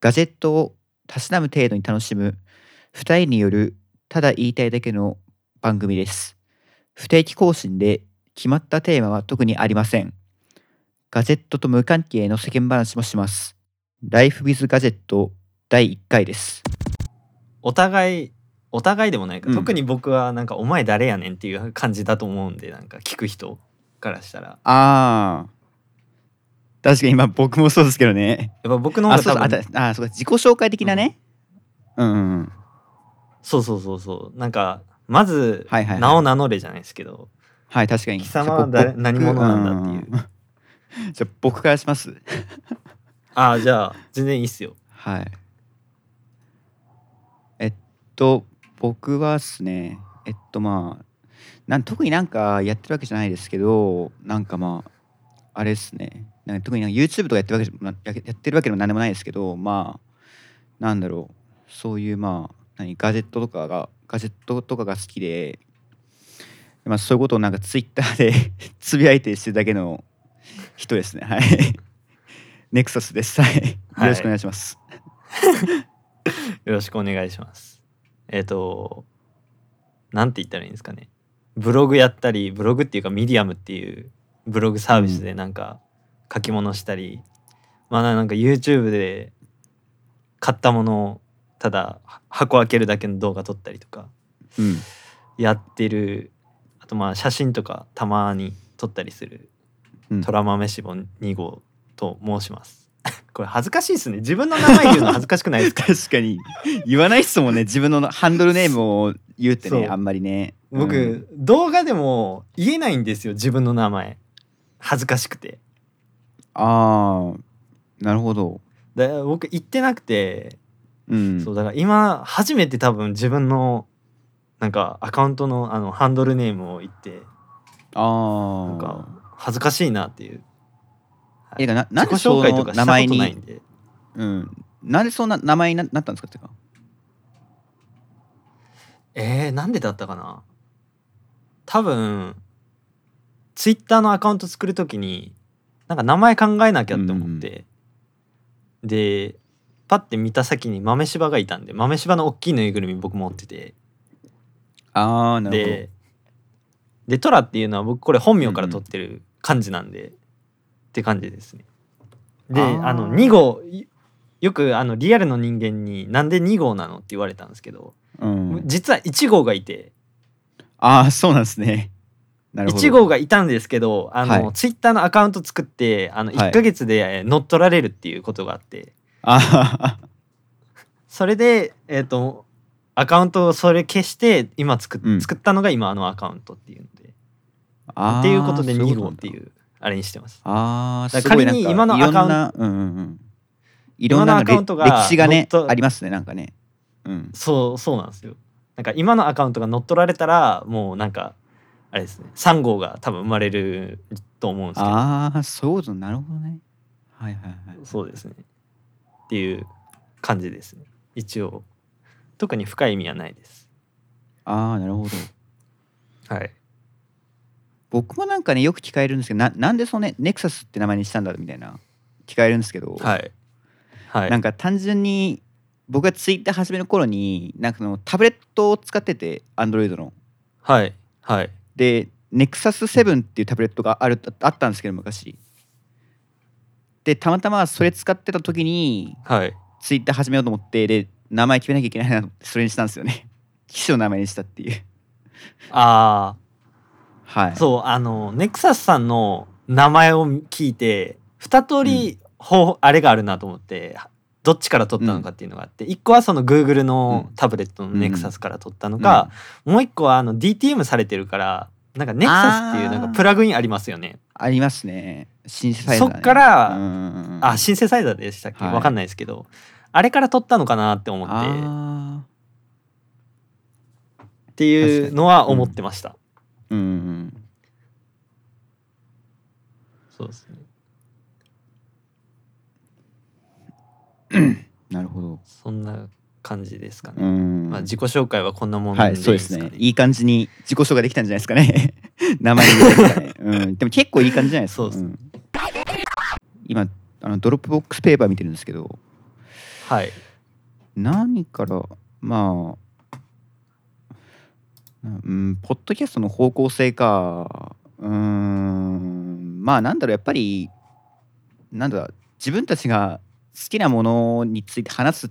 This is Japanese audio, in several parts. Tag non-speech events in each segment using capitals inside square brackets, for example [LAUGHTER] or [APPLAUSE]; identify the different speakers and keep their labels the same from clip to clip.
Speaker 1: ガジェットをたしなむ程度に楽しむ2人によるただ言いたいだけの番組です。不定期更新で決まったテーマは特にありません。ガジェットと無関係の世間話もします。Life with ガジェット第1回です。
Speaker 2: お互いお互いでもないか、
Speaker 1: うん
Speaker 2: 特に僕はなんか「お前誰やねん」っていう感じだと思うんでなんか聞く人からしたら
Speaker 1: ああ。確かに今僕もそうですけどね。
Speaker 2: やっぱ僕の
Speaker 1: あ、そう
Speaker 2: 方が多
Speaker 1: そうあた
Speaker 2: 分
Speaker 1: あそうか、自己紹介的なね。うん、うんうん。
Speaker 2: そうそうそうそうなんかまず
Speaker 1: はいはいはい
Speaker 2: 名を名乗れじゃないですけど
Speaker 1: はい、確かに。
Speaker 2: 貴様は誰
Speaker 1: じゃあ僕
Speaker 2: 何者なんだっていう
Speaker 1: うんじゃあ僕からします。
Speaker 2: ああじゃあ全然いいっすよ
Speaker 1: はい。えっと、僕はですね、えっとまあ、なん特になんかやってるわけじゃないですけど、なんかまあ、あれですね、なんか特になんか YouTube とかやってるわけじゃなややってるわけでもなんでもないですけど、まあ、なんだろう、そういうまあ、何、ガジェットとかが、ガジェットとかが好きで、まあ、そういうことをなんか Twitter で [LAUGHS] つぶやいてしてるだけの人ですね、はい。ネクサスです。はい。よろしくお願いします。
Speaker 2: よろしくお願いしますえっ、となんて言ったらいいんですかねブログやったりブログっていうかミディアムっていうブログサービスでなんか書き物したり、まあなんか YouTube で買ったものをただは箱開けるだけの動画撮ったりとか
Speaker 1: うん、
Speaker 2: やってるあとまあ写真とかたまに撮ったりする
Speaker 1: うん
Speaker 2: 虎豆志望2号と申します。 [LAUGHS] これ恥ずかしいですね自分の名前言うの恥ずかしくないですか
Speaker 1: [LAUGHS] 確かに言わないっすもんね自分のハンドルネームを言うって
Speaker 2: そう
Speaker 1: ねあんまりね
Speaker 2: 僕、
Speaker 1: うん
Speaker 2: 動画でも言えないんですよ自分の名前恥ずかしくて
Speaker 1: ああなるほど
Speaker 2: だから僕言ってなくて、
Speaker 1: うん
Speaker 2: そうだから今初めて多分自分のなんかアカウントのあのハンドルネームを言って
Speaker 1: ああ
Speaker 2: なんか恥ずかしいなっていう、はい
Speaker 1: えななんで
Speaker 2: 自己
Speaker 1: そ
Speaker 2: 紹介と
Speaker 1: の
Speaker 2: かし
Speaker 1: 名
Speaker 2: たこ
Speaker 1: 前
Speaker 2: とない
Speaker 1: に
Speaker 2: んで
Speaker 1: うんなんでそんな名前にななったんですかっていうか
Speaker 2: えー、なんでだったかな多分ツイッターのアカウント作るときになんか名前考えなきゃって思って、でパッて見た先に豆柴がいたんで豆柴の大きいぬいぐるみ僕持ってて
Speaker 1: ああなる
Speaker 2: ででトラっていうのは僕これ本名から取ってる漢字なんで、って感じですねで
Speaker 1: あー
Speaker 2: あの2号いよくあのリアルの人間になんで2号なのって言われたんですけど、
Speaker 1: ほど、うん、
Speaker 2: 実は1号がいて
Speaker 1: ああそうなんですねなるほど
Speaker 2: 1号がいたんですけどあの、
Speaker 1: はい
Speaker 2: ツイッターのアカウント作ってあの
Speaker 1: はい
Speaker 2: 1ヶ月でえー乗っ取られるっていうことがあって、
Speaker 1: あー
Speaker 2: それで、えー、とアカウントをそれ消して今作,、
Speaker 1: うん
Speaker 2: 作ったのが今あのアカウントっていうので
Speaker 1: あー
Speaker 2: [LAUGHS] っていうことで2号
Speaker 1: そなん
Speaker 2: っ
Speaker 1: だ
Speaker 2: ていうあれにしてます。
Speaker 1: ああ
Speaker 2: だから仮に今のアカウン
Speaker 1: トうんうんうんいろんな
Speaker 2: 今のアカウントが
Speaker 1: れ歴史がね
Speaker 2: 乗っと
Speaker 1: ありますねなんかねうん
Speaker 2: そうそうなんですよなんか今のアカウントが乗っ取られたらもうなんかあれですね3号が多分生まれると思うんですけど
Speaker 1: ああそういうことなるほどねはいはいはい
Speaker 2: そうですねっていう感じですね一応特に深い意味はないです
Speaker 1: ああなるほど
Speaker 2: はい
Speaker 1: 僕もなんかねよく聞かれるんですけどななんでそのねネクサスって名前にしたんだみたいな聞かれるんですけど、
Speaker 2: はいはい
Speaker 1: なんか単純に僕がツイッター始める頃になんかそのタブレットを使っててアンドロイドの
Speaker 2: はいはい
Speaker 1: でネクサス7っていうタブレットがあるあったんですけど昔でたまたまそれ使ってた時に
Speaker 2: はい
Speaker 1: ツイッター始めようと思ってで名前決めなきゃいけないなと思ってそれにしたんですよね [LAUGHS] 機種の名前にしたっていう
Speaker 2: あ
Speaker 1: はい
Speaker 2: あそうあのネクサスさんの名前を聞いて二通り方法、あれがあるなと思ってどっちから取ったのかっていうのがあって、一個はその Google のタブレットの
Speaker 1: うん
Speaker 2: ネクサスから取ったのか、もう一個はあの DTM されてるからなんかネクサスっていう
Speaker 1: あー
Speaker 2: なんかプラグインありますよね。
Speaker 1: ありますね。シンセサイザー、ね。
Speaker 2: そっから
Speaker 1: うんうんうん
Speaker 2: あシンセサイザーでしたっけ、
Speaker 1: はい
Speaker 2: わかんないですけどあれから取ったのかなって思って
Speaker 1: あ
Speaker 2: っていうのは思ってました。
Speaker 1: ーうんうん。
Speaker 2: そうですね
Speaker 1: なるほど。
Speaker 2: そんな感じですか
Speaker 1: う
Speaker 2: ね。
Speaker 1: ん。
Speaker 2: まあ自己紹介はこんなもんで
Speaker 1: はい
Speaker 2: い
Speaker 1: い、
Speaker 2: です
Speaker 1: そ
Speaker 2: か
Speaker 1: う
Speaker 2: ね。
Speaker 1: ですね。いい感じに自己紹介できたんじゃないですかね。 [LAUGHS] 名前で、ねうん。でも結構いい感じじゃないですか。
Speaker 2: そうですね
Speaker 1: ん今あのドロップボックスペーパー見てるんですけど、
Speaker 2: はい
Speaker 1: 何からまあなうんポッドキャストの方向性かうーんまあなんだろうやっぱりなんだろう自分たちが好きなものについて話すっ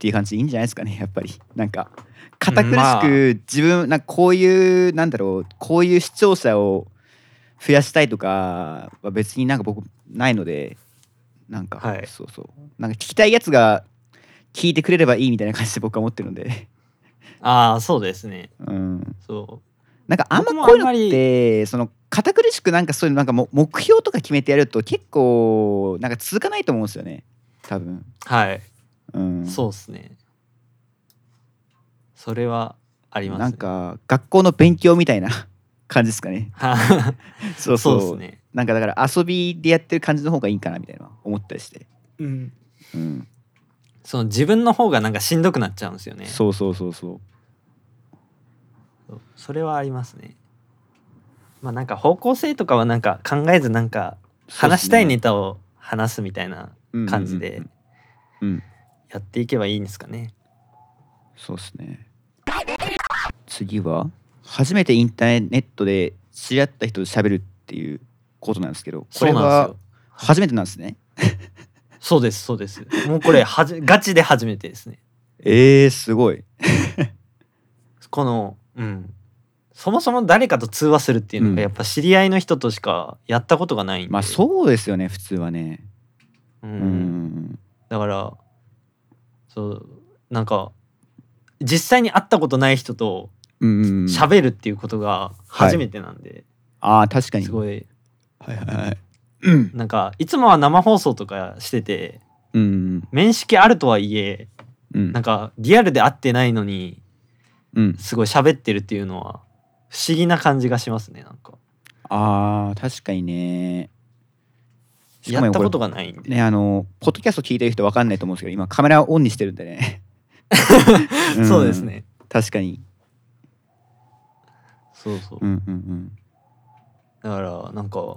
Speaker 1: ていう感じでいいんじゃないですかねやっぱりなんか堅苦
Speaker 2: ま
Speaker 1: し
Speaker 2: あ
Speaker 1: く自分なんかこういうなんだろうこういう視聴者を増やしたいとかは別になんか僕ないのでなんか、
Speaker 2: はい
Speaker 1: そうそうなんか聞きたいやつが聞いてくれればいいみたいな感じで僕は思ってるので、 [LAUGHS]
Speaker 2: ああそうですね
Speaker 1: うん、
Speaker 2: そ
Speaker 1: なんかあん
Speaker 2: 僕
Speaker 1: ま
Speaker 2: も
Speaker 1: こういう
Speaker 2: あん
Speaker 1: の
Speaker 2: ま
Speaker 1: っ
Speaker 2: り
Speaker 1: てその堅苦しくなんかそういうなんかもう目標とか決めてやると結構なんか続かないと思うんですよね多分、
Speaker 2: うはい、
Speaker 1: うん、
Speaker 2: そうですねそれはあります、ね、
Speaker 1: なん
Speaker 2: [LAUGHS]
Speaker 1: か学校の勉強みたいな [LAUGHS] 感じですかね
Speaker 2: は
Speaker 1: そう
Speaker 2: そ
Speaker 1: そうう
Speaker 2: ですね
Speaker 1: なんかだから遊びでやってる感じの方がいいかなみたいな思ったりして、
Speaker 2: うん
Speaker 1: うん、
Speaker 2: その自分の方がなんかしんどくなっちゃうんですよね
Speaker 1: そうそうそうそう
Speaker 2: そうそれはありますねまあなんか方向性とかはなんか考えずなんか話したいネタを話すみたいな感じで
Speaker 1: うんうんうんうんうん
Speaker 2: やっていけばいいんですかね
Speaker 1: そうですね次は初めてインターネットで知り合った人と喋るっていうことなんですけどこ
Speaker 2: そう
Speaker 1: れ
Speaker 2: なん
Speaker 1: は
Speaker 2: ですよ
Speaker 1: 初めてなんですね
Speaker 2: そうですそうですもうこ
Speaker 1: [LAUGHS]
Speaker 2: れはじガチで初めてですね
Speaker 1: えー、すごい
Speaker 2: このうんそもそも誰かと通話するっていうの
Speaker 1: うん
Speaker 2: がやっぱ知り合いの人としかやったことがないんで、
Speaker 1: まあそうですよね普通はね
Speaker 2: う、
Speaker 1: うんん
Speaker 2: だからそうなんか実際に会ったことない人と
Speaker 1: うんうんうん
Speaker 2: 喋るっていうことが初めてなんで、
Speaker 1: ああ確かに
Speaker 2: すごい
Speaker 1: はいはいはいうん
Speaker 2: なんかいつもは生放送とかしてて
Speaker 1: うん
Speaker 2: 面識あるとはいえ
Speaker 1: うん
Speaker 2: なんかリアルで会ってないのに
Speaker 1: うん
Speaker 2: すごい喋ってるっていうのは不思議な感じがしますねなんか
Speaker 1: あー確かにねし
Speaker 2: や
Speaker 1: かも
Speaker 2: ったこと
Speaker 1: れ
Speaker 2: がないんで、
Speaker 1: ねあのポッドキャスト聞いてる人わかんないと思うんですけど今カメラオンにしてるんでねうん
Speaker 2: [LAUGHS] そうですね
Speaker 1: 確かに
Speaker 2: そうそう
Speaker 1: うんうんうん
Speaker 2: だからなんか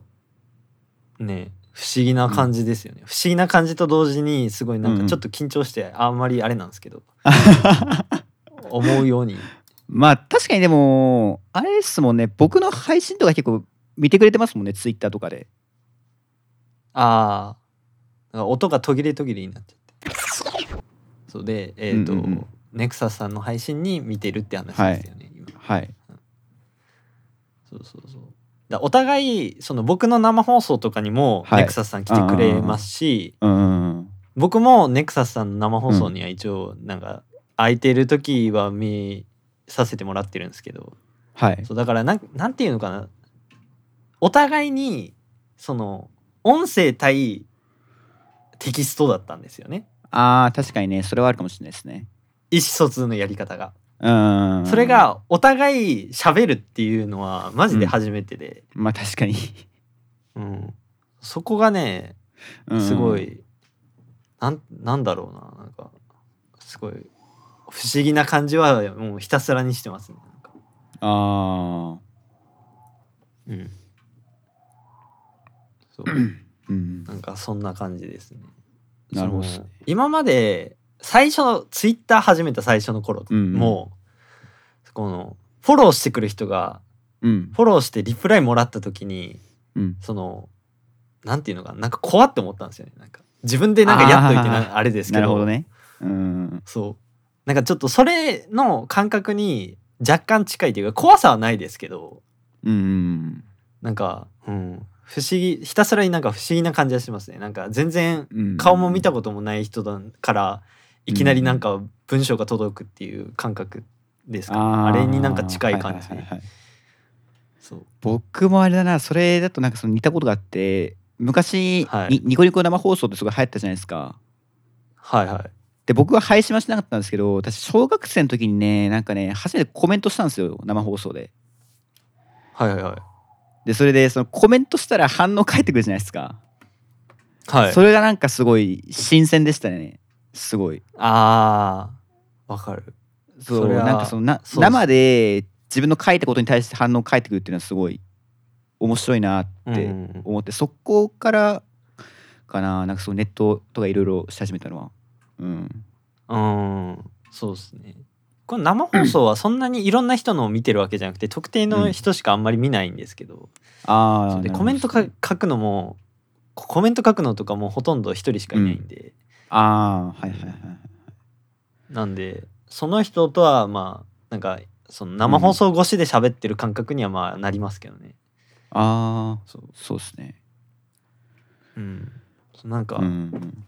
Speaker 2: ね不思議な感じですよね、不思議な感じと同時にすごいなん
Speaker 1: うんう
Speaker 2: か
Speaker 1: ん
Speaker 2: ちょっと緊張してあんまりあれなんです
Speaker 1: [LAUGHS]
Speaker 2: けど思うように
Speaker 1: まあ確かにでもあれですもんね僕の配信とか結構見てくれてますもんねツイッターとかで
Speaker 2: ああ音が途切れ途切れになっちゃってそうでえっ、と、
Speaker 1: うんうんうん
Speaker 2: ネクサスさんの配信に見てるって話ですよね、今
Speaker 1: はい
Speaker 2: そうそうそうだお互いその僕の生放送とかにも
Speaker 1: はい
Speaker 2: ネクサスさん来てくれますし、
Speaker 1: うんうんうん
Speaker 2: 僕もネクサスさんの生放送には一応なんか空いてる時は見させてもらってるんですけど
Speaker 1: はい
Speaker 2: そうだからなんなんていうのかなお互いにその音声対テキストだったんですよね
Speaker 1: あー確かにねそれはあるかもしれないですね
Speaker 2: 意思疎通のやり方が。
Speaker 1: うんうんうん
Speaker 2: それがお互い喋るっていうのはマジで初めてで、
Speaker 1: まあ確かに
Speaker 2: うんそこがね
Speaker 1: うん
Speaker 2: すごい、なんなんだろうななんかすごい不思議な感じはもうひたすらにしてますねなんか、
Speaker 1: あ
Speaker 2: うん、そう
Speaker 1: [CLEARS THROAT] ーうん
Speaker 2: なんかそんな感じですね。
Speaker 1: なるほどっすね
Speaker 2: その今まで最初のツイッター始めた最初の頃、
Speaker 1: うんうん
Speaker 2: もうこのフォローしてくる人が
Speaker 1: うん
Speaker 2: フォローしてリプライもらった時に
Speaker 1: うん
Speaker 2: そのなんていうのかななんか怖って思ったんですよねなんか自分でなんかやっといて
Speaker 1: あ
Speaker 2: なあれですけ
Speaker 1: なる
Speaker 2: ど
Speaker 1: ほどねうん
Speaker 2: そうなんかちょっとそれの感覚に若干近いというか怖さはないですけど
Speaker 1: うんうん
Speaker 2: なんか、うん、不思議ひたすらになんか不思議な感じがしますねなんか全然
Speaker 1: うん
Speaker 2: 顔も見たこともない人だからいきなりなんか文章が届くっていう感覚ですか、
Speaker 1: あ
Speaker 2: あ
Speaker 1: ー
Speaker 2: れになんか近い感じ、
Speaker 1: はいはいはいはい
Speaker 2: そう
Speaker 1: 僕もあれだなそれだとなんかその似たことがあって昔、
Speaker 2: はい
Speaker 1: にニコニコ生放送ってすごい流行ったじゃないですか
Speaker 2: はいはい
Speaker 1: で僕は配信はしなかったんですけど私小学生の時にねなんかね初めてコメントしたんですよ生放送で
Speaker 2: はいはいはい
Speaker 1: でそれでそのコメントしたら反応返ってくるじゃないですか、
Speaker 2: はい
Speaker 1: それがなんかすごい新鮮でしたねすごい
Speaker 2: あーわかる
Speaker 1: そう
Speaker 2: それは
Speaker 1: なんかそのな
Speaker 2: そうです
Speaker 1: 生で自分の書いたことに対して反応返ってくるっていうのはすごい面白いなって
Speaker 2: うん
Speaker 1: 思って、そこからかななんかそのネットとかいろいろし始めたのはうん。
Speaker 2: うんそうですねこの生放送はそんなにいろんな人のを見てるわけじゃなくて特定の人しかあんまり見ないんですけど、
Speaker 1: あ
Speaker 2: そう
Speaker 1: あ。
Speaker 2: で
Speaker 1: なるほど
Speaker 2: コメントか書くのもココメント書くのとかもほとんど一人しかいないんで、
Speaker 1: ああ、はいはいはいはい。
Speaker 2: なんでその人とはまあなんかその生放送越しで喋ってる感覚にはまあなりますけどね、
Speaker 1: ああ、
Speaker 2: そう
Speaker 1: そうですね。
Speaker 2: うん、そうなんか
Speaker 1: う
Speaker 2: 不思
Speaker 1: ん。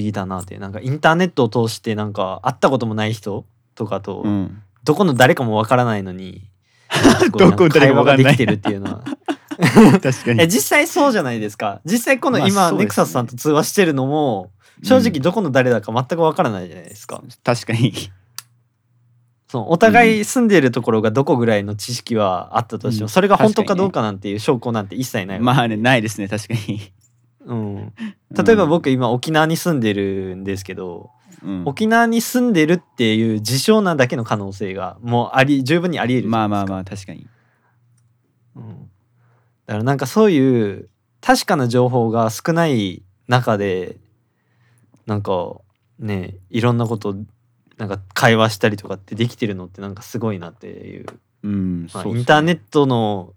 Speaker 2: 議だなってなんかインターネットを通してなんか会ったこともない人とかと、 [LAUGHS]
Speaker 1: うん。
Speaker 2: どこの誰かもわからない
Speaker 1: [LAUGHS]
Speaker 2: のに
Speaker 1: どこの誰かもわからない
Speaker 2: 会話ができてるっていうの
Speaker 1: [LAUGHS]
Speaker 2: は
Speaker 1: 確か
Speaker 2: え。実際そうじゃないですか実際この
Speaker 1: まあ
Speaker 2: 今、
Speaker 1: そうですね
Speaker 2: ネクサスさんと通話してるのも正直どこの誰だか全くわからないじゃないですか、
Speaker 1: 確かに。
Speaker 2: そのお互い住んでるところがどこぐらいの知識はあったとしても、
Speaker 1: うん
Speaker 2: それが本当
Speaker 1: 確
Speaker 2: か
Speaker 1: かにね
Speaker 2: どうかなんていう証拠なんて一切ないわけ、
Speaker 1: [LAUGHS] まあね、ないですね、確かに。
Speaker 2: うん、 [LAUGHS] 例えば
Speaker 1: うん、
Speaker 2: 僕今沖縄に住んでるんですけど、
Speaker 1: うん
Speaker 2: 沖縄に住んでるっていう事象なだけの可能性がもうあり十分にありえるじ
Speaker 1: ま
Speaker 2: ゃ
Speaker 1: あ
Speaker 2: ない
Speaker 1: ま
Speaker 2: で
Speaker 1: あ
Speaker 2: すか
Speaker 1: まあ、確かに。
Speaker 2: うんだからなんかそういう確かな情報が少ない中でなんかねいろんなことなんか会話したりとかってできてるのってなんかすごいなっていう、
Speaker 1: うん、
Speaker 2: まあ、
Speaker 1: そうっす
Speaker 2: インターネットの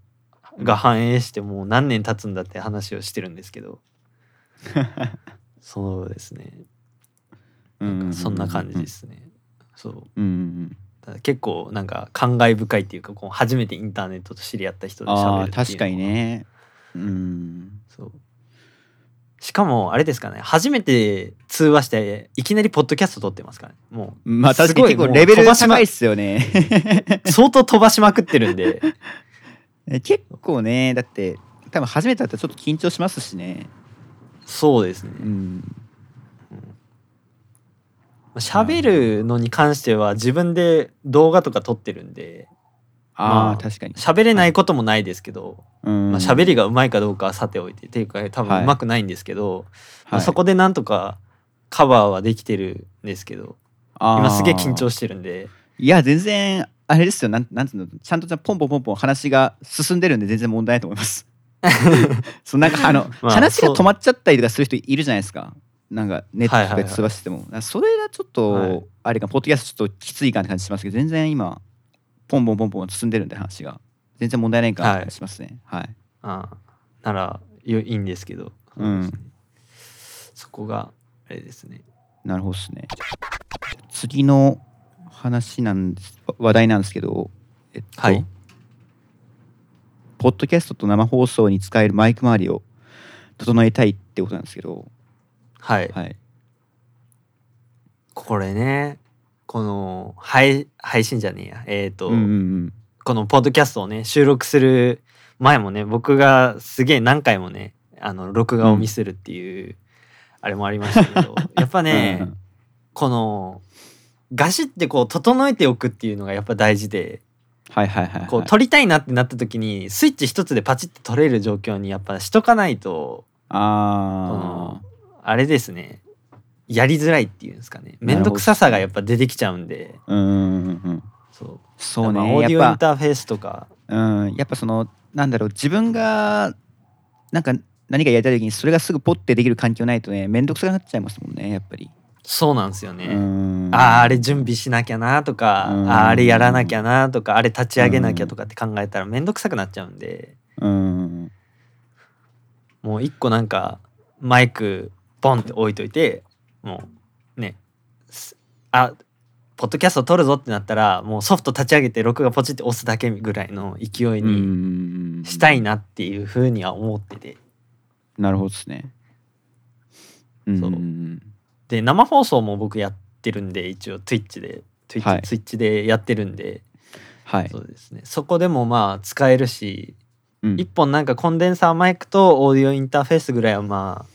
Speaker 2: が反映してもう何年経つんだって話をしてるんです
Speaker 1: [LAUGHS]
Speaker 2: けどそうですね
Speaker 1: ううう
Speaker 2: そんな感じで。すね。そう
Speaker 1: うんうん
Speaker 2: だから結構なんか感慨深いっていうかこう初めてインターネットと知り合った人
Speaker 1: うん。
Speaker 2: で喋る
Speaker 1: ああ、
Speaker 2: っていうのは
Speaker 1: 確かにね。うん。
Speaker 2: そうしかもあれですかね初めて通話していきなりポッドキャスト撮ってますからねも
Speaker 1: まあ確かに
Speaker 2: す
Speaker 1: 結
Speaker 2: ごい
Speaker 1: 構
Speaker 2: もう
Speaker 1: レベル
Speaker 2: 飛ば
Speaker 1: が
Speaker 2: しま
Speaker 1: 高いっすよね。 [LAUGHS]
Speaker 2: う相当飛ばしまくってるんで
Speaker 1: 結構ね、だって多分初めてだったらちょっと緊張しますしね。
Speaker 2: そうですね
Speaker 1: うん。
Speaker 2: 喋るのに関しては自分で動画とか撮ってるんでま
Speaker 1: あ
Speaker 2: あ
Speaker 1: あ、確かに。
Speaker 2: 喋れないこともないですけど、
Speaker 1: うん
Speaker 2: まあ、喋りがうまいかどうかはさておいてっていうか多
Speaker 1: は
Speaker 2: 分
Speaker 1: いう
Speaker 2: まくないんですけど、ま
Speaker 1: は
Speaker 2: あ、
Speaker 1: い
Speaker 2: そこでなんとかカバーはできてるんですけど今すげえ緊張
Speaker 1: し
Speaker 2: してるんで
Speaker 1: いや全然あれですよなんなんつうのちゃんとじゃポンポンポンポン話が進んでるんで全然問題ないと思います [LAUGHS] そうなんかあの、
Speaker 2: まあ
Speaker 1: 話が
Speaker 2: そう
Speaker 1: 止まっちゃったりとかする人いるじゃないですかなんかネット
Speaker 2: はい
Speaker 1: と
Speaker 2: は
Speaker 1: か
Speaker 2: いはい
Speaker 1: で通話してても、なんかそれがちょっと、
Speaker 2: はい
Speaker 1: あれかポッドキャストちょっときついかなって感じしますけど全然今ポンポンポンポン進んでるんで話が全然問題ないかなって感じしますねはい、
Speaker 2: ああならよいいんですけど、
Speaker 1: うん
Speaker 2: そこがあれですね
Speaker 1: なるほどですね次の話なんですわ話題なんですけどえっと、
Speaker 2: はい
Speaker 1: ポッドキャストと生放送に使えるマイク周りを整えたいってことなんですけど、
Speaker 2: はい、
Speaker 1: はい、
Speaker 2: これねこの配配信じゃねえやえっ、と、
Speaker 1: うんうんうん
Speaker 2: このポッドキャストをね収録する前もね僕がすげえ何回もねあの録画を見せるっていう、あれもありましたけどやっぱね、
Speaker 1: うんうん
Speaker 2: このガシってこう整えておくっていうのがやっぱ大事で
Speaker 1: はいはいはいはい
Speaker 2: こう撮りたいなってなった時にスイッチ一つでパチッと撮れる状況にやっぱしとかないと
Speaker 1: あ
Speaker 2: あれですねやりづらいっていうんですかね面倒くささがやっぱ出てきちゃうんで
Speaker 1: ーうんうんうんうん
Speaker 2: そう
Speaker 1: そう
Speaker 2: まあオ
Speaker 1: ね
Speaker 2: ーディオイ
Speaker 1: やっ
Speaker 2: ンターフェースとか
Speaker 1: ぱうんやっぱそのなんだろう自分がなんか何かやりたい時にそれがすぐポッてできる環境ないとねめんどくさくなっちゃいますもんねやっぱり、
Speaker 2: そうなんですよ
Speaker 1: う
Speaker 2: ね、
Speaker 1: ん
Speaker 2: あーあれ準備しなきゃなとか、
Speaker 1: うん
Speaker 2: あーあれやらなきゃなとかあれ立ち上げなきゃとかって考えたら面倒くさくなっちゃうんで
Speaker 1: うん
Speaker 2: もう一個なんかマイクポンって置いといてもうねすあポッドキャスト撮るぞってなったらもうソフト立ち上げて録画ポチって押すだけぐらいの勢いにしたい
Speaker 1: な。
Speaker 2: なっていうふうには思ってて
Speaker 1: なるほどですね。うんうんうん
Speaker 2: で生放送も僕やってるんで一応 Twitch で Twitch,、
Speaker 1: はい
Speaker 2: Twitch でやってるんで、
Speaker 1: はい。
Speaker 2: そうですねそこでもまあ使えるし
Speaker 1: うん
Speaker 2: 一本なんかコンデンサーマイクとオーディオインターフェースぐらいはま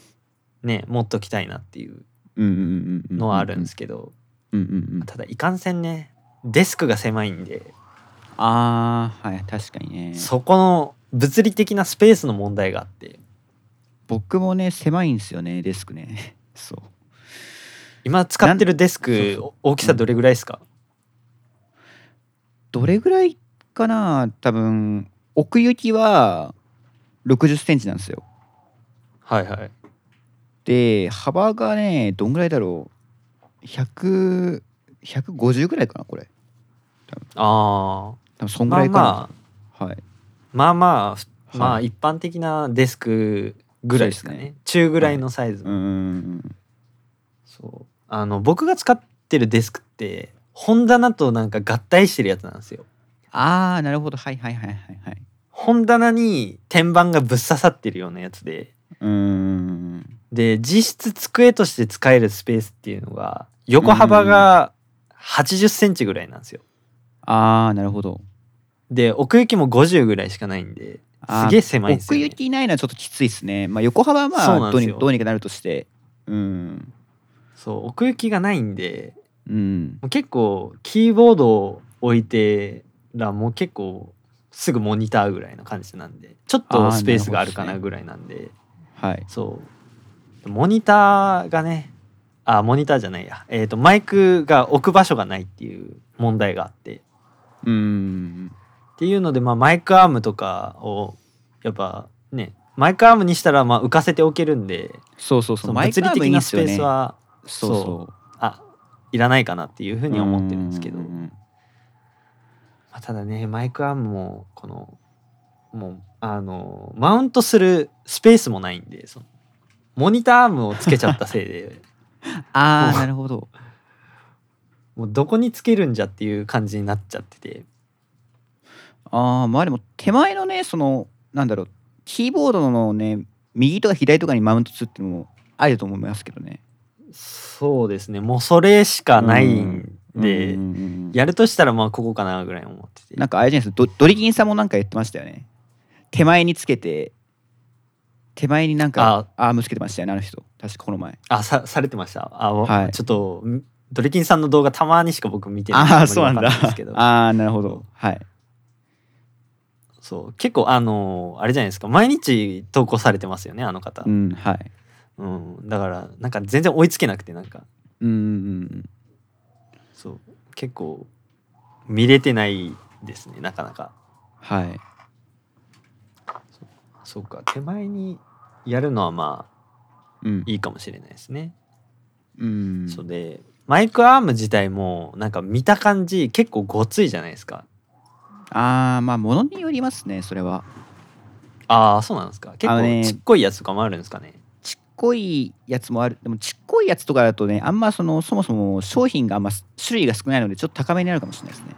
Speaker 2: あね持っときたいなっていう
Speaker 1: うんうんうんうん
Speaker 2: のはあるんですけど、
Speaker 1: うんうんうん
Speaker 2: ただいかんせんねデスクが狭いんで、
Speaker 1: ああはい確かにね。
Speaker 2: そこの物理的なスペースの問題があって
Speaker 1: 僕もね狭いんですよねデスクね。そう。
Speaker 2: 今使ってるデス
Speaker 1: なん
Speaker 2: ク
Speaker 1: そうそ
Speaker 2: 大きさどれぐらいですか、
Speaker 1: どれぐらいかな多分奥行きは60センチなんですよ。
Speaker 2: はいはい
Speaker 1: で幅がねどんぐらいだろう100 150ぐらいかなこれ
Speaker 2: あ
Speaker 1: 多分そ
Speaker 2: あ
Speaker 1: んぐ
Speaker 2: ま
Speaker 1: ら
Speaker 2: あ
Speaker 1: いかな、
Speaker 2: まあ
Speaker 1: はい
Speaker 2: まあまあふ
Speaker 1: はい
Speaker 2: まあ一般的なデスクぐらいですかね
Speaker 1: そうです
Speaker 2: 中ぐらいのサイズ、
Speaker 1: うんうん
Speaker 2: そうあの僕が使ってるデスクって本棚となんか合体してるやつなんですよ
Speaker 1: ああなるほどはいはいはいはいはい
Speaker 2: 本棚に天板がぶっ刺さってるようなやつで
Speaker 1: うーん
Speaker 2: で実質机として使えるスペースっていうのが横幅が8 0ンチぐらいなんですよ
Speaker 1: ああなるほど
Speaker 2: で奥行きも50ぐらいしかないんで
Speaker 1: あー
Speaker 2: すげえ狭いんです
Speaker 1: 奥
Speaker 2: よ、ね
Speaker 1: 行、きないのはちょっときついですねまあ横幅は
Speaker 2: そ
Speaker 1: ま
Speaker 2: うな
Speaker 1: あ
Speaker 2: ん
Speaker 1: どう
Speaker 2: です
Speaker 1: に
Speaker 2: よ
Speaker 1: どうにかなるとしてうん
Speaker 2: そう奥行きがないんで
Speaker 1: うん
Speaker 2: もう結構キーボードを置いてらもう結構すぐモニターぐらいの感じなんでちょっ
Speaker 1: あ
Speaker 2: と
Speaker 1: ー
Speaker 2: スペースがあるか
Speaker 1: な
Speaker 2: な
Speaker 1: る
Speaker 2: ぐらいなんで
Speaker 1: はい
Speaker 2: そうモニターがねあモニターじゃないや、えー、とマイクが置く場所がないっていう問題があって
Speaker 1: うん
Speaker 2: っていうので、まあ、マイクアームとかをやっぱねマイクアームにしたらまあ浮かせておけるんで
Speaker 1: そうそうそ
Speaker 2: そうの
Speaker 1: マイク
Speaker 2: 物理
Speaker 1: ラブい
Speaker 2: 的
Speaker 1: いっ
Speaker 2: な
Speaker 1: す
Speaker 2: ス
Speaker 1: よ
Speaker 2: ペ
Speaker 1: ね
Speaker 2: ースは
Speaker 1: そうそう
Speaker 2: あいらないかなっていうふ
Speaker 1: ふ
Speaker 2: うには思ってるんですけど。まあ、ただねマイクアームもこのもうあのマウントするスペースもないんでそのモニターアームをつけちゃったせいで
Speaker 1: ああ
Speaker 2: もう
Speaker 1: なるほど
Speaker 2: もうどこにつけるんじゃっていう感じになっちゃってて
Speaker 1: ああまあでも手前のねそのなんだろうキーボードのね右とか左とかにマウントするっていうのもありだと思いますけどね。
Speaker 2: そうですねもうそれしかないんで、
Speaker 1: うんうんうんうん
Speaker 2: やるとしたらまあここかなぐらい思ってて
Speaker 1: なんかあれじゃないですかドドリキンさんもなんか言ってましたよね。手前につけて手前になんかアームつけてましたよねあの人確かこの前。
Speaker 2: あさされてましたあ、わ
Speaker 1: はい
Speaker 2: ちょっとんドリキンさんの動画たまにしか僕見てない
Speaker 1: ああそうなんだ。
Speaker 2: ですけ
Speaker 1: [LAUGHS]
Speaker 2: ど
Speaker 1: ああなるほど。はい。
Speaker 2: そう結構あのあれじゃないですか毎日投稿されてますよねあの方
Speaker 1: うんはい。
Speaker 2: うん、だからなんか全然追いつけなくてなんか
Speaker 1: うんうん
Speaker 2: そう結構見れてないですねなかなか
Speaker 1: はい。
Speaker 2: そうか手前にやるのはまあ
Speaker 1: うん
Speaker 2: いいかもしれないですね、
Speaker 1: うん
Speaker 2: そうでマイクアーム自体もなんか見た感じ結構ごついじゃないですか
Speaker 1: ああまあものによりますねそれは。
Speaker 2: ああそうなんですか結
Speaker 1: あの
Speaker 2: 構
Speaker 1: ね
Speaker 2: ちっこいやつとかもあるんですかね
Speaker 1: ちっこいやつもあるでもちっこいやつとかだとねあんまそのそもそも商品があんま種類が少ないのでちょっと高めになるかもしれないですね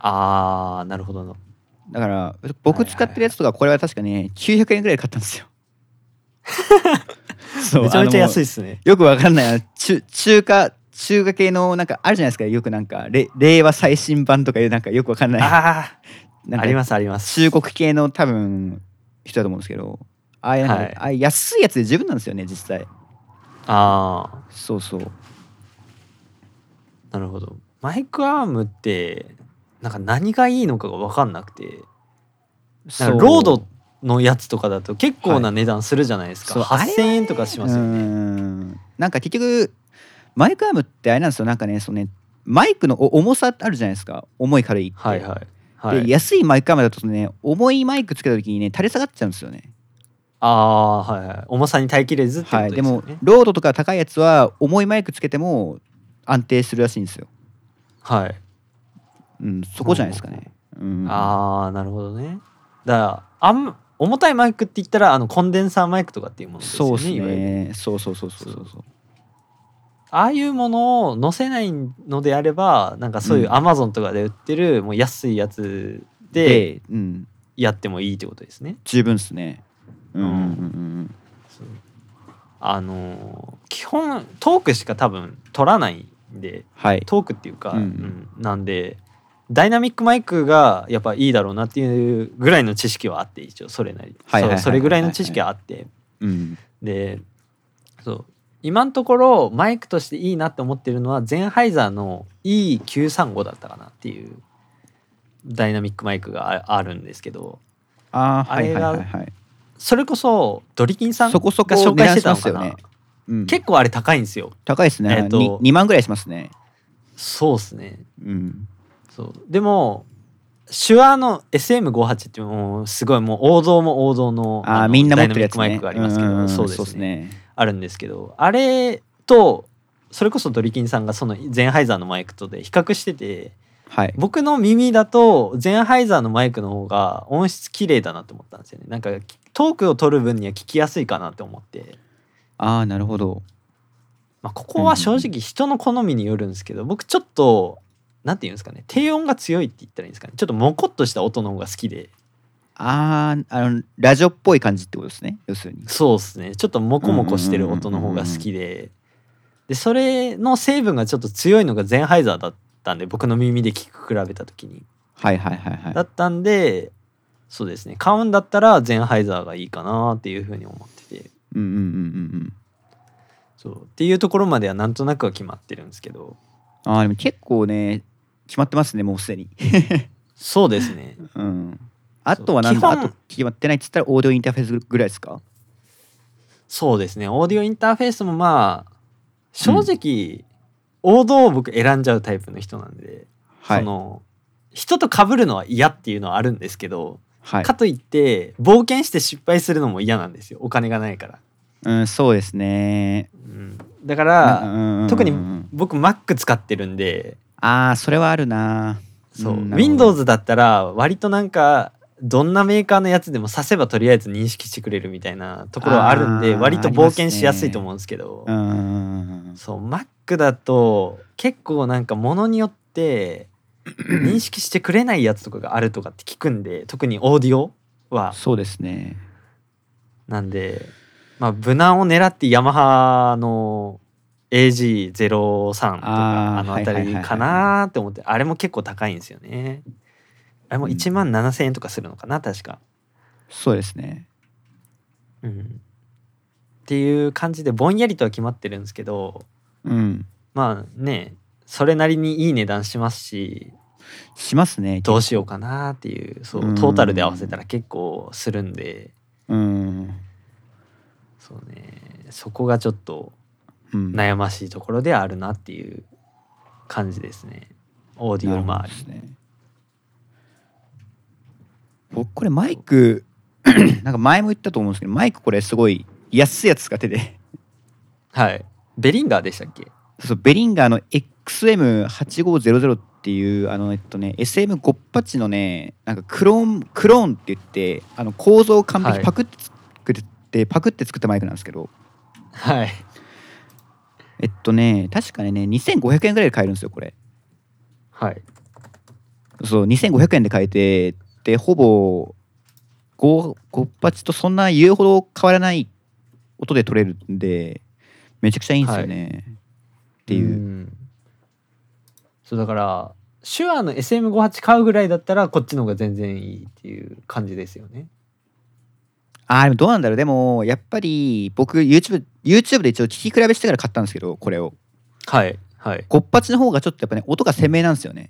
Speaker 2: ああなるほど
Speaker 1: だから
Speaker 2: は
Speaker 1: 僕
Speaker 2: いはいはい
Speaker 1: 使ってるやつとかこれは確かね900円ぐらいで買ったんです
Speaker 2: [LAUGHS]
Speaker 1: よそ
Speaker 2: めちゃめちゃ安
Speaker 1: い
Speaker 2: いですね
Speaker 1: よくわかんないあの中中華中華系のなんかあるじゃないですかよくなんかれ令和最新版とかいうなんかよくわかんない
Speaker 2: あ
Speaker 1: なん
Speaker 2: ああり
Speaker 1: か
Speaker 2: ますあります
Speaker 1: 中国系の多分人だと思うんですけどああいうなんか、
Speaker 2: はい
Speaker 1: ああいう安いやつで十分なんですよね実際
Speaker 2: ああ
Speaker 1: そうそう
Speaker 2: なるほどマイクアームってなんか何がいいのかが分かんなくてなんかロードのやつとかだと結構な値段するじゃないですか、
Speaker 1: はいそう
Speaker 2: 8000円とかしますよ
Speaker 1: うー
Speaker 2: ね
Speaker 1: んなんか結局マイクアームってあれなんですよなんかねそのねマイクのお重さあるじゃないですか重い軽いって、
Speaker 2: はいはいは
Speaker 1: で
Speaker 2: い
Speaker 1: 安いマイクアームだとね重いマイクつけた時にね垂れ下がっちゃうんですよね
Speaker 2: ああーはいはい重さに耐えきれずってこ
Speaker 1: は
Speaker 2: とで
Speaker 1: い
Speaker 2: す
Speaker 1: で
Speaker 2: よね
Speaker 1: もロードとか高いやつは重いマイクつけても安定するらしいんですよ、
Speaker 2: はい、
Speaker 1: うん、そこじゃないですかね、うん、
Speaker 2: ああなるほどねだからあん重たいマイクって言ったらあのコンデンサーマイクとかっていうものですよ
Speaker 1: そう
Speaker 2: ね
Speaker 1: です
Speaker 2: いわゆる
Speaker 1: ねそうそうそうそうそうそう
Speaker 2: ああいうものを載せないのであればなんかそういう
Speaker 1: う
Speaker 2: アマゾンとかで売ってるもう安いやつで
Speaker 1: で、うん、
Speaker 2: やってもいいってことですね
Speaker 1: 十分ですねうんうんうんうん
Speaker 2: そうあのー基本トークしか多分取らないんで
Speaker 1: はい
Speaker 2: トークっていうか、
Speaker 1: うん
Speaker 2: うんなんでダイナミックマイクがやっぱいいだろうなっていうぐらいの知識はあって一応それなり
Speaker 1: はいはいはいはいはい
Speaker 2: そうそれぐらいの知識はあって
Speaker 1: うん
Speaker 2: でそう今のところマイクとしていいなって思ってるのはゼンハイザーの E935 だったかなっていうダイナミックマイクがああるんですけど
Speaker 1: ああ
Speaker 2: あ
Speaker 1: はい
Speaker 2: れ
Speaker 1: はい
Speaker 2: が
Speaker 1: はいはい
Speaker 2: それこそドリキンさんが
Speaker 1: そこそこ
Speaker 2: 紹介してたのか
Speaker 1: 値段します
Speaker 2: な
Speaker 1: よねうん
Speaker 2: 結構あれ高いんですよ
Speaker 1: 高いですね、
Speaker 2: えっと
Speaker 1: に2万ぐらいしますね
Speaker 2: そうですね
Speaker 1: うん
Speaker 2: そうでも手話の SM58 ってもうすごいもう王道も王道の
Speaker 1: あ
Speaker 2: の
Speaker 1: あみんな持ってるやつ、ね、
Speaker 2: ダイナミックマイクがありますけど、
Speaker 1: うん
Speaker 2: そうですね
Speaker 1: ね
Speaker 2: あるんですけどあれとそれこそドリキンさんがそのゼンハイザーのマイクとで比較してて
Speaker 1: はい
Speaker 2: 僕の耳だとゼンハイザーのマイクの方が音質綺麗だなと思ったんですよねなんかトークを取る分には聞きやすいかなって思って、
Speaker 1: ああなるほど
Speaker 2: まあ、ここは正直人の好みによるんですけど僕ちょっとなんて言うんですかね低音が強いって言ったらいいんですかねちょっとモコっとした音の方が好きで
Speaker 1: あああのラジオっぽい感じってことですね要するに
Speaker 2: そうですねちょっとモコモコしてる音の方が好きででそれの成分がちょっと強いのがゼンハイザーだったんで僕の耳で聞く比べた時に
Speaker 1: はいはいはいはい
Speaker 2: だったんでそうですね買うんだったらゼンハイザーがいいかなっていうふうに思ってて
Speaker 1: うんうんうんうんうん
Speaker 2: そうっていうところまではなんとなくは決まってるんですけど
Speaker 1: あーでも結構ね決まってますねもうすでに [LAUGHS]
Speaker 2: そうですね
Speaker 1: うんあとはなん
Speaker 2: そう
Speaker 1: だ
Speaker 2: 基本
Speaker 1: あと決まってないっつったらオーディオインターフェースぐらいですか
Speaker 2: そうですねオーディオインターフェースもまあ正直、王道を僕選んじゃうタイプの人なんで、
Speaker 1: は
Speaker 2: そ
Speaker 1: い
Speaker 2: の人と被るのは嫌っていうのはあるんですけど、
Speaker 1: はい
Speaker 2: かといって冒険して失敗するのも嫌なんですよお金がないから、
Speaker 1: うんそうですね
Speaker 2: うん、だから、特に
Speaker 1: に
Speaker 2: 僕 Mac 使ってるんで
Speaker 1: ああそれはあるな
Speaker 2: そう、
Speaker 1: うんなるほど
Speaker 2: Windows だったら割となんかどんなメーカーのやつでも刺せばとりあえず認識してくれるみたいなところはあるんで
Speaker 1: あー
Speaker 2: 割と冒険しやすいと思うんですけど
Speaker 1: うんうんうんうん
Speaker 2: そう Mac だと結構なんかものに
Speaker 1: [CLEARS THROAT]
Speaker 2: よって認識してくれないやつとかがあるとかって聞くんで特にオーディオは
Speaker 1: そうですね
Speaker 2: なんでまあ無難を狙ってヤマハの AG03 と
Speaker 1: あー
Speaker 2: かあの辺りかなーって思ってあれも結構高いんですよねあれも
Speaker 1: うん
Speaker 2: 1万7000円とかするのかな確か、
Speaker 1: そうですね
Speaker 2: うん、っていう感じでぼんやりとは決まってるんですけど
Speaker 1: うん
Speaker 2: まあねそれなりにいい値段しますし
Speaker 1: しますね
Speaker 2: どうしようかなっていうそううんトータルで合わせたら結構するんで
Speaker 1: うん
Speaker 2: そうねそこがちょっと
Speaker 1: うん
Speaker 2: 悩ましいところであるなっていう感じですねオーディオ
Speaker 1: なる
Speaker 2: 周
Speaker 1: ほどで
Speaker 2: り
Speaker 1: すね僕これマイク [CLEARS THROAT] なんか前も言ったと思うんですけどマイクこれすごい安いやつ使ってて [LAUGHS]
Speaker 2: はいベリンガーでしたっけ
Speaker 1: そうベリンガーの XM8500 っていうあのえっとね SM58 のねなんかクローンクローンって言ってあの構造を完
Speaker 2: は
Speaker 1: 璧
Speaker 2: い
Speaker 1: パクって作って、パクって作ったマイクなんですけど
Speaker 2: はい
Speaker 1: えっとね確かにね2500円ぐらいで買えるんですよこれ
Speaker 2: はい
Speaker 1: そう2500円で買えてでほぼ5発とそんな言うほど変わらない音で取れるんでめちゃくちゃいいんですよね、っていう、
Speaker 2: んそうだから手話の SM58 買うぐらいだったらこっちの方が全然いいっていう感じですよね
Speaker 1: あーでもどうなんだろうでもやっぱり僕 YouTube, YouTube で一応聞き比べしてから買ったんですけどこれを
Speaker 2: はいはい
Speaker 1: 5発の方がちょっとやっぱね音が鮮明なんですよね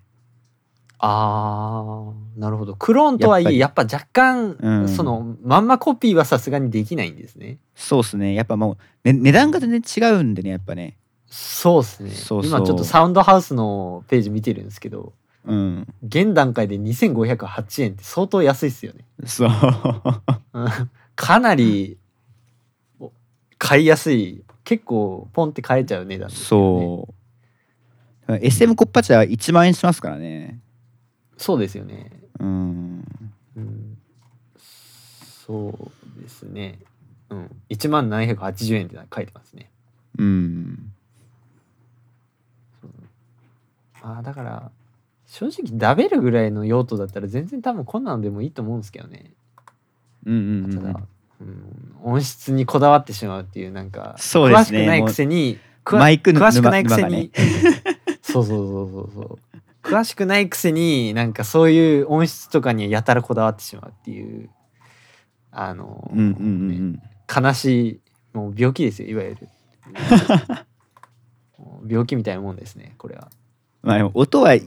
Speaker 2: あーなるほどクローンとはいえや
Speaker 1: や
Speaker 2: っぱ若干、
Speaker 1: うん
Speaker 2: そのまんまコピーはさすがにできないんですね
Speaker 1: そうっすねやっぱもう、ね、値段が全然違うんでねやっぱね
Speaker 2: そうですね
Speaker 1: そうそう
Speaker 2: 今ちょっとサウンドハウスのページ見てるんですけど
Speaker 1: うん
Speaker 2: 現段階で2508円って相当安いっすよね。 [LAUGHS]
Speaker 1: そう
Speaker 2: うんかなりお買いやすい結構ポンって買えちゃう値段ですよね。
Speaker 1: そう SM コッパチは1万円しますからね
Speaker 2: そうですよね。
Speaker 1: うん
Speaker 2: うん、そうですね。うん、1万780円って書いてますね。
Speaker 1: うん
Speaker 2: あーだから正直ダベるぐらいの用途だったら全然多分こんなのでもいいと思うんですけどね。
Speaker 1: うんうん
Speaker 2: た
Speaker 1: うんうん
Speaker 2: だ、うん、音質にこだわってしまうっていうなんか
Speaker 1: そうです
Speaker 2: 詳
Speaker 1: ね
Speaker 2: しくないくせにくわ
Speaker 1: マイクの
Speaker 2: 詳しくないく
Speaker 1: 沼
Speaker 2: せ
Speaker 1: 沼が
Speaker 2: に
Speaker 1: ね、
Speaker 2: [LAUGHS] そうそうそうそうそう詳しくないくせになんかそういう音質とかにやたらこだわってしまうっていうあの、
Speaker 1: うんうんうんう
Speaker 2: ね
Speaker 1: ん
Speaker 2: 悲しいもう病気ですよいわ
Speaker 1: [LAUGHS]
Speaker 2: ゆるもう病気みたいなもんですねこれは
Speaker 1: まあでも音はよ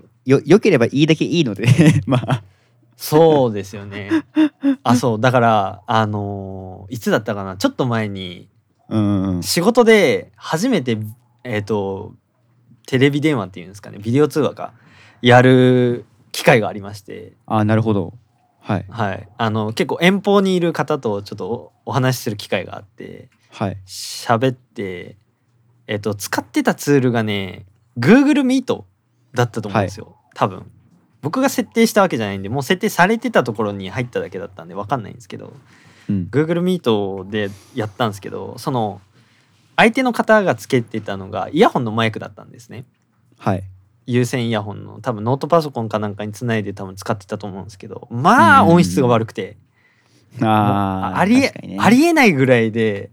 Speaker 1: 良ければいいだけいいので [LAUGHS] まあ
Speaker 2: そうですよねあそうだからあのいつだったかなちょっと前に
Speaker 1: うんうん
Speaker 2: 仕事で初めてえっ、とテレビ電話っていうんですかねビデオ通話かやる機会がありまして
Speaker 1: ああなるほどはい
Speaker 2: はい、あの結構遠方にいる方とちょっとおお話しする機会があって
Speaker 1: はい
Speaker 2: 喋って、えっと、使ってたツールがね Google Meet だったと思うんですよ、多分僕が設定したわけじゃないんでもう設定されてたところに入っただけだったんで分かんないんですけど
Speaker 1: うん
Speaker 2: Google Meet でやったんですけどその相手の方がつけてたのがイヤホンのマイクだったんですね
Speaker 1: はい
Speaker 2: 有線イヤホンの多分ノートパソコンかなんかにつないで多分使ってたと思うんですけどまあ
Speaker 1: うん
Speaker 2: 音質が悪くて。
Speaker 1: あー
Speaker 2: ありえ
Speaker 1: 確かにね
Speaker 2: ありえないぐらいで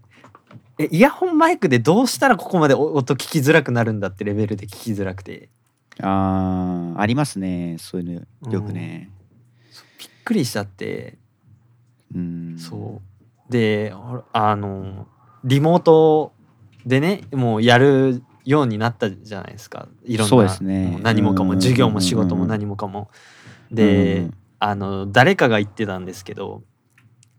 Speaker 2: えイヤホンマイクでどうしたらここまでお音聞きづらくなるんだってレベルで聞きづらくて
Speaker 1: あーありますねそういうのよくね
Speaker 2: びっくりしちゃって
Speaker 1: うん
Speaker 2: そうでほらあのリモートでねもうやるようになったじゃないですかいろんな
Speaker 1: そうですね
Speaker 2: もう何もかも
Speaker 1: うん
Speaker 2: 授業も仕
Speaker 1: う
Speaker 2: 事
Speaker 1: んう
Speaker 2: も
Speaker 1: ん
Speaker 2: 何もかも
Speaker 1: う
Speaker 2: で、
Speaker 1: ん
Speaker 2: あの誰かが言ってたんですけど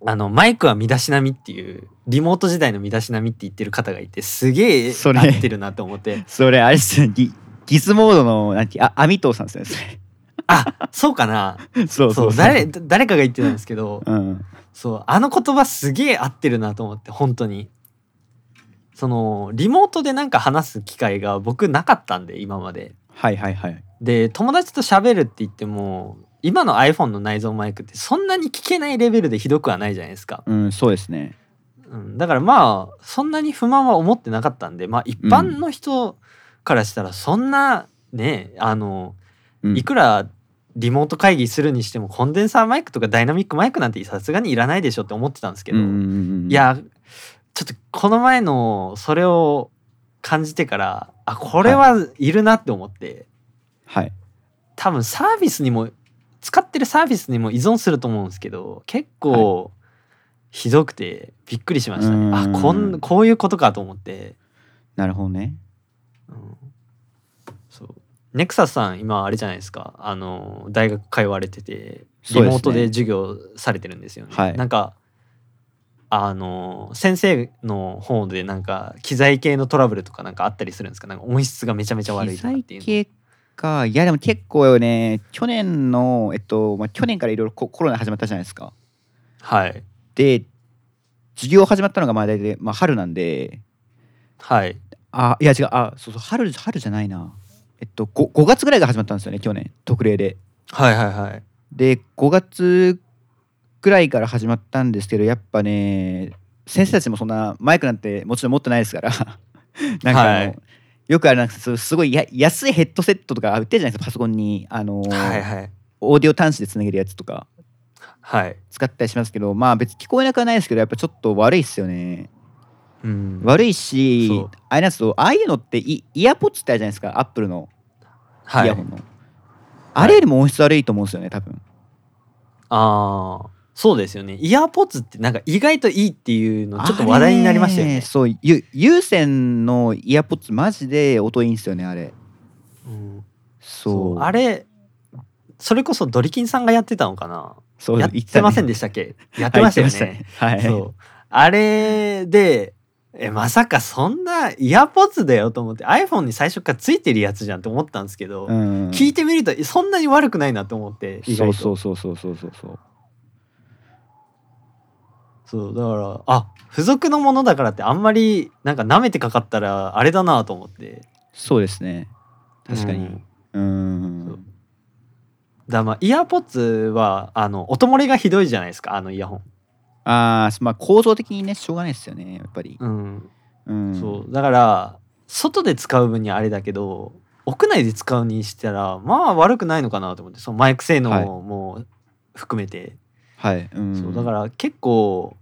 Speaker 2: あのマイクは身だしなみっていうリモート時代の身だしなみって言ってる方がいてすげえ
Speaker 1: それ
Speaker 2: 合ってるなと思って
Speaker 1: それあれですねギギズモードのなんてあアミトさんですねそれ
Speaker 2: あそうかな
Speaker 1: [LAUGHS] そう
Speaker 2: そ
Speaker 1: そう
Speaker 2: う誰誰かが言ってたんですけど
Speaker 1: うん
Speaker 2: そうあの言葉すげえ合ってるなと思って本当にそのリモートでなんか話す機会が僕なかったんで今まで
Speaker 1: はいはいはい
Speaker 2: で友達と喋るって言っても今の iPhone の内蔵マイクってそんなに聞けないレベルでひどくはないじゃないですか
Speaker 1: うんそうですね
Speaker 2: うん、だからまあそんなに不満は思ってなかったんでまあ一般の人からしたらそんなね、あの
Speaker 1: うん
Speaker 2: いくらリモート会議するにしてもコンデンサーマイクとかダイナミックマイクなんてさすがにいらないでしょって思ってたんですけど、
Speaker 1: うんうんうんうん
Speaker 2: いやちょっとこの前のそれを感じてからあこれはいるなって思って、
Speaker 1: はい
Speaker 2: 多分サービスにも使ってるサービスにも依存すると思うんですけど結構ひどくてびっくりしました
Speaker 1: う
Speaker 2: ね、
Speaker 1: ーん
Speaker 2: あこんこういうことかと思って、
Speaker 1: なるほどね
Speaker 2: うん、そうネクサスさん今あれじゃないですかあの大学通われてて
Speaker 1: そ
Speaker 2: リ
Speaker 1: うですね
Speaker 2: モートで授業されてるんですよね
Speaker 1: はい
Speaker 2: なんかあの先生の方でなんか機材系のトラブルとかなんかあったりするんですかなんか音質がめちゃめちゃ悪い
Speaker 1: 機
Speaker 2: とかっ
Speaker 1: 材
Speaker 2: ていうの
Speaker 1: 系かいやでも結構ね去年のえっと、まあ、去年からいろいろココロナ始まったじゃないですか
Speaker 2: はい
Speaker 1: で授業始まったのがまあ大体、まあ、春なんで
Speaker 2: はい
Speaker 1: あいや違うあそうそう春春じゃないなえっと 5, 5月ぐらいが始まったんですよね去年特例で
Speaker 2: はいはいはい
Speaker 1: で5月ぐらいから始まったんですけどやっぱね先生たちもそんなマイクなんてもちろん持ってないですから [LAUGHS] なんかあの、
Speaker 2: はい
Speaker 1: よくあれなんかすすごいや安いヘッドセットとか売ってるじゃないですかパソコンにあの、
Speaker 2: はいはい
Speaker 1: オーディオ端子でつなげるやつとか
Speaker 2: はい。
Speaker 1: 使ったりしますけどまあ別に聞こえなくはないですけどやっぱちょっと悪いっすよね
Speaker 2: うん
Speaker 1: 悪いし
Speaker 2: そう
Speaker 1: あれなんですよああいうのってイイヤポッツってあるじゃないですかアップルの
Speaker 2: は
Speaker 1: イ
Speaker 2: い、
Speaker 1: ヤホンの、あれよりも音質悪いと思うんですよね多分
Speaker 2: ああ、そうですよね。イヤーポッツってなんか意外といいっていうのちょっと話題になりましたよ
Speaker 1: あれ
Speaker 2: ね。
Speaker 1: そうゆ有線のイヤポッツマジで音いいんですよねあれ
Speaker 2: うん、
Speaker 1: そう
Speaker 2: そうあれそれこそドリキンさんがやってたのかな。
Speaker 1: そう
Speaker 2: やってません
Speaker 1: で
Speaker 2: でしたっけ？やってましたよね。
Speaker 1: はい
Speaker 2: そうあれで。えまさかそんなイヤーポッツだよと思って iPhone に最初からついてるやつじゃんって思ったんですけど、
Speaker 1: うん
Speaker 2: 聞いてみるとえそんなに悪くないなと思って意
Speaker 1: そ
Speaker 2: 外
Speaker 1: う
Speaker 2: と
Speaker 1: そうそうそうそうそうそう
Speaker 2: そうだからあ付属のものだからってあんまりなんか舐めてかかったらあれだなと思って
Speaker 1: そうですね確か
Speaker 2: うん
Speaker 1: に
Speaker 2: だか
Speaker 1: うん
Speaker 2: そうらまあイヤーポッツはあの音漏れがひどいじゃないですかあのイヤホン、
Speaker 1: あーまあ構造的にねしょうがないですよねやっぱり、
Speaker 2: うん
Speaker 1: うん、
Speaker 2: そうだから外で使う分にはあれだけど屋内で使うにしたらまあ悪くないのかなと思ってそのマイク性能
Speaker 1: はい
Speaker 2: も含めて、
Speaker 1: はい、うん、
Speaker 2: そうだから結構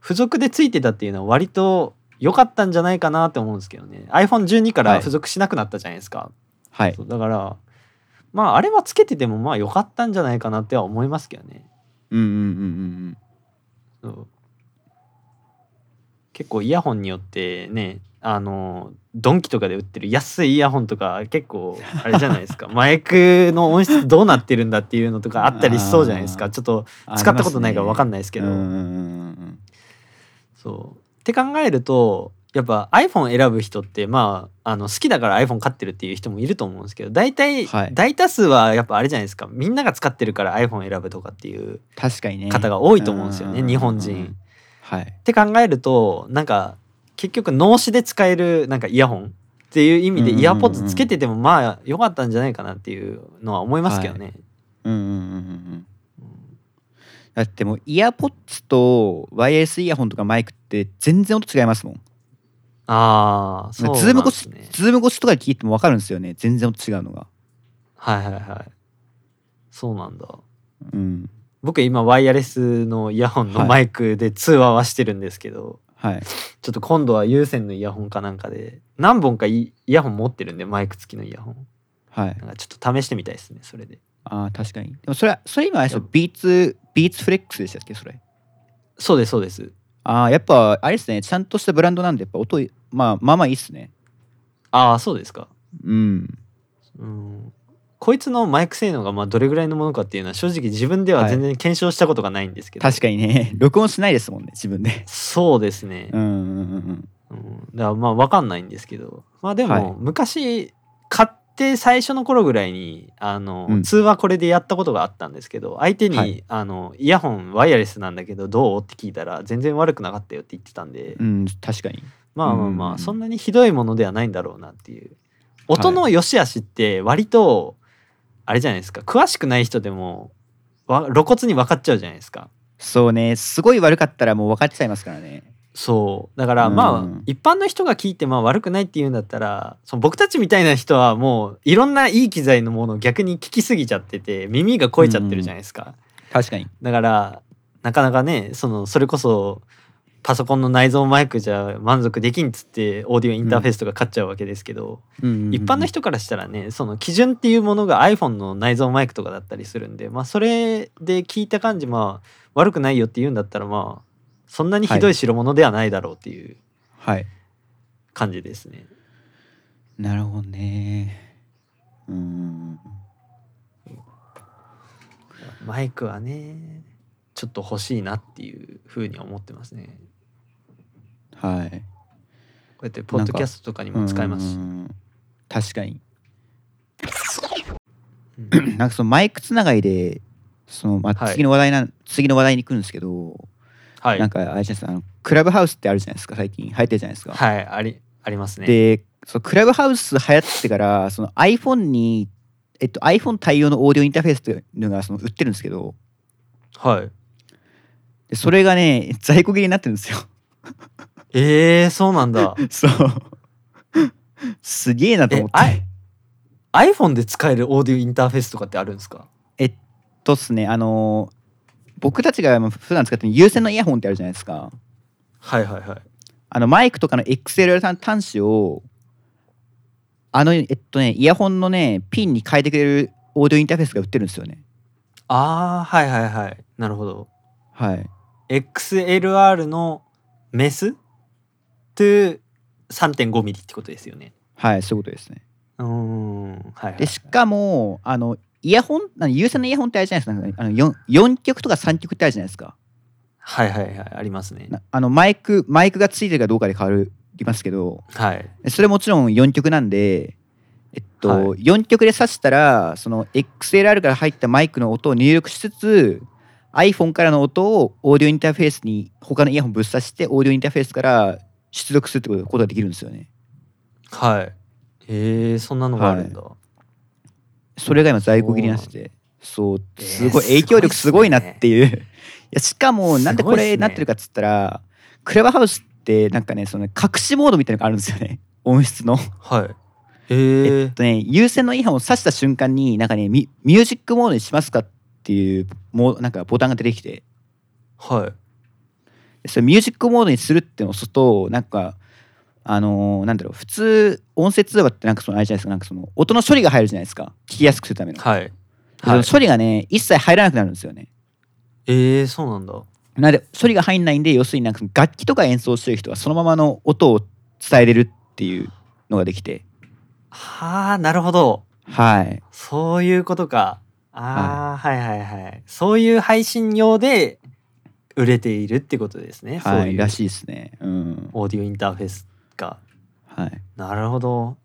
Speaker 2: 付属でついてたっていうのは割と良かったんじゃないかなって思うんですけどね iPhone12 から付属しなくなったじゃないですか、
Speaker 1: はい
Speaker 2: そうだからまああれはつけててもまあ良かったんじゃないかなっては思いますけどね
Speaker 1: うんうんうんうん
Speaker 2: そう結構イヤホンによってねあのドンキとかで売ってる安いイヤホンとか結構あれじゃない [LAUGHS] ですかマイクの音質どうなってるんだっていうのとかあったりしそうじゃないです
Speaker 1: あ
Speaker 2: か
Speaker 1: ー
Speaker 2: ちょっと
Speaker 1: うん
Speaker 2: 使ったことないから分かん
Speaker 1: い
Speaker 2: ないです
Speaker 1: け
Speaker 2: けど
Speaker 1: うんうんうんうん
Speaker 2: そうって考えるとやっぱ iPhone 選ぶ人ってまああの好きだから iPhone 買ってるっていう人もいると思うんですけど大体、
Speaker 1: はい
Speaker 2: 大多数はやっぱあれじゃないですかみんなが使ってるから iPhone 選ぶとかっていう
Speaker 1: 確かにね
Speaker 2: 方が多いと思うんですよね日本人
Speaker 1: うんはい
Speaker 2: って考えるとなんか結局脳死で使えるなんかイヤホンっていう意味で
Speaker 1: うんうんうん
Speaker 2: イヤーポッドつけててもまあ良かったんじゃないかなっていうのは思いますけどね。
Speaker 1: うんうんうんうんうんだってもうイヤーポッツとワイヤレスイヤホンとかマイクって全然音違いますもん
Speaker 2: ああそうなん
Speaker 1: ズーム
Speaker 2: で
Speaker 1: 越し
Speaker 2: すね。
Speaker 1: ズーム越しとかで聞いても分かるんですよね全然音違うのが
Speaker 2: はいはいはい。そうなんだ。
Speaker 1: うん
Speaker 2: 僕今ワイヤレスのイヤホンの
Speaker 1: はい
Speaker 2: マイクで通話はしてるんですけど、
Speaker 1: はい
Speaker 2: ちょっと今度は有線のイヤホンかなんかで何本かイイヤホン持ってるんでマイク付きのイヤホン
Speaker 1: はい
Speaker 2: なんかちょっと試してみたいですねそれで
Speaker 1: あー確かにでもそれはそれ今あれですよビーツビーツフレックスでしたっけそれ
Speaker 2: そうですそうです
Speaker 1: ああやっぱあれですねちゃんとしたブランドなんでやっぱ音いまあまあまあいいっすね
Speaker 2: ああそうですか
Speaker 1: うん
Speaker 2: うんこいつのマイク性能がまあどれぐらいのものかっていうのは正直自分では全然検証したことがないんですけど、
Speaker 1: 確かにね [LAUGHS] 録音しないですもんね自分で
Speaker 2: そうですね
Speaker 1: う、んうんうんうん
Speaker 2: うん、だからまあ分かんないんですけどまあで
Speaker 1: はい
Speaker 2: も昔買って最初の頃ぐらいにあの、
Speaker 1: うん
Speaker 2: 通話これでやったことがあったんですけど相手に、
Speaker 1: はい
Speaker 2: あの「イヤホンワイヤレスなんだけどどう?」って聞いたら全然悪くなかったよって言ってたんで、
Speaker 1: うん確かに
Speaker 2: まあまあま
Speaker 1: う
Speaker 2: あ
Speaker 1: ん
Speaker 2: そんなにひどいものではないんだろうなっていう音の良し悪しって割とあれじゃないですか詳しくない人でもわ露骨に分かっちゃうじゃないですか
Speaker 1: そうねすごい悪かったらもう分かっちゃいますからね
Speaker 2: そうだから
Speaker 1: うん
Speaker 2: まあ一般の人が聞いてまあ悪くないって言うんだったらその僕たちみたいな人はもういろんないい機材のものを逆に聞きすぎちゃってて耳が肥えちゃってるじゃないですか
Speaker 1: 確かに
Speaker 2: だからなかなかねそのそれこそパソコンの内蔵マイクじゃ満足できんっつってオーディオインターフェースとか買っちゃうわけですけど、一般の人からしたらねその基準っていうものが iPhone の内蔵マイクとかだったりするんで、まあ、それで聞いた感じまあ悪くないよって言うんだったらまあそんなにひどい代物ではないだろうっていう
Speaker 1: はい
Speaker 2: 感じですね。
Speaker 1: なるほどねうん
Speaker 2: マイクはねちょっと欲しいなっていうふうに思ってますね。
Speaker 1: はい
Speaker 2: こうやってポッドキャストとかにも使えますし。
Speaker 1: うん確かに [CLEARS THROAT]
Speaker 2: うん
Speaker 1: なんかそのマイクつながりでその、まあ、
Speaker 2: はい
Speaker 1: 次の話題なん、次の話題に来るんですけど、
Speaker 2: はい、
Speaker 1: なんかあれじゃないですかあのクラブハウスってあるじゃないですか最近流行ってるじゃないですか、
Speaker 2: はい、ありありますね。
Speaker 1: でそのクラブハウス流行ってからその iPhone に、えっと、iPhone 対応のオーディオインターフェースっていうのがその売ってるんですけど
Speaker 2: はい、
Speaker 1: でそれがね在庫切れになってるんですよ [LAUGHS]
Speaker 2: えー、そうなんだ。
Speaker 1: そうすげえなと
Speaker 2: え
Speaker 1: 思って
Speaker 2: あい iPhone で使えるオーディオインターフェースとかってあるんですか
Speaker 1: えっとっすねあの僕たちが普段使ってる有線のイヤホンってあるじゃないですか
Speaker 2: はいはいはい。
Speaker 1: あのマイクとかの XLR 端端子をあのえっとねイヤホンのねピンに変えてくれるオーディオインターフェースが売ってるんですよね
Speaker 2: ああはいはいはいなるほど
Speaker 1: はい
Speaker 2: XLR のメス to3.5mm ってことですよね
Speaker 1: はいそういうことですね
Speaker 2: うーんはいはい、はい、
Speaker 1: でしかもあのイヤホンあの有線のイヤホンってあれじゃないですかあの 4, 四曲とか3曲ってあるじゃないですか
Speaker 2: はいはいはいありますね
Speaker 1: なあのマイクマイクがついてるかどうかで変わりますけど
Speaker 2: はい
Speaker 1: それもちろん4曲なんでえっと、
Speaker 2: は
Speaker 1: 4曲で挿したらその XLR から入ったマイクの音を入力しつつ iPhone からの音をオーディオインターフェースに他のイヤホンぶっ刺してオーディオインターフェースから出力するってことができるんですよね
Speaker 2: はいえー、そんなのがあるんだ、
Speaker 1: それが今在庫切りなしでそう
Speaker 2: えー
Speaker 1: すごい
Speaker 2: すごいっすね
Speaker 1: 影響力すごいなっていう、いやしかもなんです
Speaker 2: ごい
Speaker 1: こ
Speaker 2: っすね
Speaker 1: れなってるかっつったら、クラブハウスってなんかねその隠しモードみたいなのがあるんですよね音質の、
Speaker 2: はい、え
Speaker 1: えっ
Speaker 2: ー、
Speaker 1: とね有線のイヤホンを挿した瞬間になんかねミミュージックモードにしますかっていうもうなんかボタンが出てきて
Speaker 2: はい
Speaker 1: それミュージックモードにするっていうのを押すとなんかあのーなんだろう普通音声通話ってなんかそのあれじゃないですかなんかその音の処理が入るじゃないですか聞きやすくするための、
Speaker 2: はい
Speaker 1: そ
Speaker 2: はい
Speaker 1: の処理がね一切入らなくなるんですよね
Speaker 2: えー、そうなんだ
Speaker 1: なので処理が入んないんで要するになんか楽器とか演奏してる人はそのままの音を伝えれるっていうのができて
Speaker 2: はあなるほど
Speaker 1: はい
Speaker 2: そういうことかあー、はい、はいはいそういう配信用で売れているってことですね、
Speaker 1: は
Speaker 2: そうい
Speaker 1: いうらしいですねうん
Speaker 2: オーディオインターフェースか
Speaker 1: はい
Speaker 2: なるほど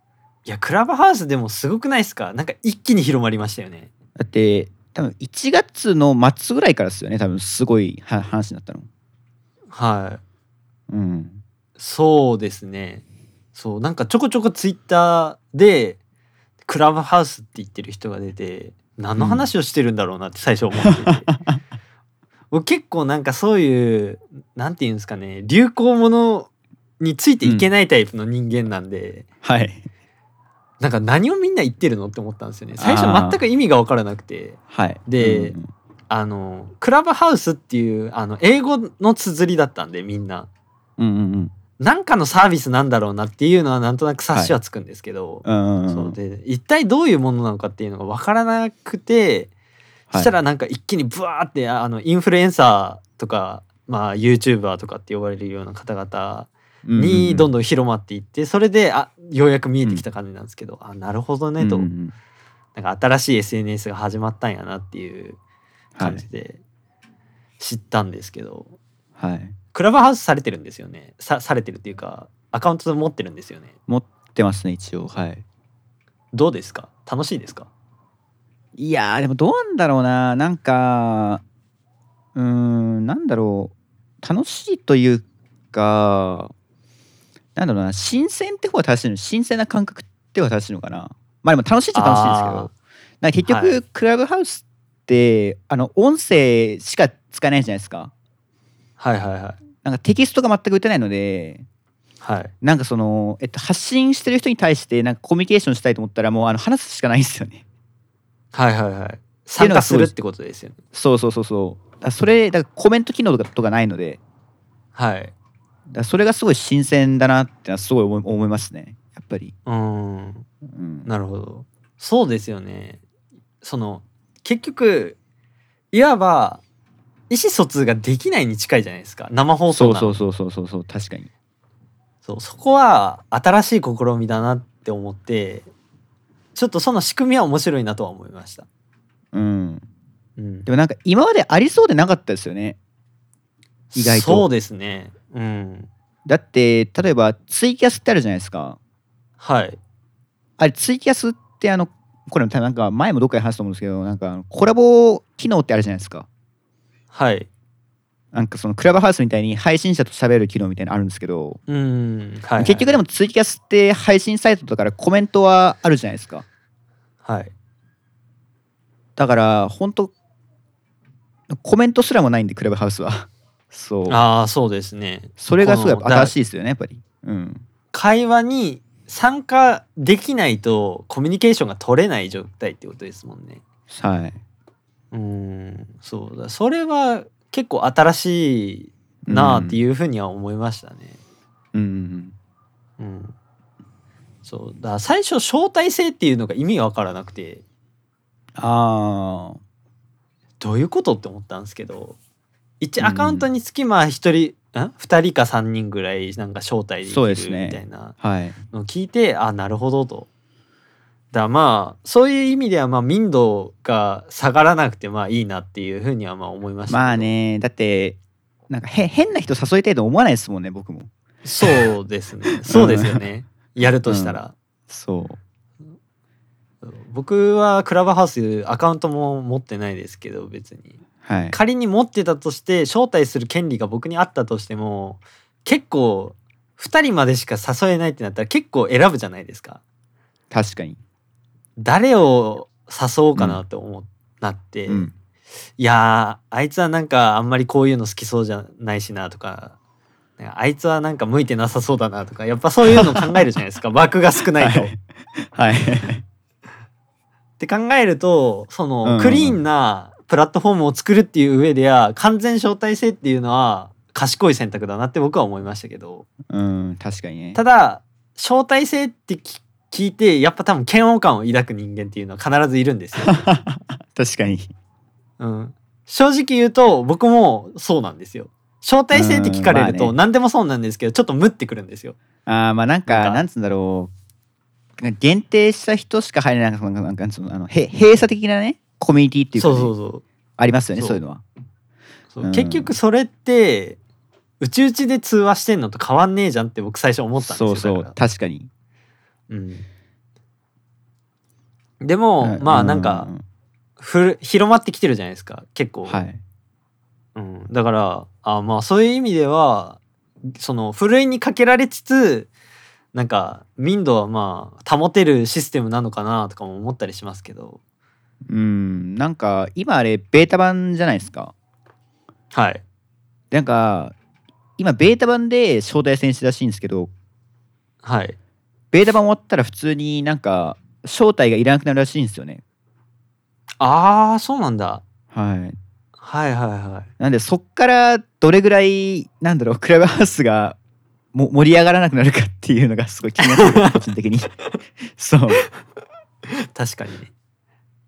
Speaker 2: いやクラブハウスでもすごくないですかなんか一気に広まりましたよね
Speaker 1: だって多分1月の末ぐらいからですよね多分すごいは話になったの
Speaker 2: はい
Speaker 1: うん
Speaker 2: そうですね。そうなんかちょこちょこツイッターでクラブハウスって言ってる人が出て何の話をしてるんだろうなって最初思ってて、
Speaker 1: [LAUGHS]
Speaker 2: 僕結構なんかそういうなんていうんですかね流行ものについていけないタイプの人間なんで、
Speaker 1: はい
Speaker 2: なんか何をみんな言ってるのって思ったんですよね最
Speaker 1: あ
Speaker 2: 初
Speaker 1: ー
Speaker 2: 全く意味が分からなくて
Speaker 1: はい
Speaker 2: で
Speaker 1: うん
Speaker 2: あのクラブハウスっていうあの英語の綴りだったんでみんな
Speaker 1: うんうん
Speaker 2: なんかのサービスなんだろうなっていうのはなんとなく察しはつくんですけど、
Speaker 1: うんうん
Speaker 2: そう
Speaker 1: で
Speaker 2: で一体どういうものなのかっていうのが分からなくて、そしたらなんか一気にブワーってあのインフルエンサーとか、まあ、YouTuber とかって呼ばれるような方々にどん
Speaker 1: どん
Speaker 2: どん広まっていってそれであようやく見えてきた感じなんですけど、あなるほどねと、
Speaker 1: うんうん
Speaker 2: なんか新しい SNS が始まったんやなっていう感じで知ったんですけど、
Speaker 1: はいはい
Speaker 2: クラブハウスされてるんですよねさされてるっていうかアカウント持ってるんですよね
Speaker 1: 持ってますね一応はい
Speaker 2: どうですか楽しいですか
Speaker 1: いやーでもどうなんだろうななんかうーんなんだろう楽しいというかなんだろうな新鮮って方が正しいの新鮮な感覚って方が正しいのかなまあでも楽しいっちゃ楽しいんですけ
Speaker 2: あー
Speaker 1: どなんか結局、
Speaker 2: はい
Speaker 1: クラブハウスってあの音声しか使えないじゃないですか
Speaker 2: はいはいはい
Speaker 1: なんかテキストが全く打てないので
Speaker 2: はい
Speaker 1: なんかその、えっと、発信してる人に対してなんかコミュニケーションしたいと思ったらもうあの話すしかないんですよね
Speaker 2: はいはいはい参加するってことですよね
Speaker 1: そうそうそうそう。だからそれだからコメント機能とかとかないので、
Speaker 2: はい
Speaker 1: だからそれがすごい新鮮だなってのはすごい思い思いますね。やっぱり。
Speaker 2: うーん
Speaker 1: うん、
Speaker 2: なるほどそうですよねその結局いわば意思疎通ができないに近いじゃないですか生放送
Speaker 1: そ
Speaker 2: な
Speaker 1: うん
Speaker 2: て
Speaker 1: そうそうそうそうそう確かに。
Speaker 2: そうそこは新しい試みだなって思ってちょっとその仕組みは面白いなとは思いました、
Speaker 1: うん。
Speaker 2: うん
Speaker 1: で、もなんか今までありそうでなかったですよね。意外と
Speaker 2: そうですねうん
Speaker 1: だって例えばツイキャスってあるじゃないですか。
Speaker 2: はい
Speaker 1: あれツイキャスってあのこれも多分なんか前もどっかで話したと思うんですけどなんかあのコラボ機能ってあるじゃないですか。
Speaker 2: はい
Speaker 1: なんかそのクラブハウスみたいに配信者と喋る機能みたいなのあるんですけど、
Speaker 2: うんはい
Speaker 1: 結局でも
Speaker 2: も
Speaker 1: ツイキャスって配信サイトとかからコメントはあるじゃないですか。
Speaker 2: はい
Speaker 1: だから本当コメントすらもないんでクラブハウスは [LAUGHS] そう
Speaker 2: ああそうですね
Speaker 1: それがすごいやっぱ
Speaker 2: このだ
Speaker 1: 新しいですよねやっぱりうん
Speaker 2: 会話に参加できないとコミュニケーションが取れない状態ってことですもんね
Speaker 1: はい、
Speaker 2: うんそうだそれは結構新しいなあっていうふうには思いましたね
Speaker 1: うん、うん
Speaker 2: うん、そうだ最初招待制っていうのが意味が分からなくて
Speaker 1: ああ
Speaker 2: どういうことって思ったんですけど1アカウントにつきまあ1人、ん、2人か3人ぐらいなんか招待で
Speaker 1: そうです
Speaker 2: きる
Speaker 1: ね
Speaker 2: みたいな
Speaker 1: はい
Speaker 2: のを聞いてあなるほどと。だまあそういう意味ではまあ民度が下がらなくてまあいいなっていうふうにはまあ思いましたけど
Speaker 1: まあねだってなんかへ変な人誘いたいと思わないですもんね僕も
Speaker 2: そうです
Speaker 1: [LAUGHS]
Speaker 2: ねそうですよね、やるとしたら、
Speaker 1: そう
Speaker 2: 僕はクラブハウスアカウントも持ってないですけど別に
Speaker 1: はい
Speaker 2: 仮に持ってたとして招待する権利が僕にあったとしても結構2人までしか誘えないってなったら結構選ぶじゃないですか
Speaker 1: 確かに、
Speaker 2: 誰を誘おうかなと思っなって、
Speaker 1: うん
Speaker 2: いやーあいつはなんかあんまりこういうの好きそうじゃないしなとかなんかあいつはなんか向いてなさそうだなとかやっぱそういうの考えるじゃないですか [LAUGHS] 枠が少ないと。
Speaker 1: はいはい [LAUGHS]
Speaker 2: って考えるとそ
Speaker 1: うん
Speaker 2: の、
Speaker 1: うんうん
Speaker 2: クリーンなプラットフォームを作るっていう上では完全招待制っていうのは賢い選択だなって僕は思いましたけど
Speaker 1: うん確かにね
Speaker 2: ただ招待制ってき聞いてやっぱ多分嫌悪感を抱く人間っていうのは必ずいる
Speaker 1: [LAUGHS]
Speaker 2: んですよ。
Speaker 1: 確かに
Speaker 2: うん、正直言うと僕もそうなんですよ。招待制って聞かれる
Speaker 1: うんまあ
Speaker 2: と
Speaker 1: ね
Speaker 2: 何でもそうなんですけどちょっとムってくるんですよ。
Speaker 1: あーまあなん
Speaker 2: なん
Speaker 1: か
Speaker 2: か
Speaker 1: なんつうんだろうなんか限定した人しか入れないなんかなんかなんかそのあのへ閉鎖的なねコミュニティっていうか
Speaker 2: そ
Speaker 1: ね、
Speaker 2: うそうそう
Speaker 1: ありますよね
Speaker 2: そう
Speaker 1: そういうのは
Speaker 2: そう
Speaker 1: うん
Speaker 2: 結局それってうちうちで通話してんのと変わんねえじゃんって僕最初思ったんです
Speaker 1: そ
Speaker 2: よ
Speaker 1: うそ
Speaker 2: だ
Speaker 1: う
Speaker 2: か
Speaker 1: 確かに
Speaker 2: らうん、でも、
Speaker 1: うん
Speaker 2: まあなんか、
Speaker 1: うん
Speaker 2: ふる広まってきてるじゃないですか結構、
Speaker 1: はい
Speaker 2: うん、だからあまあそういう意味ではそのふるいにかけられつつなんか民度はまあ保てるシステムなのかなとかも思ったりしますけど
Speaker 1: うんなんか今あれベータ版じゃないですか
Speaker 2: はい
Speaker 1: なんか今ベータ版で招待戦してらしいんですけど
Speaker 2: はい
Speaker 1: ベータ版終わったら普通になんか招待がいらなくなるらしいんですよね
Speaker 2: ああそうなんだ
Speaker 1: はい
Speaker 2: はいはいはい
Speaker 1: なんでそっからどれぐらいなんだろうクラブハウスがも盛り上がらなくなるかっていうのがすごい気になってる個人的
Speaker 2: [LAUGHS]
Speaker 1: にそう
Speaker 2: 確かにね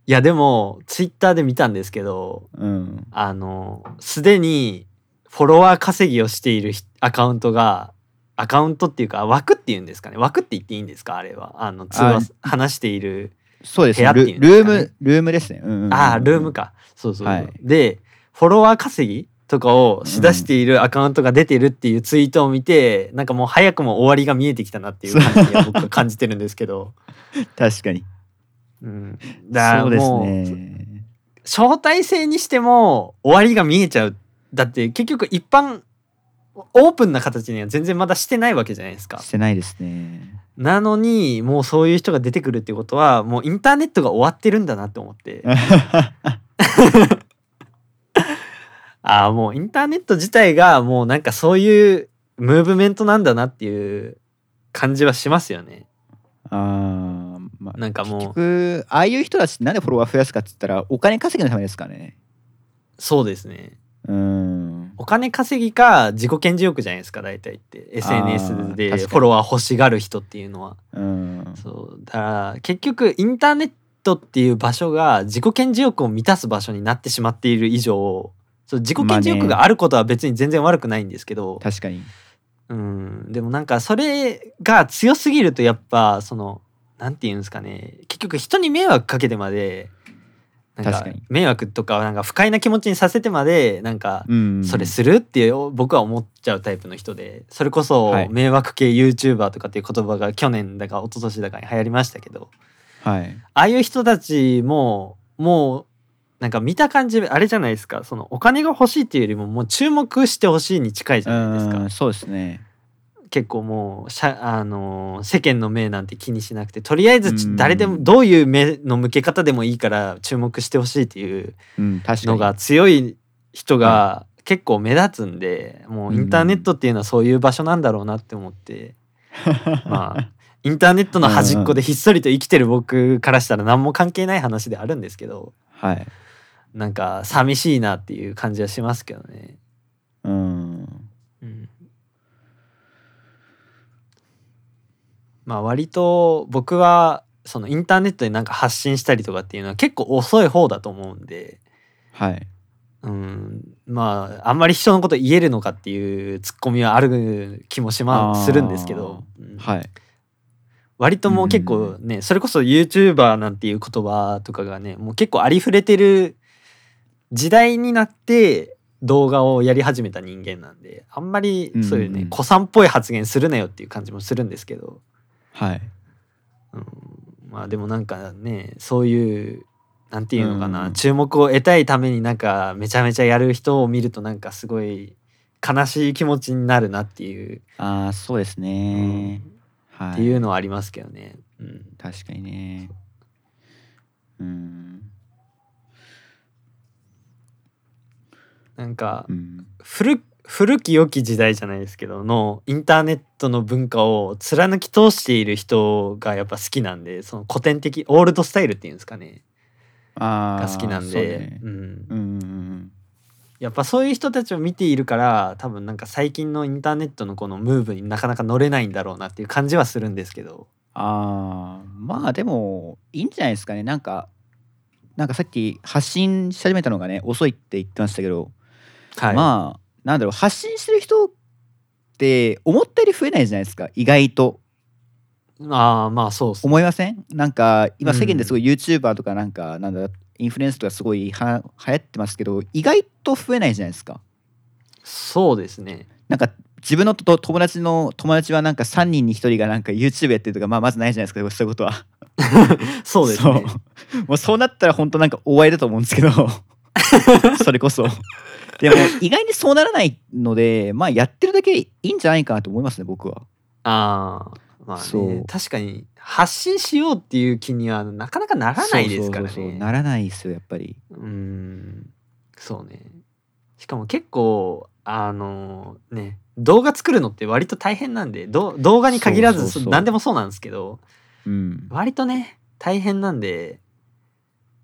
Speaker 2: いやでもツイッターで見たんですけど
Speaker 1: うん
Speaker 2: あのすでにフォロワー稼ぎをしているひアカウントがアカウントっていうか枠っていうんですかね枠って言っていいんですかあれはあの通話話している
Speaker 1: そうです
Speaker 2: 部屋
Speaker 1: ね
Speaker 2: って
Speaker 1: ル
Speaker 2: いうんで
Speaker 1: ルー
Speaker 2: すかね
Speaker 1: ムルームですねうんうんうんうん
Speaker 2: ああルームかそうそうそう、
Speaker 1: はい
Speaker 2: でフォロワー稼ぎとかをしだしているアカウントが出てるっていうツイートを見て、なんかもう早くも終わりが見えてきたなっていう感じに僕は感じてるんですけど、
Speaker 1: 確かに
Speaker 2: うん、だ
Speaker 1: そう
Speaker 2: から
Speaker 1: です
Speaker 2: もう、
Speaker 1: ね
Speaker 2: 招待制にしても終わりが見えちゃうだって結局一般オープンな形には全然まだしてないわけじゃないですか
Speaker 1: してないですね
Speaker 2: なのにもうそういう人が出てくるってことはもうインターネットが終わってるんだなって
Speaker 1: [LAUGHS]
Speaker 2: 思ってああもうインターネット自体がもうなんかそういうムーブメントなんだなっていう感じはしますよね。
Speaker 1: あーまあ
Speaker 2: なんかもう
Speaker 1: 結局ああいう人たちってなんでフォロワー増やすかって言ったらお金稼ぎのためですからね
Speaker 2: そうですね。
Speaker 1: うん
Speaker 2: お金稼ぎか自己顕示欲じゃないですか大体って
Speaker 1: あー
Speaker 2: SNS で
Speaker 1: 確かに
Speaker 2: フォロワー欲しがる人っていうのは。
Speaker 1: うん
Speaker 2: そうだから結局インターネットっていう場所が自己顕示欲を満たす場所になってしまっている以上そう自己顕示
Speaker 1: まあ
Speaker 2: 欲
Speaker 1: ね
Speaker 2: があることは別に全然悪くないんですけど、
Speaker 1: 確かに
Speaker 2: うん、でもなんかそれが強すぎるとやっぱそのなんていうんですかね結局人に迷惑かけてまでなん
Speaker 1: 確
Speaker 2: か
Speaker 1: かに
Speaker 2: 迷惑とかなんか不快な気持ちにさせてまでなんか
Speaker 1: うん
Speaker 2: それするって僕は思っちゃうタイプの人でそれこそ
Speaker 1: はい
Speaker 2: 迷惑系 YouTuber とかっていう言葉が去年だか一昨年だかに流行りましたけど
Speaker 1: はい
Speaker 2: ああいう人たちももうなんか見た感じあれじゃないですかそのお金が欲しいっていうよりももう注目してほしいに近いじゃないですか
Speaker 1: う。んそうですね
Speaker 2: 結構もうしゃ、あのー世間の目なんて気にしなくてとりあえず
Speaker 1: う
Speaker 2: ち
Speaker 1: ん
Speaker 2: 誰でもどういう目の向け方でもいいから注目してほしいっていう
Speaker 1: うん確か
Speaker 2: の
Speaker 1: に
Speaker 2: が強い人が結構目立つんでもうインターネットっていうのはそういう場所なんだろうなって
Speaker 1: [LAUGHS]
Speaker 2: 思って、まあインターネットの端っこでひっそりと生きてる僕からしたら何も関係ない話であるんですけど
Speaker 1: はい
Speaker 2: なんか寂しいなっていう感じはしますけどね。
Speaker 1: うん
Speaker 2: うんまあ割と僕はそのインターネットでなんか発信したりとかっていうのは結構遅い方だと思うんで、
Speaker 1: はい
Speaker 2: うん、まああんまり人のこと言えるのかっていうツッコミはある気もしま
Speaker 1: あー
Speaker 2: するんですけど、うん
Speaker 1: はい
Speaker 2: 割ともう結構ね、それこそ YouTuber なんていう言葉とかがねもう結構ありふれてる時代になって動画をやり始めた人間なんであんまりそういう
Speaker 1: うんう
Speaker 2: ね
Speaker 1: ん
Speaker 2: 子さんっぽい発言するなよっていう感じもするんですけど、
Speaker 1: はい
Speaker 2: うん、まあでもなんかねそういうなんていうのかな、
Speaker 1: うん
Speaker 2: 注目を得たいためになんかめちゃめちゃやる人を見るとなんかすごい悲しい気持ちになるなっていう、
Speaker 1: ああそうですね
Speaker 2: っ
Speaker 1: は
Speaker 2: てい
Speaker 1: いう
Speaker 2: のはありますけどね。うん
Speaker 1: 確かにねうん
Speaker 2: なんか
Speaker 1: うん
Speaker 2: 古古き良き時代じゃないですけどのインターネットの文化を貫き通している人がやっぱ好きなんでその古典的オールドスタイルっていうんですかね
Speaker 1: あ
Speaker 2: が
Speaker 1: あ
Speaker 2: 好きなん
Speaker 1: そう
Speaker 2: で
Speaker 1: ね
Speaker 2: うん、
Speaker 1: うんうんうん
Speaker 2: やっぱそういう人たちを見ているから多分なんか最近のインターネットのこのムーブになかなか乗れないんだろうなっていう感じはするんですけど
Speaker 1: あーまあでもいいんじゃないですかねなんかなんかさっき発信し始めたのがね遅いって言ってましたけど、
Speaker 2: はい、
Speaker 1: まあなんだろう発信してる人って思ったより増えないじゃないですか意外と
Speaker 2: あーまあそうっすね
Speaker 1: 思いませんなんか今
Speaker 2: うん
Speaker 1: 世間ですごい YouTuber とかなんかなんだインフルエンスとかすごいは流行ってますけど意外と増えないじゃないですか
Speaker 2: そうですね
Speaker 1: なんか自分のと友達の友達はなんか3人に1人がなんか YouTube やってるとか、まあ、まずないじゃないですかそういうことは。
Speaker 2: そうですね
Speaker 1: そう [LAUGHS] もうそうなったら本当なんかお会いだと思うんですけ
Speaker 2: [LAUGHS]
Speaker 1: どそれこそ。でも意外にそうならないのでまあやってるだけいいんじゃないかなと思いますね僕は。
Speaker 2: ああまあ
Speaker 1: そ
Speaker 2: ね
Speaker 1: う
Speaker 2: 確かに発信しようっていう気にはなかなかならないですからね
Speaker 1: そうそうそうならないですよやっぱり。
Speaker 2: うーんそうねしかも結構あのね動画作るのって割と大変なんでどう動画に限らず
Speaker 1: そうそうそう
Speaker 2: 何でもそうなんですけど
Speaker 1: うん、
Speaker 2: 割とね大変なんで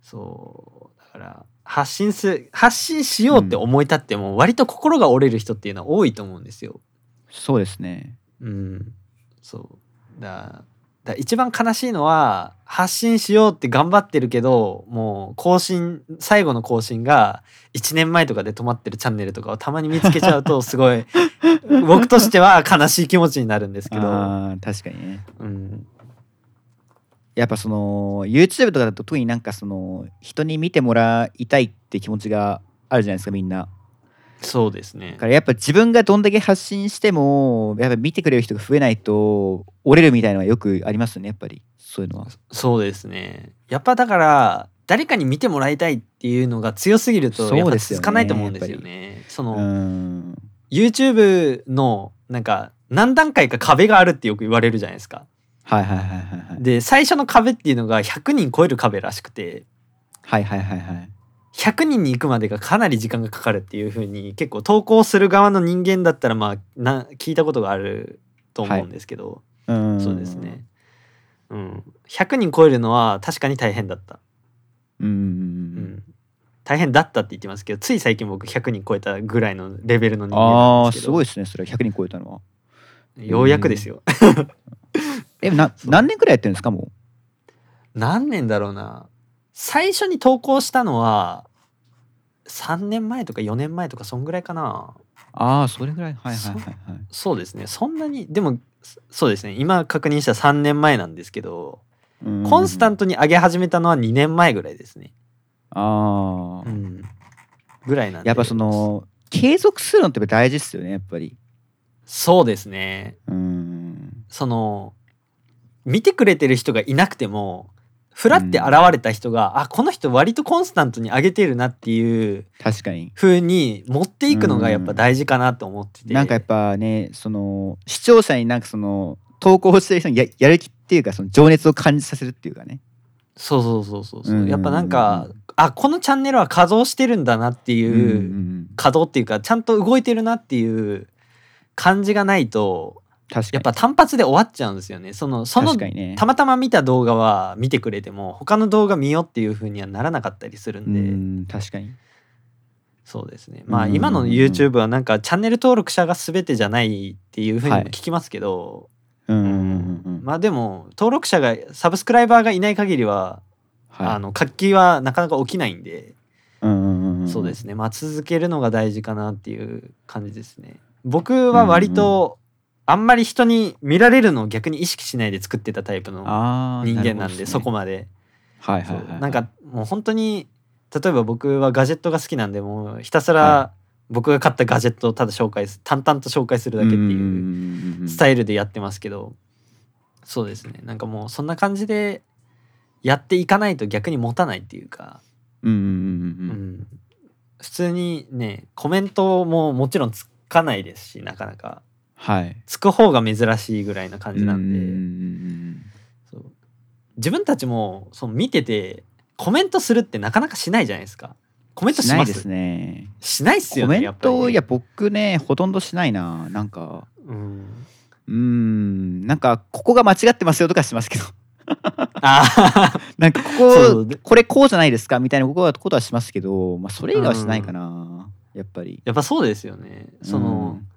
Speaker 2: そうだから発信する発信しようって思い立っても割と心が折れる人っていうのは多いと思うんですよ。
Speaker 1: そうですね。
Speaker 2: うん、そうだだ一番悲しいのは発信しようって頑張ってるけどもう更新最後の更新が1年前とかで止まってるチャンネルとかをたまに見つけちゃ
Speaker 1: [LAUGHS]
Speaker 2: うとすごい僕としては悲しい気持ちになるんですけど、
Speaker 1: あー確かにね。
Speaker 2: うん、
Speaker 1: やっぱその YouTube とかだと特になんかその人に見てもらいたいって気持ちがあるじゃないですかみんな。
Speaker 2: そうですね
Speaker 1: だからやっぱ自分がどんだけ発信してもやっぱ見てくれる人が増えないと折れるみたいなのはよくありますよねやっぱりそういうのは。
Speaker 2: そうですねやっぱだから誰かに見てもらいたいっていうのが強すぎるとやっ
Speaker 1: そう
Speaker 2: ぱ
Speaker 1: ですよね
Speaker 2: 続かないと思うんですよね。その、
Speaker 1: うーん
Speaker 2: YouTube のなんか何段階か壁があるってよく言われるじゃないですか。
Speaker 1: はいはいはいはいはい
Speaker 2: で最初の壁っていうのが100人超える壁らしくて
Speaker 1: はいはいはいはい
Speaker 2: 100人に行くまでがかなり時間がかかるっていう風に結構投稿する側の人間だったらまあな聞いたことがあると思うんですけど、
Speaker 1: うーん
Speaker 2: そうですね、うん、100人超えるのは確かに大変だった、
Speaker 1: うーん
Speaker 2: うん大変だったって言ってますけどつい最近僕100人超えたぐらいのレベルの人間な
Speaker 1: ああ
Speaker 2: んです
Speaker 1: す
Speaker 2: けど
Speaker 1: ごいですねそれ100人超えたのは
Speaker 2: ようやくですよ
Speaker 1: えな
Speaker 2: そう
Speaker 1: 何年くらいやってるんですかも
Speaker 2: 何年だろうな最初に投稿したのは3年前とか4年前とかそんぐらいかな
Speaker 1: うああそれぐらいはいはいはいはい
Speaker 2: そうですねそんなにでもそそうですね今確認した3年前なんですけど
Speaker 1: うーん
Speaker 2: コンスタントに上げ始めたのは2年前ぐらいですね、
Speaker 1: ああ、
Speaker 2: うん、ぐらいなんで
Speaker 1: やっぱその継続するのってやっぱ大事っすよねやっぱり
Speaker 2: そうですね
Speaker 1: うーん
Speaker 2: その見てくれてる人がいなくてもふらって現れた人が、あこの人割とコンスタントに上げてるなっていう
Speaker 1: 確かに
Speaker 2: 風に持っていくのがやっぱ大事かなと思ってて、
Speaker 1: なんかやっぱねその視聴者になんかその投稿してる人にややる気っていうかその情熱を感じさせるっていうかね
Speaker 2: そうそうそうそうそう、
Speaker 1: うんうんうんうん
Speaker 2: やっぱなんかあこのチャンネルは稼働してるんだなっていう、
Speaker 1: んん
Speaker 2: 稼働っていうかちゃんと動いてるなっていう感じがないと
Speaker 1: 確か
Speaker 2: やっ
Speaker 1: に
Speaker 2: ぱ単発で終わっちゃうんですよねそのその
Speaker 1: 確かにね
Speaker 2: たまたま見た動画は見てくれても他の動画見ようっていう風にはならなかったりする
Speaker 1: うんん
Speaker 2: で、
Speaker 1: 確かに
Speaker 2: そうですねまあ
Speaker 1: うんうんうん
Speaker 2: 今の YouTube はなんかチャンネル登録者が全てじゃないっていう風にも聞きますけ
Speaker 1: うん
Speaker 2: ど、う
Speaker 1: うんんうんうん
Speaker 2: まあでも登録者がサブスクライバーがいない限りは、あ
Speaker 1: はい
Speaker 2: の活気はなかなか起きないんで、
Speaker 1: うんうんうん
Speaker 2: そうですねまあ続けるのが大事かなっていう感じですね僕は割とあんまり人に見られるのを逆に意識しないで作ってたタイプの
Speaker 1: あー
Speaker 2: 人間
Speaker 1: るほ
Speaker 2: な
Speaker 1: ど
Speaker 2: んで
Speaker 1: っすね
Speaker 2: そこまで、
Speaker 1: はいはいはい
Speaker 2: そ
Speaker 1: は
Speaker 2: う
Speaker 1: い
Speaker 2: なんかもう本当に例えば僕はガジェットが好きなんでもうひたす
Speaker 1: は
Speaker 2: ら僕が買ったガジェットをただ紹介す淡々と紹介するだけっていう。
Speaker 1: う
Speaker 2: ス
Speaker 1: イ
Speaker 2: タイルでやってますけど、そうですねなんかもうそんな感じでやっていかないと逆に持たないっていうか、
Speaker 1: ルうんうんう
Speaker 2: う
Speaker 1: う
Speaker 2: ん
Speaker 1: んうん
Speaker 2: ん普通にねコメントももちろんつかないですしなかなか
Speaker 1: はい
Speaker 2: つく方が珍しいぐらいな感じなんで、
Speaker 1: うんうんうん
Speaker 2: そう自分たちもその見ててコメントするってなかなかしないじゃないですかコメント
Speaker 1: し
Speaker 2: し
Speaker 1: な
Speaker 2: ま
Speaker 1: い
Speaker 2: す
Speaker 1: ですね
Speaker 2: しないっす
Speaker 1: コ
Speaker 2: よ
Speaker 1: メ
Speaker 2: ねや
Speaker 1: ン
Speaker 2: っぱり
Speaker 1: ト
Speaker 2: ね
Speaker 1: いや僕ねほとんどしないななんか
Speaker 2: うん、
Speaker 1: うーんなんかここが間違ってますよとかしますけど
Speaker 2: あー [LAUGHS]
Speaker 1: なんかこ
Speaker 2: そう
Speaker 1: ここれこうじゃないですかみたいなことはことはしますけど、まあ、それ以外はしないかな、やっぱり
Speaker 2: やっぱそうですよねその、
Speaker 1: うん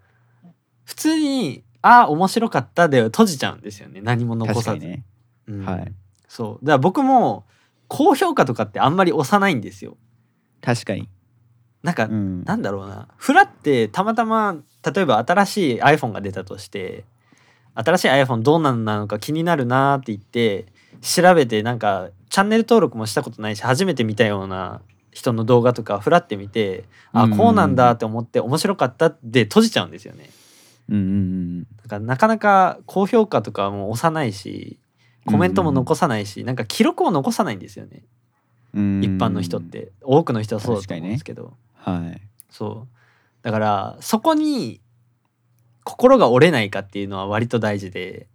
Speaker 2: 普通に「ああ面白かった」で閉じちゃうんですよね何も残
Speaker 1: 確か
Speaker 2: さ
Speaker 1: に
Speaker 2: ず、
Speaker 1: ね
Speaker 2: うん
Speaker 1: はい
Speaker 2: そうだから僕も高評価とかってあんまり押さないんですよ
Speaker 1: 確かに、
Speaker 2: なんか、
Speaker 1: うん、
Speaker 2: なんだろうなフラってたまたま例えば新しい iPhone が出たとして新しい iPhone どうなんなのか気になるなーって言って調べてなんかチャンネル登録もしたことないし初めて見たような人の動画とかふらって見て、
Speaker 1: う
Speaker 2: あ
Speaker 1: ん
Speaker 2: こうなんだって思って面白かったって閉じちゃうんですよね。
Speaker 1: うんうん
Speaker 2: だからなかなか高評価とかも押さないしコメントも残さないし、なんか記録を残さないんですよね
Speaker 1: うんうん
Speaker 2: 一般の人って多くの人はそうだと思うんですけど、
Speaker 1: はい
Speaker 2: そうだからそこに心が折れないかっていうのは割と大事で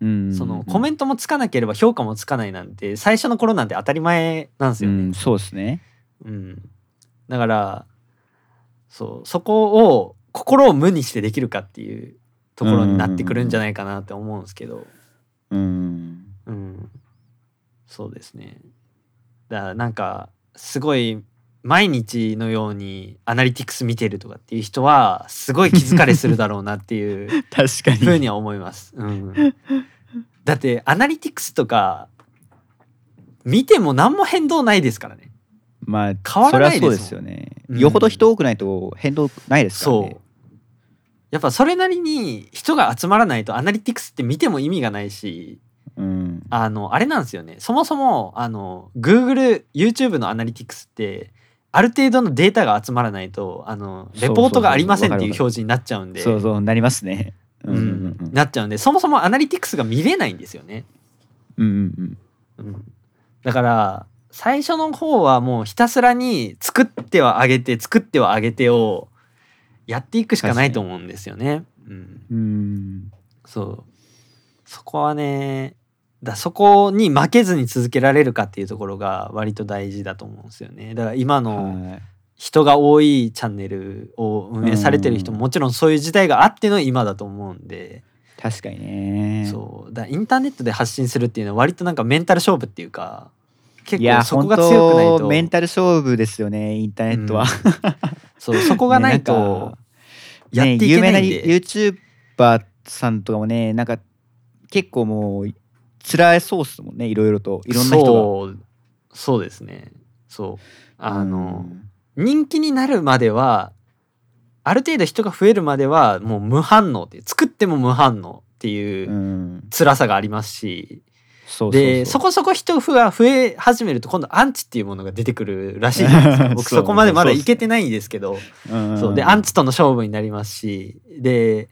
Speaker 1: うんうんうん
Speaker 2: そのコメントもつかなければ評価もつかないなんて最初の頃なんて当たり前なんですよ
Speaker 1: う
Speaker 2: ね
Speaker 1: ん、。そうですね
Speaker 2: うん、だからそうそこを心を無にしてできるかっていうところになってくるんじゃないかなって思うんですけど、
Speaker 1: うん
Speaker 2: うん、そうですねだからなんかすごい毎日のようにアナリティクス見てるとかっていう人はすごい気疲れするだろうなっていう
Speaker 1: [LAUGHS] 確かに
Speaker 2: ふうには思います。うん、だってアナリティクスとか見ても何も変動ないですからね。
Speaker 1: まあ
Speaker 2: 変わらない
Speaker 1: そりゃそう
Speaker 2: で
Speaker 1: ですす
Speaker 2: も
Speaker 1: よね、
Speaker 2: うん
Speaker 1: よほど人多くないと変動ないですから
Speaker 2: そう
Speaker 1: ね
Speaker 2: やっぱそれなりに人が集まらないとアナリティクスって見ても意味がないし
Speaker 1: そう、うん、
Speaker 2: あのあれなんですよねそもそもあの GoogleYouTube のアナリティクスってある程度のデータが集まらないとあのレポートがありませんっていう
Speaker 1: そうそうそう
Speaker 2: 表示になっちゃうんで
Speaker 1: そうそうなりますねう
Speaker 2: うん
Speaker 1: うん
Speaker 2: ん
Speaker 1: うん
Speaker 2: なっちゃうんでそもそもアナリティクスが見れないんですよね、
Speaker 1: うんうん
Speaker 2: うん、だから最初の方はもうひたすらに作ってはあげて作ってはあげてをやっていくしかないと思うんですよね。うん
Speaker 1: うんうん
Speaker 2: そうそこはねだそこに負けずに続けられるかっていうところが割と大事だと思うんですよねだから今の
Speaker 1: はい
Speaker 2: 人が多いチャンネルを運営されてる人
Speaker 1: う
Speaker 2: も
Speaker 1: ん
Speaker 2: もちろんそういう時代があっての今だと思うんで、
Speaker 1: 確かにね
Speaker 2: そうだインターネットで発信するっていうのは割となんかメンタル勝負っていうか結
Speaker 1: いや
Speaker 2: 構そこが強くない
Speaker 1: 本
Speaker 2: と
Speaker 1: 当メンタル勝負ですよねインターネットは、
Speaker 2: うんそうそこがないとやっていけないん
Speaker 1: ね、
Speaker 2: で、
Speaker 1: 有名な YouTuber さんとかもねなんか結構もう辛いそうっすもんねいろいろといろんな人が
Speaker 2: そうそうですねそうあの、人気になるまではある程度人が増えるまではもう無反応って作っても無反応ってい
Speaker 1: うん、う、
Speaker 2: うん辛さがありますし、
Speaker 1: そうそうそう
Speaker 2: でそこそこ人が増え始めると今度アンチっていうものが出てくるらしいじゃないですか僕
Speaker 1: [LAUGHS] そう
Speaker 2: そこまでまだ
Speaker 1: そう
Speaker 2: いけてないんですけど
Speaker 1: うん
Speaker 2: そうでアンチとの勝負になりますしで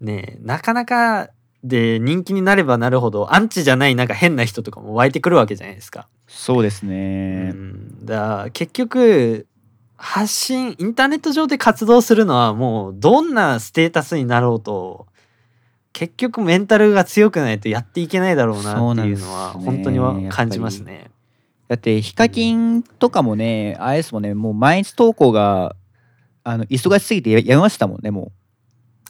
Speaker 2: ねえなかなかで人気になればなるほどアンチじゃないなんか変な人とかも湧いてくるわけじゃないですか。
Speaker 1: そうです
Speaker 2: う
Speaker 1: ね、
Speaker 2: ん、だから結局発信インターネット上で活動するのはもうどんなステータスになろうと結局メンタルが強くないとやっていけないだろうなっていうのは
Speaker 1: そうなんですね
Speaker 2: 本当には感じますね。
Speaker 1: だってヒカキンとかもねあれですもんねもう毎日投稿があの忙しすぎてややめましたもんねも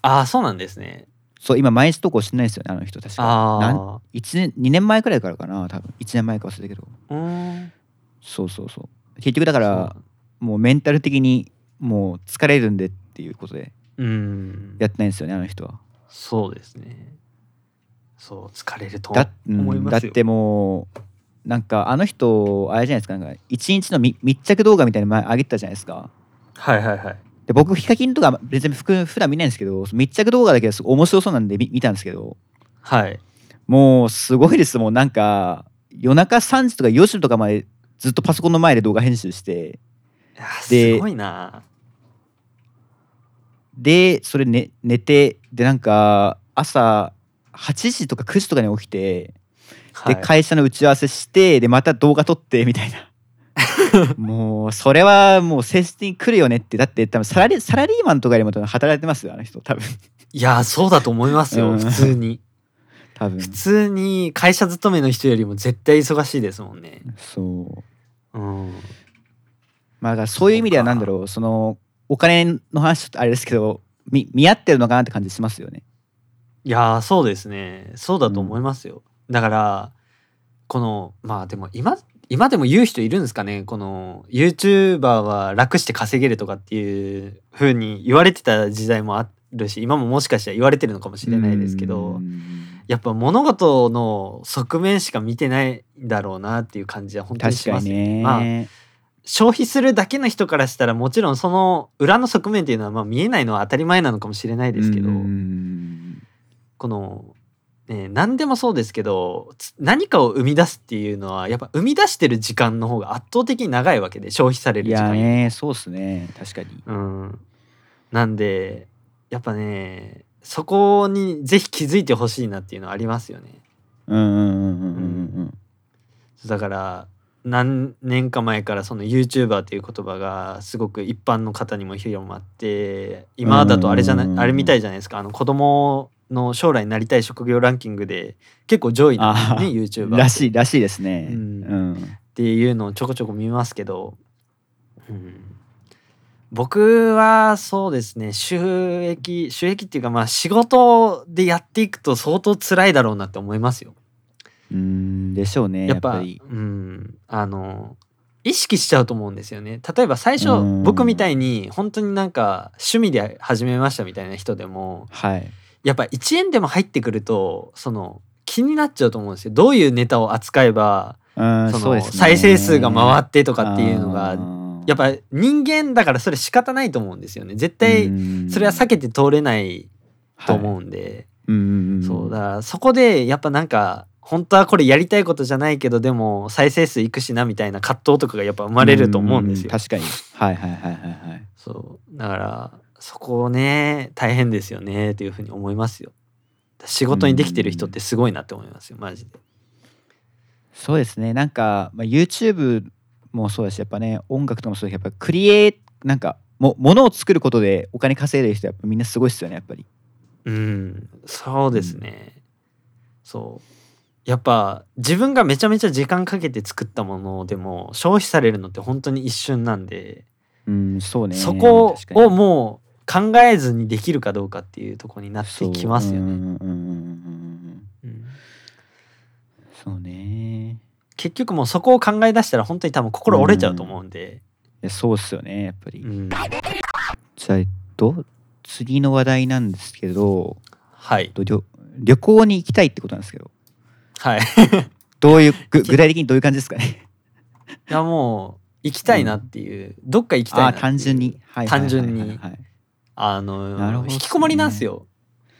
Speaker 2: ああそうなんですね。
Speaker 1: うそう今毎日投稿してないですよねあの人確かなん
Speaker 2: あ
Speaker 1: 一年2年前くらいからかな多分1年前か忘れたけど
Speaker 2: あうん
Speaker 1: そうそうそう結局だからもうメンタル的にもう疲れるんでっていうことで
Speaker 2: うん
Speaker 1: やってないんですよねあの人は
Speaker 2: そうですね。そう疲れると
Speaker 1: だ,うん、
Speaker 2: 思い
Speaker 1: だ
Speaker 2: ま
Speaker 1: っ
Speaker 2: すよ。
Speaker 1: てもうなんかあの人あれじゃないですかなんか一日のみ密着動画みたいなの前上げてたじゃないですか
Speaker 2: はいはいはい。
Speaker 1: で僕ヒカキンとか別に服普段見ないんですけどその密着動画だけはすごい面白そうなんで見見たんですけど
Speaker 2: はい。
Speaker 1: もうすごいですもうなんか夜中3時とか4時とかまでずっとパソコンの前で動画編集して
Speaker 2: いや
Speaker 1: です
Speaker 2: ごいな。
Speaker 1: でそれ、ね、寝てでなんか朝8時とか9時とかに起きて、
Speaker 2: はい
Speaker 1: で会社の打ち合わせしてでまた動画撮ってみたい [LAUGHS] なもうそれはもう性質に来るよねってだって多分サラリーサラリーマンとかよりも多分働いてますよあの人多分
Speaker 2: いやそうだと思いますよ、
Speaker 1: うん
Speaker 2: 普通に。
Speaker 1: 多分
Speaker 2: 普通に会社勤めの人よりも絶対忙しいですもんね。
Speaker 1: そう
Speaker 2: うん、
Speaker 1: まあだからそういう意味ではなんだろうそのお金の話ちょっとあれですけど見見合ってるのかなって感じしますよね
Speaker 2: いやーそうですねそうだと思いますよ。だからこのまあでも今今でも言う人いるんですかねこの YouTuber は楽して稼げるとかっていう風に言われてた時代もあるし今ももしかしたら言われてるのかもしれないですけ
Speaker 1: う
Speaker 2: ど
Speaker 1: ん
Speaker 2: やっぱ物事の側面しか見てないんだろうなっていう感じは本当に
Speaker 1: 確
Speaker 2: し
Speaker 1: か
Speaker 2: ます
Speaker 1: に
Speaker 2: よ
Speaker 1: ね、
Speaker 2: まあ消費するだけの人からしたらもちろんその裏の側面っていうのはまあ見えないのは当たり前なのかもしれないですけど、
Speaker 1: うん
Speaker 2: このね、何でもそうですけどつ何かを生み出すっていうのはやっぱ生み出してる時間の方が圧倒的に長いわけで消費される
Speaker 1: い
Speaker 2: 時
Speaker 1: や
Speaker 2: 間より
Speaker 1: ねそうっすね確かに
Speaker 2: うん、なんでやっぱねそこにぜひ気づいてほしいなっていうのはありますよね
Speaker 1: うんうんうんうんうん
Speaker 2: だから何年か前からその YouTuber という言葉がすごく一般の方にも広まって今だとあれじゃな
Speaker 1: う
Speaker 2: い
Speaker 1: ん
Speaker 2: あれみたいじゃないですかあの子供の将来になりたい職業ランキングで結構上位なん
Speaker 1: あ
Speaker 2: です
Speaker 1: う
Speaker 2: よ
Speaker 1: ん
Speaker 2: ね YouTuber
Speaker 1: らしいらしいですね
Speaker 2: う
Speaker 1: うんん
Speaker 2: っていうのをちょこちょこ見ますけど、うん、僕はそうですね収益収益っていうかまあ仕事でやっていくと相当辛いだろうなって思いますよ。
Speaker 1: うんでしょうね
Speaker 2: や
Speaker 1: や
Speaker 2: っ
Speaker 1: っ
Speaker 2: ぱ
Speaker 1: ぱり
Speaker 2: うん、あの意識しちゃうと思うんですよね。例えば最初
Speaker 1: うん
Speaker 2: 僕みたいに本当になんか趣味で始めましたみたいな人でも
Speaker 1: はい
Speaker 2: やっぱ1円でも入ってくるとその気になっちゃうと思うんですよ。どういうネタを扱えば
Speaker 1: うん
Speaker 2: そ
Speaker 1: そう
Speaker 2: の
Speaker 1: ですね
Speaker 2: 再生数が回
Speaker 1: っ
Speaker 2: ってとかっていうのがやっぱ人間だからそれ仕方ないと思うんですよね絶対それは避けて通れないと思うんで、
Speaker 1: うん
Speaker 2: そうだからそこでやっぱなんか本当はこれやりたいことじゃないけどでも再生数いくしなみたいな葛藤とかがやっぱ生まれると思うんですよ
Speaker 1: 確かにはいはいはいはいはい
Speaker 2: そうだからそこをね大変ですよねというふうに思いますよ仕事にできてる人ってすごいなって思いますよマジで
Speaker 1: そうですねなんか、まあ、YouTube もそうだしやっぱね音楽とかもそうだけどやっぱクリエイなんかもものを作ることでお金稼いでる人やっぱみんなすごいっすよねやっぱり
Speaker 2: うんそうですね、そうやっぱ自分がめちゃめちゃ時間かけて作ったものでも消費されるのって本当に一瞬なんで、
Speaker 1: うんそうね
Speaker 2: そこ
Speaker 1: 確かに
Speaker 2: をもう考えずにできるかどうかっていうところになってきます
Speaker 1: そう
Speaker 2: よ
Speaker 1: うん
Speaker 2: ね。
Speaker 1: うんうんうんうん
Speaker 2: うん
Speaker 1: そうね
Speaker 2: 結局もうそこを考え出したら本当に多分心折れちゃうと思うんで、
Speaker 1: いやそうっすよねやっぱり、
Speaker 2: うん
Speaker 1: じゃあえっと次の話題なんですけど
Speaker 2: はい
Speaker 1: えっと旅旅行に行きたいってことなんですけど
Speaker 2: はい。い
Speaker 1: ど
Speaker 2: [LAUGHS]
Speaker 1: ういうぐ具体的にどういう感じですかね
Speaker 2: やもう行きたいなっていう、どっ [LAUGHS] か行きたいな
Speaker 1: [LAUGHS] あ
Speaker 2: っ
Speaker 1: ー
Speaker 2: ていう
Speaker 1: 単純に、はいはいはいはいはい
Speaker 2: 単純に
Speaker 1: はい
Speaker 2: あ
Speaker 1: なるほ
Speaker 2: の
Speaker 1: どっすね
Speaker 2: 引きこもりなんですよ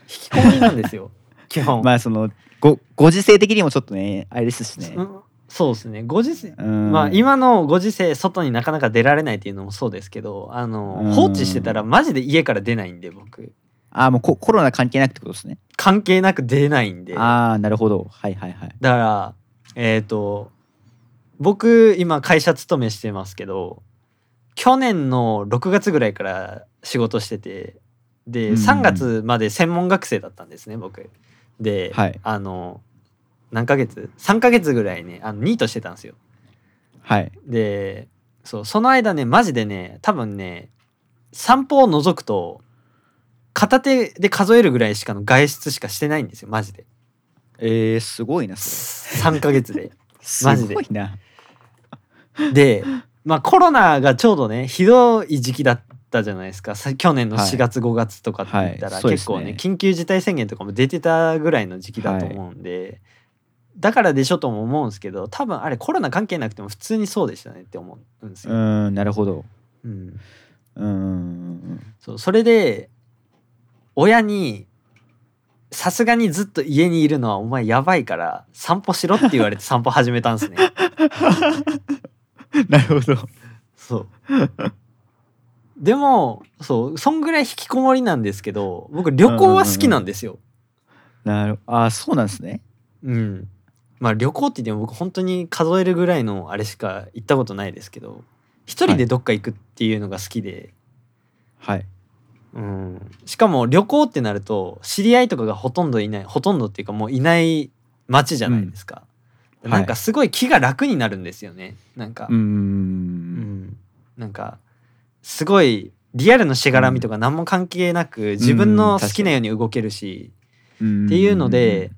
Speaker 2: 引きこもりなんです [LAUGHS] よ基本。
Speaker 1: まあそのごご時世的にもちょっとねあれですしね
Speaker 2: う。んそうですねご時世、
Speaker 1: うん
Speaker 2: まあ今のご時世外になかなか出られないっていうのもそうですけどあの、
Speaker 1: うん
Speaker 2: 放置してたらマジで家から出ないんで僕
Speaker 1: あもうココロナ関係なくってことですね。
Speaker 2: 関係なく出ないんでだか
Speaker 1: ああなるほどはいはいはい。
Speaker 2: らえっ、と僕今会社勤めしてますけど去年の6月ぐらいから仕事しててで
Speaker 1: うん
Speaker 2: 3月まで専門学生だったんですね僕で、
Speaker 1: はい
Speaker 2: あの何ヶ月 ?3 ヶ月ぐらいねあのニートしてたんですよ
Speaker 1: はい。
Speaker 2: でそうその間ねマジでね多分ね散歩を除くと片手で数えるぐらいしかの外出しかしてないんですよマジで
Speaker 1: えー、すごいなそ
Speaker 2: 3ヶ月で
Speaker 1: れ。
Speaker 2: マジです
Speaker 1: ごいな。
Speaker 2: でまあコロナがちょうどねひどい時期だったじゃないですかさ去年の
Speaker 1: はい
Speaker 2: 4月5月とかって言ったら、
Speaker 1: はいそうで
Speaker 2: 結
Speaker 1: すね
Speaker 2: 構ね,、緊急事態宣言とかも出てたぐらいの時期だと思うんで、だからでしょとも思うんですけど多分あれコロナ関係なくても普通にそうでしたねって思うんです
Speaker 1: う
Speaker 2: よ。
Speaker 1: ーんなるほど。
Speaker 2: うん
Speaker 1: うーん
Speaker 2: そうそれで親に「さすがにずっと家にいるのはお前やばいから散歩しろ」って言われて散歩始めたんですね。
Speaker 1: [LAUGHS] なるほど。
Speaker 2: そうでもそうそんぐらい引きこもりなんですけど僕旅行は好きなんですよ。
Speaker 1: なるあーそうなんですね。
Speaker 2: うんまあ旅行って言っても僕本当に数えるぐらいのあれしか行ったことないですけど一人でどっか行くっていうのが好きで、
Speaker 1: はい。
Speaker 2: うん、しかも旅行ってなると知り合いとかがほとんどいないほとんどっていうかもういない町じゃないですか、
Speaker 1: うん
Speaker 2: なんかすごい気が楽になるんですよねなんか、
Speaker 1: うー。
Speaker 2: うんんなんかすごいリアルのしがらみとか何も関係なく自分の好きなように動けるし、っていうので、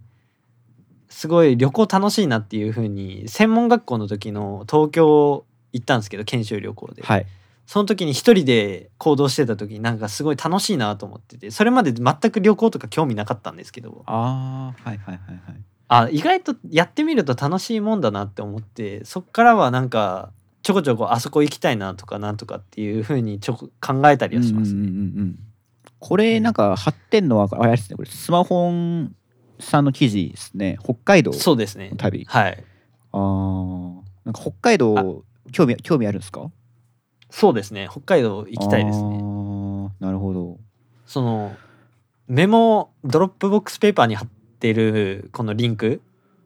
Speaker 2: すごい旅行楽しいなっていう風に専門学校の時の東京行ったんですけど研修旅行で、
Speaker 1: はい。
Speaker 2: その時に一人で行動してた時になんかすごい楽しいなと思っててそれまで全く旅行とか興味なかったんですけど
Speaker 1: ああはいはいはいはい。
Speaker 2: あ意外とやってみると楽しいもんだなって思ってそっからはなんかちょこちょこあそこ行きたいなとかなんとかっていう風にちょこ考えたりはします
Speaker 1: うんう
Speaker 2: ね。
Speaker 1: んうんうんこれなんか貼ってんのはあれですねこれスマホさんの記事ですね北海道
Speaker 2: そうですね
Speaker 1: 旅
Speaker 2: はい
Speaker 1: あーなんか北海道興味興味あるんですか
Speaker 2: そうですね北海道行きたいですね
Speaker 1: ねなるほど
Speaker 2: そのメモドロップボックスペーパーに貼ってるこのリンク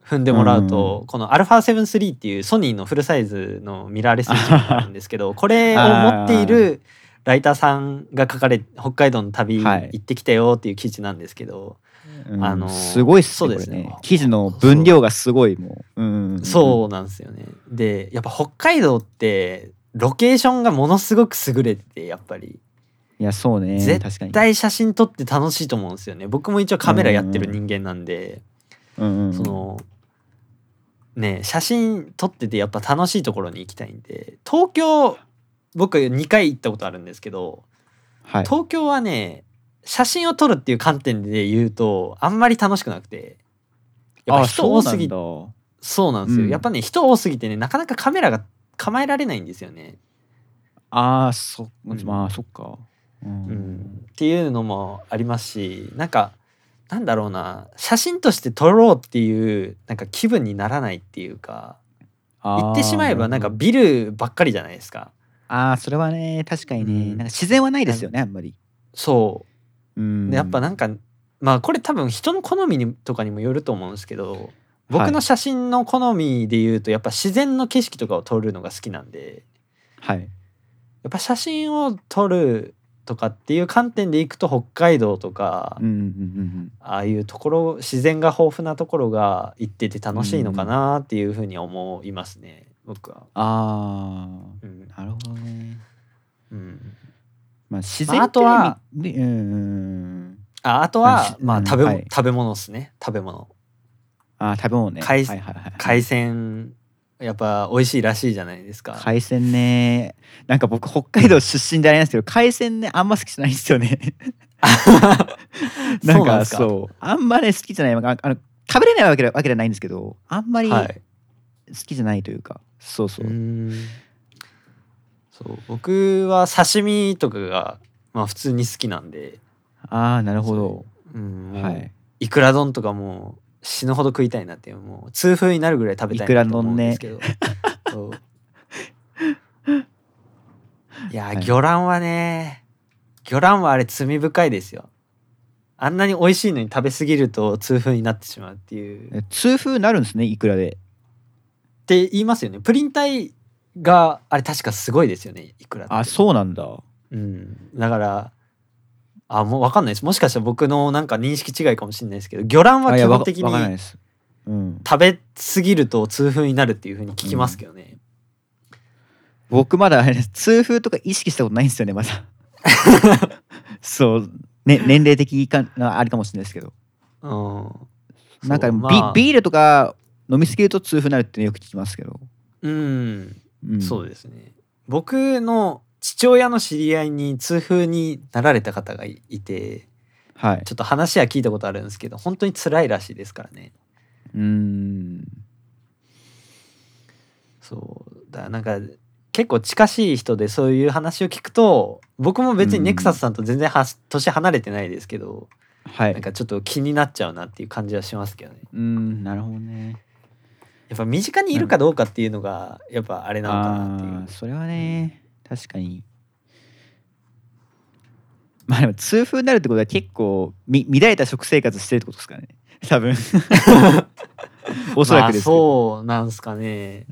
Speaker 2: 踏んでもらうと、この α7-3 っていうソニーのフルサイズのミラーレスレンジがあるんです
Speaker 1: [LAUGHS]
Speaker 2: けどこれを持っているライターさんが書かれ北海道の旅
Speaker 1: はい
Speaker 2: 行ってきたよっていう記事なんですけど、
Speaker 1: うん
Speaker 2: あのー
Speaker 1: すごいっす
Speaker 2: そう
Speaker 1: ね
Speaker 2: ですね
Speaker 1: これね記事の分量がすごいもう,、うん
Speaker 2: そうなんですよね。でやっぱ北海道ってロケーションがものすごく優れててやっぱり
Speaker 1: いやそうね
Speaker 2: 絶
Speaker 1: 確かに
Speaker 2: 絶、対写真撮って楽しいと思うんですよね。僕も一応カメラやってる人間なんで、
Speaker 1: うんうん、
Speaker 2: そのね写真撮っててやっぱ楽しいところに行きたいんで東京僕2回行ったことあるんですけど
Speaker 1: はい
Speaker 2: 東京はね写真を撮るっていう観点で言うとあんまり楽しくなくてやっぱ
Speaker 1: あ
Speaker 2: 人多すぎて
Speaker 1: そう
Speaker 2: そうなんですよ、
Speaker 1: うん
Speaker 2: やっぱね人多すぎてねなかなかカメラが構えられないんですよね、
Speaker 1: なんだあーそ、
Speaker 2: うん
Speaker 1: まあそっかう
Speaker 2: うん
Speaker 1: ん、
Speaker 2: っていうのもありますしなんかなんだろうな写真として撮ろうっていうなんか気分にならないっていうか
Speaker 1: あー
Speaker 2: 行ってしまえばなんか
Speaker 1: るほど
Speaker 2: ビルばっかりじゃないですか
Speaker 1: あーそれはね確かにね、
Speaker 2: うん
Speaker 1: なんか自然はないですよねあんまり、、
Speaker 2: そううんでやっぱなんかまあこれ多分人の好みにとかにもよると思うんですけど
Speaker 1: は
Speaker 2: 僕
Speaker 1: い
Speaker 2: の写真の好みで言うとやっぱ自然の景色とかを撮るのが好きなんで
Speaker 1: はい
Speaker 2: やっぱ写真を撮るとかっていう観点でいくと北海道とか、
Speaker 1: うんうんうん
Speaker 2: ああいうところ自然が豊富なところが行ってて楽しいのかなっていうふうに思いますね、僕は。
Speaker 1: あ
Speaker 2: うん
Speaker 1: あなるほどね
Speaker 2: うん、
Speaker 1: まあ自然
Speaker 2: まああとは
Speaker 1: ってねみうんうんうん
Speaker 2: ああと
Speaker 1: あ
Speaker 2: は
Speaker 1: し、
Speaker 2: ま
Speaker 1: う
Speaker 2: あ、
Speaker 1: ん
Speaker 2: 食べも、
Speaker 1: はい
Speaker 2: 食べ物ですね食べ物。
Speaker 1: あー食べ物ね
Speaker 2: 海
Speaker 1: はいはいはいはい
Speaker 2: 海鮮やっぱ美味しいらしいじゃないですか。
Speaker 1: 海鮮ねなんか僕北海道出身じゃないんですけど海鮮ねあんま好きじゃないんですよ [LAUGHS] ねなん
Speaker 2: そうなん
Speaker 1: か
Speaker 2: ですか
Speaker 1: そうあんまね好きじゃないああの食べれないわけでわけじゃないんですけどあんまり好
Speaker 2: はい、
Speaker 1: きじゃないというか、そうそうう、
Speaker 2: んそう僕は刺身とかが、まあ、普通に好きなんで、
Speaker 1: ああなるほど
Speaker 2: うんもう
Speaker 1: はい
Speaker 2: いくら丼とかもう死ぬほど食いたいなっていうもう痛風になるぐらい食べたいなと思うんですけど、そういやー、
Speaker 1: はい
Speaker 2: 魚卵はね魚卵はあれ罪深いですよあんなに美味しいのに食べ過ぎると痛風になってしまうっていうっ
Speaker 1: え痛風なるんですねいくらで
Speaker 2: て言いますよねプリン体があれ確かすごいですよねいくらって
Speaker 1: あそうなんだ
Speaker 2: うん、だからあもう分かんないですもしかしたら僕のなんか認識違いかもしれないですけど魚卵は
Speaker 1: あい
Speaker 2: 基
Speaker 1: やわか
Speaker 2: 本的
Speaker 1: わからない
Speaker 2: に
Speaker 1: ですうん
Speaker 2: 食べ過ぎると痛風になるっていうふうに聞きますけどね、
Speaker 1: 僕まだあれです痛風とか意識したことないんですよねま [LAUGHS] だそうね年齢的かなあれかもしれないですけど
Speaker 2: うんそう
Speaker 1: なんかビ,、
Speaker 2: まあ
Speaker 1: ビールとか飲みすぎると痛風になるってよく聞きますけど、
Speaker 2: うん、
Speaker 1: うん
Speaker 2: そうですね僕の父親の知り合いに痛風になられた方がいいて
Speaker 1: はい
Speaker 2: ちょっと話は聞いたことあるんですけど本当に辛いらしいですからね
Speaker 1: うーん
Speaker 2: そうだなんか結構近しい人でそういう話を聞くと僕も別にネクサスさんと全然は、年離れてないですけど
Speaker 1: はい
Speaker 2: なんかちょっと気になっちゃうなっていう感じはしますけどね
Speaker 1: うーんなるほどね
Speaker 2: やっぱ身近にいるかどうかっていうのがやっぱあれなのかなっていう、
Speaker 1: あーそれはね確かにまあでも痛風になるってことは結構み乱れた食生活してるってことですからね多
Speaker 2: [LAUGHS]
Speaker 1: 分おそらくですけ
Speaker 2: まあ、
Speaker 1: ど、
Speaker 2: そうなんすかね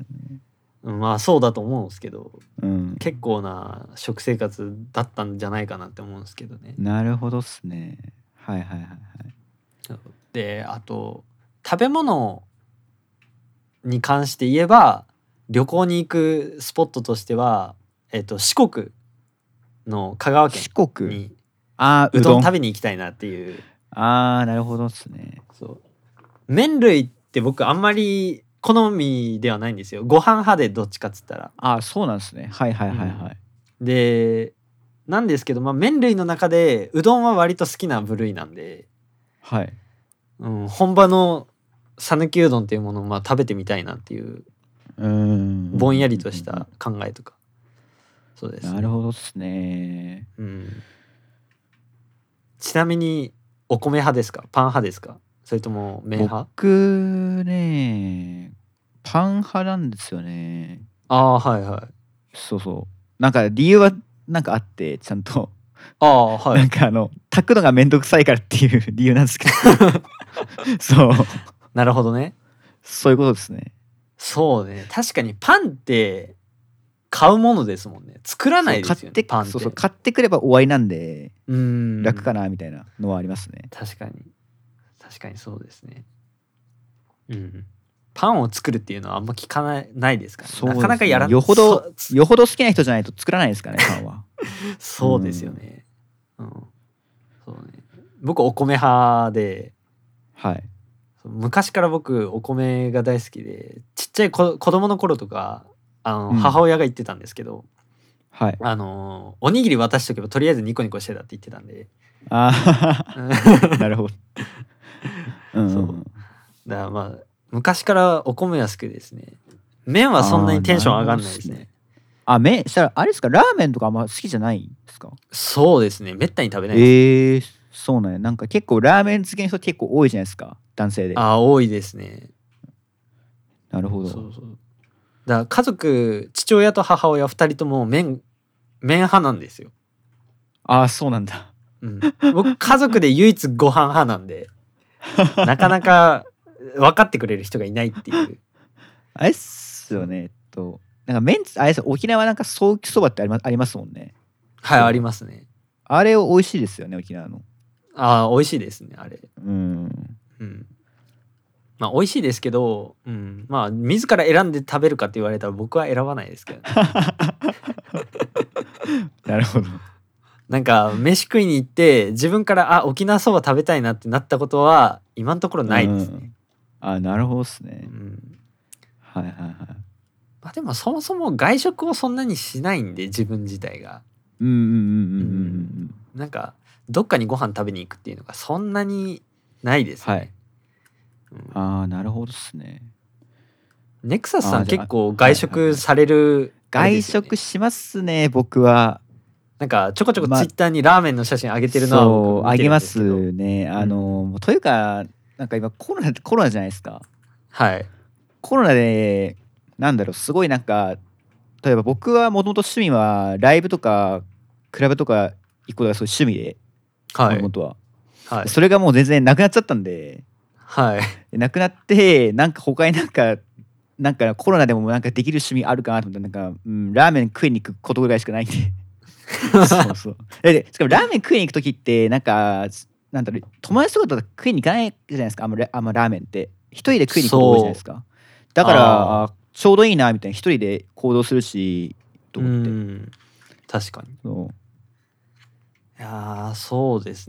Speaker 2: まあそうだと思うんですけど
Speaker 1: うん、
Speaker 2: 結構な食生活だったんじゃないかなって思うんですけどね
Speaker 1: なるほどっすねはいはいはいはい
Speaker 2: であと食べ物に関して言えば旅行に行くスポットとしては、えっと四国の香川県
Speaker 1: 四国
Speaker 2: に
Speaker 1: あー
Speaker 2: う
Speaker 1: う
Speaker 2: ど
Speaker 1: ど
Speaker 2: ん
Speaker 1: ん
Speaker 2: 食べに行きたいなっていう
Speaker 1: あーなるほどっすね
Speaker 2: そう麺類って僕あんまり好みではないんですよご飯派でどっちかっつったら。
Speaker 1: あーそうなんですねはいはいはいはい、
Speaker 2: でなんですけど、まあ、麺類の中でうどんは割と好きな部類なんで、
Speaker 1: はい
Speaker 2: うん、本場の讃岐うどんっていうものをまあ食べてみたいなっていう
Speaker 1: うーん
Speaker 2: ぼんやりとした考えとか。そうです、
Speaker 1: なるほどっすね
Speaker 2: うん。ちなみに、お米派ですかパン派ですかそれとも麺派
Speaker 1: 僕ねパン派なんですよね
Speaker 2: ああはいはい
Speaker 1: そうそうなんか理由はなんかあってちゃんと、
Speaker 2: ああ [LAUGHS] は
Speaker 1: ないんかあの炊くのがめんどくさいからっていう [LAUGHS] 理由なん
Speaker 2: [LAUGHS]
Speaker 1: ですけどそう
Speaker 2: なるほどね
Speaker 1: そういうことですね
Speaker 2: そうね確かにパンって買うものですもんね作らないで
Speaker 1: そう
Speaker 2: す
Speaker 1: 買
Speaker 2: よ
Speaker 1: って
Speaker 2: ねパンって
Speaker 1: そうそう買ってくれば終わりなんで
Speaker 2: うん
Speaker 1: 楽かなみたいなのはありますね、
Speaker 2: 確かに確かにそうですねうんパンを作るっていうのはあんま聞かないないですからね、
Speaker 1: そうですね
Speaker 2: なかなかやら
Speaker 1: よほど
Speaker 2: そ
Speaker 1: よほど好きな人じゃないと作らないですからねパンは
Speaker 2: そうですよね。うん。そうね。僕お米派で、
Speaker 1: はい
Speaker 2: そう昔から僕お米が大好きで、ちっちゃい子子供の頃とか、あの、
Speaker 1: うん
Speaker 2: 母親が言ってたんですけど、
Speaker 1: はい
Speaker 2: あのおにぎり渡しとけばとりあえずニコニコしてたって言ってたん [LAUGHS] で、
Speaker 1: あ
Speaker 2: うん [LAUGHS]
Speaker 1: あなるほど [LAUGHS] うんうん
Speaker 2: そ
Speaker 1: うん、
Speaker 2: うだからまあ昔からお米は好きですね。麺はそんなにテンション上がんないです
Speaker 1: あーなるほどっす
Speaker 2: ね
Speaker 1: ね。あめしたらあれですかラーメンとかあんま好きじゃないですか
Speaker 2: そうですね。めったに食べないです。
Speaker 1: ええー、そうなんやなんか結構ラーメン好きな人結構多いじゃないですか男性で
Speaker 2: あー多いですね。
Speaker 1: なるほど
Speaker 2: そうそうだから家族父親と母親二人とも麺麺派なんですよ、
Speaker 1: ああそうなんだ
Speaker 2: うん、僕家族で唯一ご飯派なん [LAUGHS] でなかなか分かってくれる人がいないって [LAUGHS] いう
Speaker 1: あれっすよねえっとなんかメンツあれっす沖縄なんかソーキそばってありまありますもんね
Speaker 2: はいありますね
Speaker 1: あれを美味しいですよね沖縄の
Speaker 2: ああ美味しいですねあれ
Speaker 1: うん
Speaker 2: うんまあ美味しいですけど、うん、まあ自ら選んで食べるかって言われたら僕は選ばないですけどね、 [LAUGHS]
Speaker 1: なるほど
Speaker 2: なんか飯食いに行って自分からあ沖縄そば食べたいなってなったことは今のところないですね、
Speaker 1: あーなるほどっす
Speaker 2: う
Speaker 1: ね
Speaker 2: ん、
Speaker 1: はいはいはい
Speaker 2: まあ、でもそもそも外食をそんなにしないんで自分自体が
Speaker 1: うんうんうんうんうんうん
Speaker 2: なんかどっかにご飯食べに行くっていうのがそんなにないですね、
Speaker 1: はい
Speaker 2: うん
Speaker 1: ああなるほどっすね
Speaker 2: ネクサスさ
Speaker 1: あ
Speaker 2: ん
Speaker 1: じゃあ
Speaker 2: 結構外
Speaker 1: はいはいは
Speaker 2: 食
Speaker 1: い
Speaker 2: されるあれ
Speaker 1: 外
Speaker 2: ですよね、
Speaker 1: 食しますね僕は
Speaker 2: なんかちょこちょこツイ
Speaker 1: まあ
Speaker 2: ッターにラーメンの写真上げてるのは
Speaker 1: そう
Speaker 2: 僕
Speaker 1: あ
Speaker 2: 見て
Speaker 1: げ
Speaker 2: るん
Speaker 1: ま
Speaker 2: です
Speaker 1: す
Speaker 2: けど
Speaker 1: ねあの、というかなんか今コロナコロナじゃないですか
Speaker 2: はい
Speaker 1: コロナでなんだろうすごいなんか例えば僕はもともと趣味はライブとかクラブとか行くことがすごい趣味で
Speaker 2: は
Speaker 1: もと
Speaker 2: い
Speaker 1: もとは、
Speaker 2: はい
Speaker 1: それがもう全然なくなっちゃったんで
Speaker 2: はい
Speaker 1: なくなってなんか他になんかなんかコロナでもなんかできる趣味あるかなと思ったらなんか、うん、ラーメン食いに行くことぐらいしかないんでそうそうでしかもラーメン食いに行く時ってなんかなんだろう友達とかと食いに行かないじゃないですかあんまラあんまラーメンって一人で食いに行くこと多いじゃないですかだから
Speaker 2: あ
Speaker 1: あちょうどいいなみたいな一人で行動するし [LAUGHS] と思って
Speaker 2: うん確かに
Speaker 1: そう
Speaker 2: いやーそうです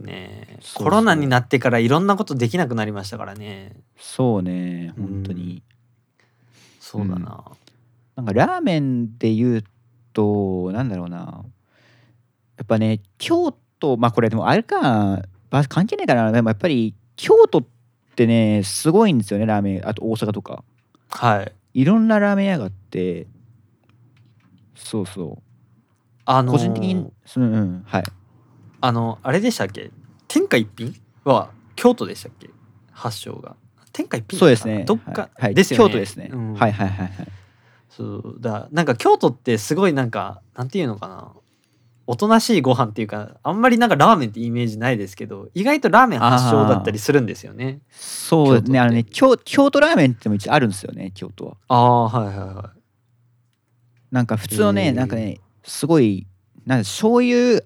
Speaker 1: そ
Speaker 2: ね
Speaker 1: うそう
Speaker 2: コロナになってからいろんなことできなくなりましたからね
Speaker 1: そうね本当に、
Speaker 2: そうだな、
Speaker 1: なんかラーメンで言うとなんだろうなやっぱね京都まあこれでもあれかば関係ないかなでもやっぱり京都ってねすごいんですよねラーメンあと大阪とか
Speaker 2: はい
Speaker 1: いろんなラーメン屋があってそうそ
Speaker 2: あ
Speaker 1: う
Speaker 2: のー
Speaker 1: 個人的にそのうんはい
Speaker 2: あのあれでしたっけ天下一品は京都でしたっけ発祥が天下一品
Speaker 1: そうで
Speaker 2: だった
Speaker 1: す
Speaker 2: かな
Speaker 1: ね
Speaker 2: どっか、
Speaker 1: はい、はい
Speaker 2: ですよね
Speaker 1: 京都ですね、
Speaker 2: うん
Speaker 1: はいはいはいはい
Speaker 2: そうだなんか京都ってすごいなんかなんていうのかなおとなしいご飯っていうかあんまりなんかラーメンってイメージないですけど意外とラーメン発祥だったりするんですよね
Speaker 1: そうです
Speaker 2: 京都って
Speaker 1: ねあのね京京都ラーメンっても一応あるんですよね京都は
Speaker 2: ああーはいはいはい
Speaker 1: なんか普通の
Speaker 2: へ
Speaker 1: ね、
Speaker 2: ー
Speaker 1: なんかね、すごい、なんか醤油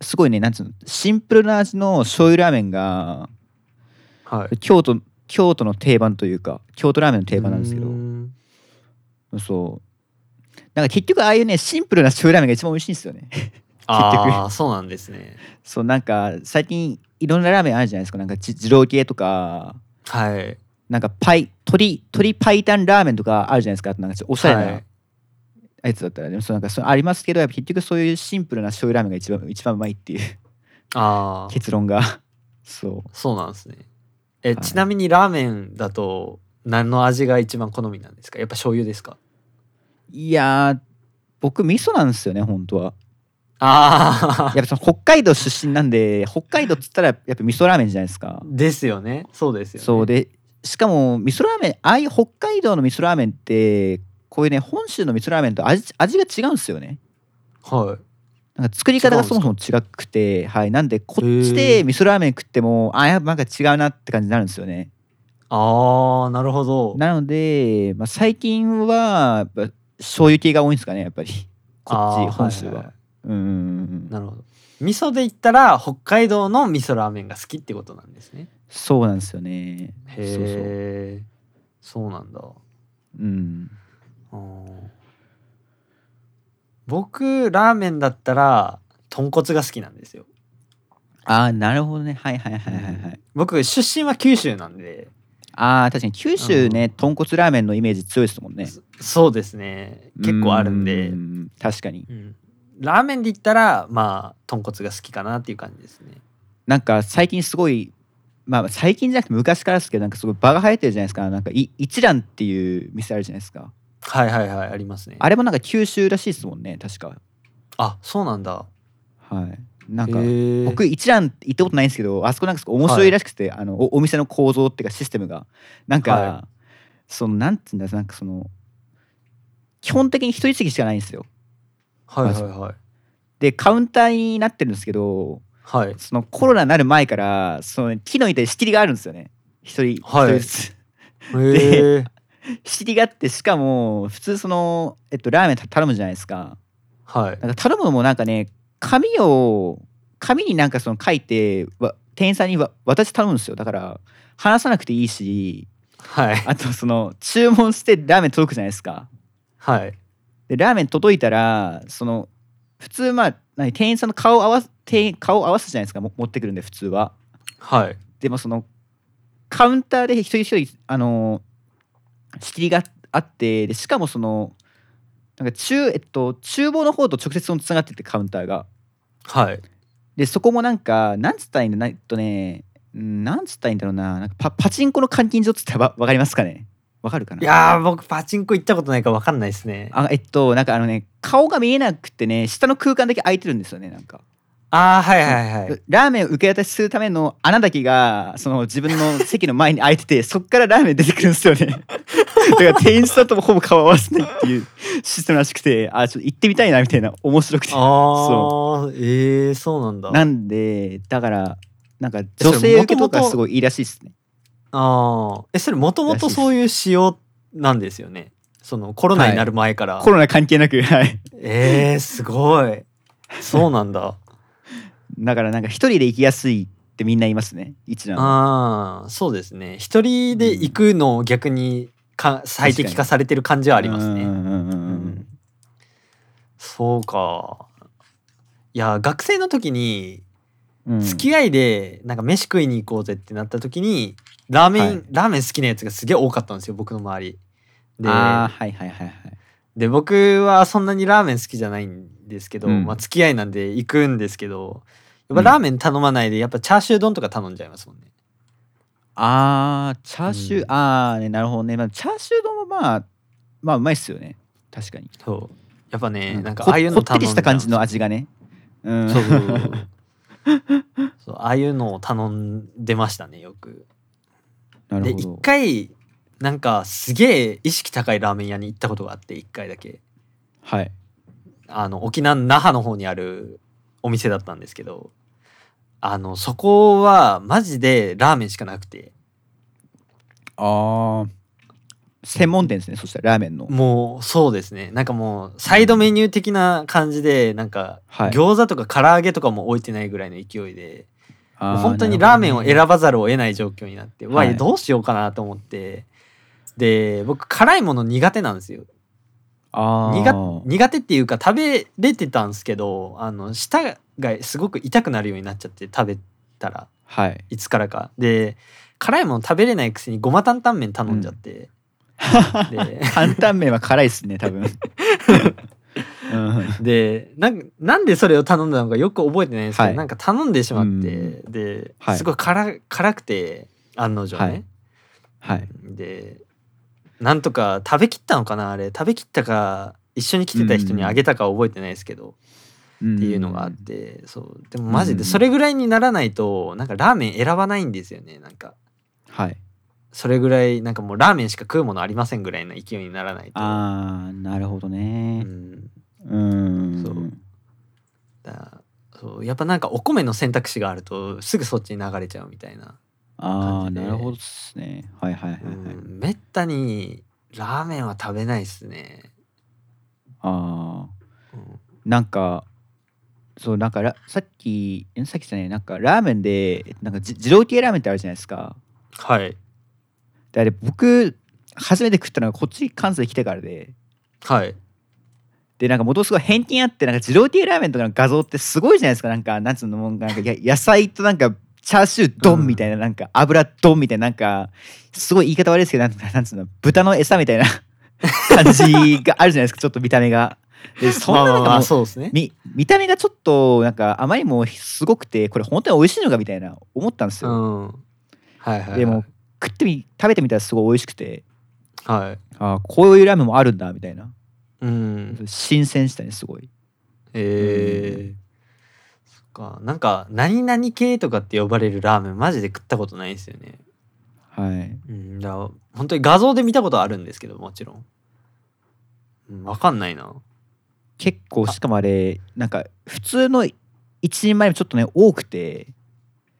Speaker 1: すごいね、なんつうの、シンプルな味の醤油ラーメンが、
Speaker 2: はい
Speaker 1: 京都、京都の定番というか、京都ラーメンの定番なんですけ
Speaker 2: うー
Speaker 1: ど、
Speaker 2: ん
Speaker 1: そう。なんか結局、ああいうね、シンプルな醤油ラーメンが一番美味しいんですよね。 [LAUGHS]
Speaker 2: ああそうなんですね
Speaker 1: そう、なんか最近、いろんなラーメンあるじゃないですか、なんかじ二郎系とか、
Speaker 2: はい
Speaker 1: なんかパイ、鶏、鶏パイタンラーメンとかあるじゃないですか、あとなんかちょっとおしゃれな。
Speaker 2: はい
Speaker 1: やつだったらねそうなんかそうありますけどやっぱ結局そういうシンプルな醤油ラーメンが一番一番うまいっていう
Speaker 2: ああ
Speaker 1: 結論がそう
Speaker 2: [LAUGHS] そうなんですね。え、
Speaker 1: はい
Speaker 2: ちなみにラーメンだと何の味が一番好みなんですかやっぱ醤油ですか
Speaker 1: いやー僕味噌なんですよね本当は
Speaker 2: ああ
Speaker 1: やっぱその北海道出身なんで北海道っつったらやっぱ味噌ラーメンじゃないですか。
Speaker 2: [LAUGHS] ですよねそうですよね
Speaker 1: そうでしかも味噌ラーメンああいう北海道の味噌ラーメンってこういうね本州の味噌ラーメンと味味が違うんですよね。
Speaker 2: は
Speaker 1: なんか作り方がそもそも違くてはいなんでこっち
Speaker 2: へ
Speaker 1: で
Speaker 2: ー
Speaker 1: 味噌ラーメン食ってもあやっぱなんか違うなって感じになるんですよね。
Speaker 2: いああなるほど
Speaker 1: なので、まあ、最近はやっぱ醤油系が多いんですかねやっぱりこ
Speaker 2: あ
Speaker 1: っ
Speaker 2: ー
Speaker 1: ち本州は。
Speaker 2: いいい
Speaker 1: うんうんうんうん
Speaker 2: なるほど味噌で言ったら北海道の味噌ラーメンが好きってことなんですね
Speaker 1: そうなんですよね。
Speaker 2: へ
Speaker 1: そうそう
Speaker 2: えそうなんだ
Speaker 1: うん
Speaker 2: うん僕ラーメンだったら豚骨が好きなんですよ
Speaker 1: ああなるほどねはいはいはいはいはい。
Speaker 2: 僕出身は九州なんで
Speaker 1: あー確かに九州ね、
Speaker 2: うん
Speaker 1: 豚骨ラーメンのイメージ強いですもんね
Speaker 2: そそうですね結構あるんで
Speaker 1: うーん確かに
Speaker 2: うんラーメンで言ったらまあ豚骨が好きかなっていう感じですね
Speaker 1: なんか最近すごいまあ最近じゃなくて昔からですけどなんかすごい場が流行ってるじゃないですかなんかい一蘭っていう店あるじゃないですか
Speaker 2: はいはいはいありますね
Speaker 1: あれもなんか九州らしいですもんね確か
Speaker 2: あそうなんだ
Speaker 1: はいなんか
Speaker 2: へー
Speaker 1: 僕一蘭行ったことないんですけどあそこなんかすごい面白いらしくて、あのおお店の構造っていうかシステムがなんか、
Speaker 2: は
Speaker 1: そのなんて言うんだなんかその基本的に一人席しかないんですよ
Speaker 2: はいはいはい
Speaker 1: でカウンターになってるんですけど
Speaker 2: はい
Speaker 1: そのコロナになる前からその木の板に仕切りがあるんですよね一人一
Speaker 2: はい
Speaker 1: 人ずつ [LAUGHS]
Speaker 2: へえ
Speaker 1: 仕切りがあってしかも普通その、えっと、ラーメン頼むじゃないですか
Speaker 2: はい
Speaker 1: なんか頼むのもなんかね紙を紙になんかその書いてわ店員さんにわ私頼むんですよだから話さなくていいし
Speaker 2: はい
Speaker 1: あとその注文してラーメン届くじゃないですか
Speaker 2: はい
Speaker 1: でラーメン届いたらその普通まあ何店員さんの顔を合わす店員顔を合わすじゃないですかも持ってくるんで普通は
Speaker 2: はい
Speaker 1: でもそのカウンターで一人一人あのー仕切りがあってでしかもそのなんか中えっと厨房の方と直接つながっててカウンターが
Speaker 2: はい
Speaker 1: でそこもなんかなんつったらいいんだなえっとねうんなんつったらいいんだろうななんかパパチンコの監禁所っつったらわわかりますかねわかるかない
Speaker 2: やー僕パチンコ行ったことないから分かんないですね
Speaker 1: あえっとなんかあのね顔が見えなくてね下の空間だけ空いてるんですよねなんか
Speaker 2: あーはいはいはい
Speaker 1: ラーメンを受け渡しするための穴だけがその自分の席の前に開いて
Speaker 2: [LAUGHS]
Speaker 1: てそっからラーメン出てくるんですよね [LAUGHS] だから店員さんともほぼ顔合わせないっていうシステムらしくてあちょっと行ってみたいなみたいな面白くて
Speaker 2: ああえー、そうなんだ
Speaker 1: なんでだからなんか
Speaker 2: それ
Speaker 1: 女性受けと
Speaker 2: 元
Speaker 1: か
Speaker 2: 々
Speaker 1: すごいいいらしいですね
Speaker 2: ああえそれもともとそういう仕様なんですよねそのコロナになる前から、
Speaker 1: コロナ関係なくはい
Speaker 2: えー、すごいそうなん [LAUGHS] だ
Speaker 1: だからなんか一人で行きやすいってみんな言いますね一覧は
Speaker 2: ああそうですね一人で行くのを逆にか最適化されてる感じはあります
Speaker 1: う
Speaker 2: ね
Speaker 1: んうんうんうんう
Speaker 2: うんんそうかいや学生の時に
Speaker 1: うん
Speaker 2: 付き合いでなんか飯食いに行こうぜってなった時にラーメン、
Speaker 1: はい
Speaker 2: ラーメン好きなやつがすげえ多かったんですよ僕の周りで
Speaker 1: あーはいはいはいはい
Speaker 2: で僕はそんなにラーメン好きじゃないんですけど、
Speaker 1: うん
Speaker 2: まあ付き合いなんで行くんですけど
Speaker 1: う
Speaker 2: やっぱ
Speaker 1: ん
Speaker 2: ラーメン頼まないでやっぱチャーシュー丼とか頼んじゃいますもんね、
Speaker 1: あーチャーシュー、
Speaker 2: うん
Speaker 1: あーねなるほどね、まあ、チャーシュー丼もまあまあうまいっすよね確かに、
Speaker 2: そうやっぱね、
Speaker 1: うん
Speaker 2: なんか
Speaker 1: こ
Speaker 2: ああいう
Speaker 1: こ
Speaker 2: の
Speaker 1: って
Speaker 2: 頼ん
Speaker 1: り
Speaker 2: じゃ
Speaker 1: し
Speaker 2: う
Speaker 1: た感じの味がねうん [LAUGHS]
Speaker 2: そうそうそうそうああいうのを頼んでましたねよく
Speaker 1: な
Speaker 2: で
Speaker 1: るほ
Speaker 2: 一
Speaker 1: ど
Speaker 2: 回なんかすげえ意識高いラーメン屋に行ったことがあって一回だけ
Speaker 1: はい
Speaker 2: あの沖縄の那覇の方にあるお店だったんですけどあのそこはマジでラーメンしかなくて
Speaker 1: あー専門店ですねそしたらラーメンの
Speaker 2: もうそうですねなんかもうサイドメニュー的な感じでなんか
Speaker 1: はい
Speaker 2: 餃子とか唐揚げとかも置いてないぐらいの勢いで、
Speaker 1: あー
Speaker 2: 本当にラ
Speaker 1: な
Speaker 2: ーメ
Speaker 1: る
Speaker 2: ン
Speaker 1: ほ
Speaker 2: を
Speaker 1: どね
Speaker 2: 選ばざるを得ない状況になって、
Speaker 1: は
Speaker 2: う
Speaker 1: い
Speaker 2: わどうしようかなと思ってで僕辛いもの苦手なんですよ
Speaker 1: あ
Speaker 2: 苦
Speaker 1: ー
Speaker 2: 苦手っていうか食べれてたんですけどあの舌がすごく痛くなるようになっちゃって食べたら
Speaker 1: はい [LAUGHS]
Speaker 2: いつからかで辛いもの食べれないくせにごま担々麺頼んじゃって、で
Speaker 1: 担々麺は辛いっすね多
Speaker 2: [LAUGHS]
Speaker 1: 分うん [LAUGHS]
Speaker 2: でなんなんでそれを頼んだのかよく覚えてないんですけど、
Speaker 1: はい
Speaker 2: なんか頼んでしまって、
Speaker 1: う
Speaker 2: で、
Speaker 1: はい
Speaker 2: すごい辛辛くて案の定ね、
Speaker 1: はいはい
Speaker 2: でなんとか食べきったのかなあれ食べきったか一緒に来てた人にあげたかは覚えてないですけ
Speaker 1: っ
Speaker 2: ど、
Speaker 1: て
Speaker 2: ていうのがあって、そうでもマジでそれぐらいにならないとなんかラーメン選ばないんですよねなんか
Speaker 1: はい
Speaker 2: それぐらいなんかもうラーメンしか食うものありませんぐらいの勢いにならないと
Speaker 1: あーなるほど
Speaker 2: う
Speaker 1: ね
Speaker 2: ん、
Speaker 1: うん
Speaker 2: そうだそうやっぱなんかお米の選択肢があるとすぐそっちに流れちゃうみたいな、
Speaker 1: ああ
Speaker 2: 感じで
Speaker 1: なるほどっすねはいはいはいうはい、
Speaker 2: ん、めったにラーメンは食べないですね、
Speaker 1: ああ
Speaker 2: うん
Speaker 1: なんかそうなんからさっきんさっきじゃないなんかラーメンでなんかじ自動系ラーメンってあるじゃないですか
Speaker 2: はい
Speaker 1: であれ僕初めて食ったのがこっち関西来てからで
Speaker 2: はい
Speaker 1: でなんか元すごい偏見あってなんか自動系ラーメンとかの画像ってすごいじゃないですかなんかなんつうのもうなんかや [LAUGHS] 野菜となんかチャーシュー丼みたいな、なんか油丼みたいななんかすごい言い方悪いですけどなんかなんつうの豚の餌みたいな [LAUGHS] 感じがあるじゃないですかちょっと見た目が。でそんな
Speaker 2: まあ
Speaker 1: 中
Speaker 2: まあま
Speaker 1: も
Speaker 2: あ
Speaker 1: う
Speaker 2: そうですね
Speaker 1: み見た目がちょっとなんかあまりにもすごくてこれ本当に美味しいのかみたいな思ったんです
Speaker 2: う
Speaker 1: よ、
Speaker 2: んはいはいはい
Speaker 1: でも食ってみ食べてみたらすごい美味しくて
Speaker 2: はい
Speaker 1: ああこういうラーメンもあるんだみたいな
Speaker 2: うん
Speaker 1: 新鮮したねすごい
Speaker 2: えーそっかなんか何々系とかって呼ばれるラーメンマジで食ったことないんですよね
Speaker 1: はい
Speaker 2: うんだから本当に画像で見たことはあるんですけどもちろん、うん、わかんないな
Speaker 1: 結構しかもあれなんか普通の一人前もちょっとね多くて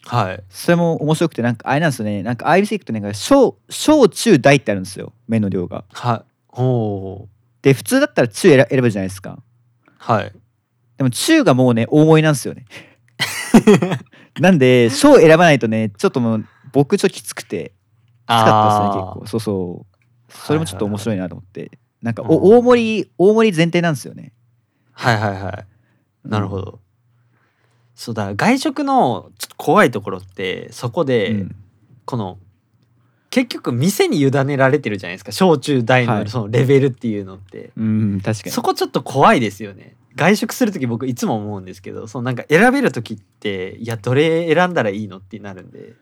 Speaker 2: はい
Speaker 1: それも面白くてなんかあれなんですよねなんか IBC ってなんか小小中大ってあるんですよ麺の量が
Speaker 2: はいおー
Speaker 1: で普通だったら中選選ぶじゃないですか
Speaker 2: はい
Speaker 1: でも中がもうね大盛りなんです
Speaker 2: [LAUGHS]
Speaker 1: よねなんで小選ばないとねちょっともう僕ちょっときつくてきつかったですね
Speaker 2: あー
Speaker 1: 結構そうそうそれもちょっと面白いなと思って、なんか
Speaker 2: うん
Speaker 1: お大盛り大盛り前提なんですよね、
Speaker 2: はいはいはいなるほ
Speaker 1: ど、
Speaker 2: ど、そうだ外食のちょっと怖いところってそこで、
Speaker 1: うん
Speaker 2: この結局店に委ねられてるじゃないですか小中大
Speaker 1: は
Speaker 2: の
Speaker 1: い
Speaker 2: そのレベルっていうのって、
Speaker 1: うん、確かに
Speaker 2: そこちょっと怖いですよね外食する時僕いつも思うんですけどそのなんか選べる時っていやどれ選んだらいいのってなるんで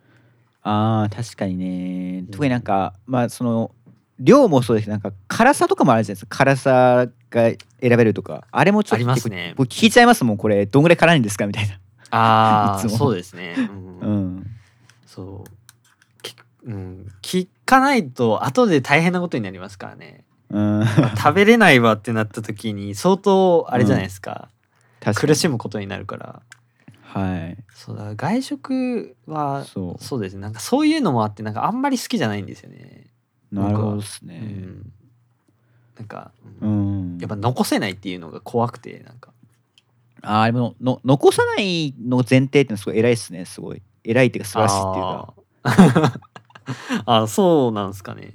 Speaker 1: あー確かにね
Speaker 2: うん
Speaker 1: 特になんか、まあその量もそうですけどなんか辛さとかもあるじゃないですか辛さが選べるとかあれもちょっと
Speaker 2: ありますね
Speaker 1: 僕聞いちゃいますもんこれどんぐらい辛いんですかみたいな
Speaker 2: ああ
Speaker 1: いつも
Speaker 2: そうですね、うん
Speaker 1: うん
Speaker 2: そうきうん、聞かないと後で大変なことになりますからね
Speaker 1: うん、
Speaker 2: 食べれないわってなった時に相当あれじゃないですか、
Speaker 1: [LAUGHS] 確か
Speaker 2: 苦
Speaker 1: に
Speaker 2: しむことになるから
Speaker 1: はい
Speaker 2: そうだ外食は
Speaker 1: そう
Speaker 2: そうですねなんかそういうのもあってなんかあんまり好きじゃないんですよね、
Speaker 1: なるほどっすね
Speaker 2: う。ん、なんか、う
Speaker 1: うんん。
Speaker 2: やっぱ残せないっていうのが怖くてなんか
Speaker 1: あーでもの残さないの前提ってのはすごい偉いっすね。すごい偉いっていうか素晴らしいっていうか。
Speaker 2: あー [LAUGHS] あそうなんですかね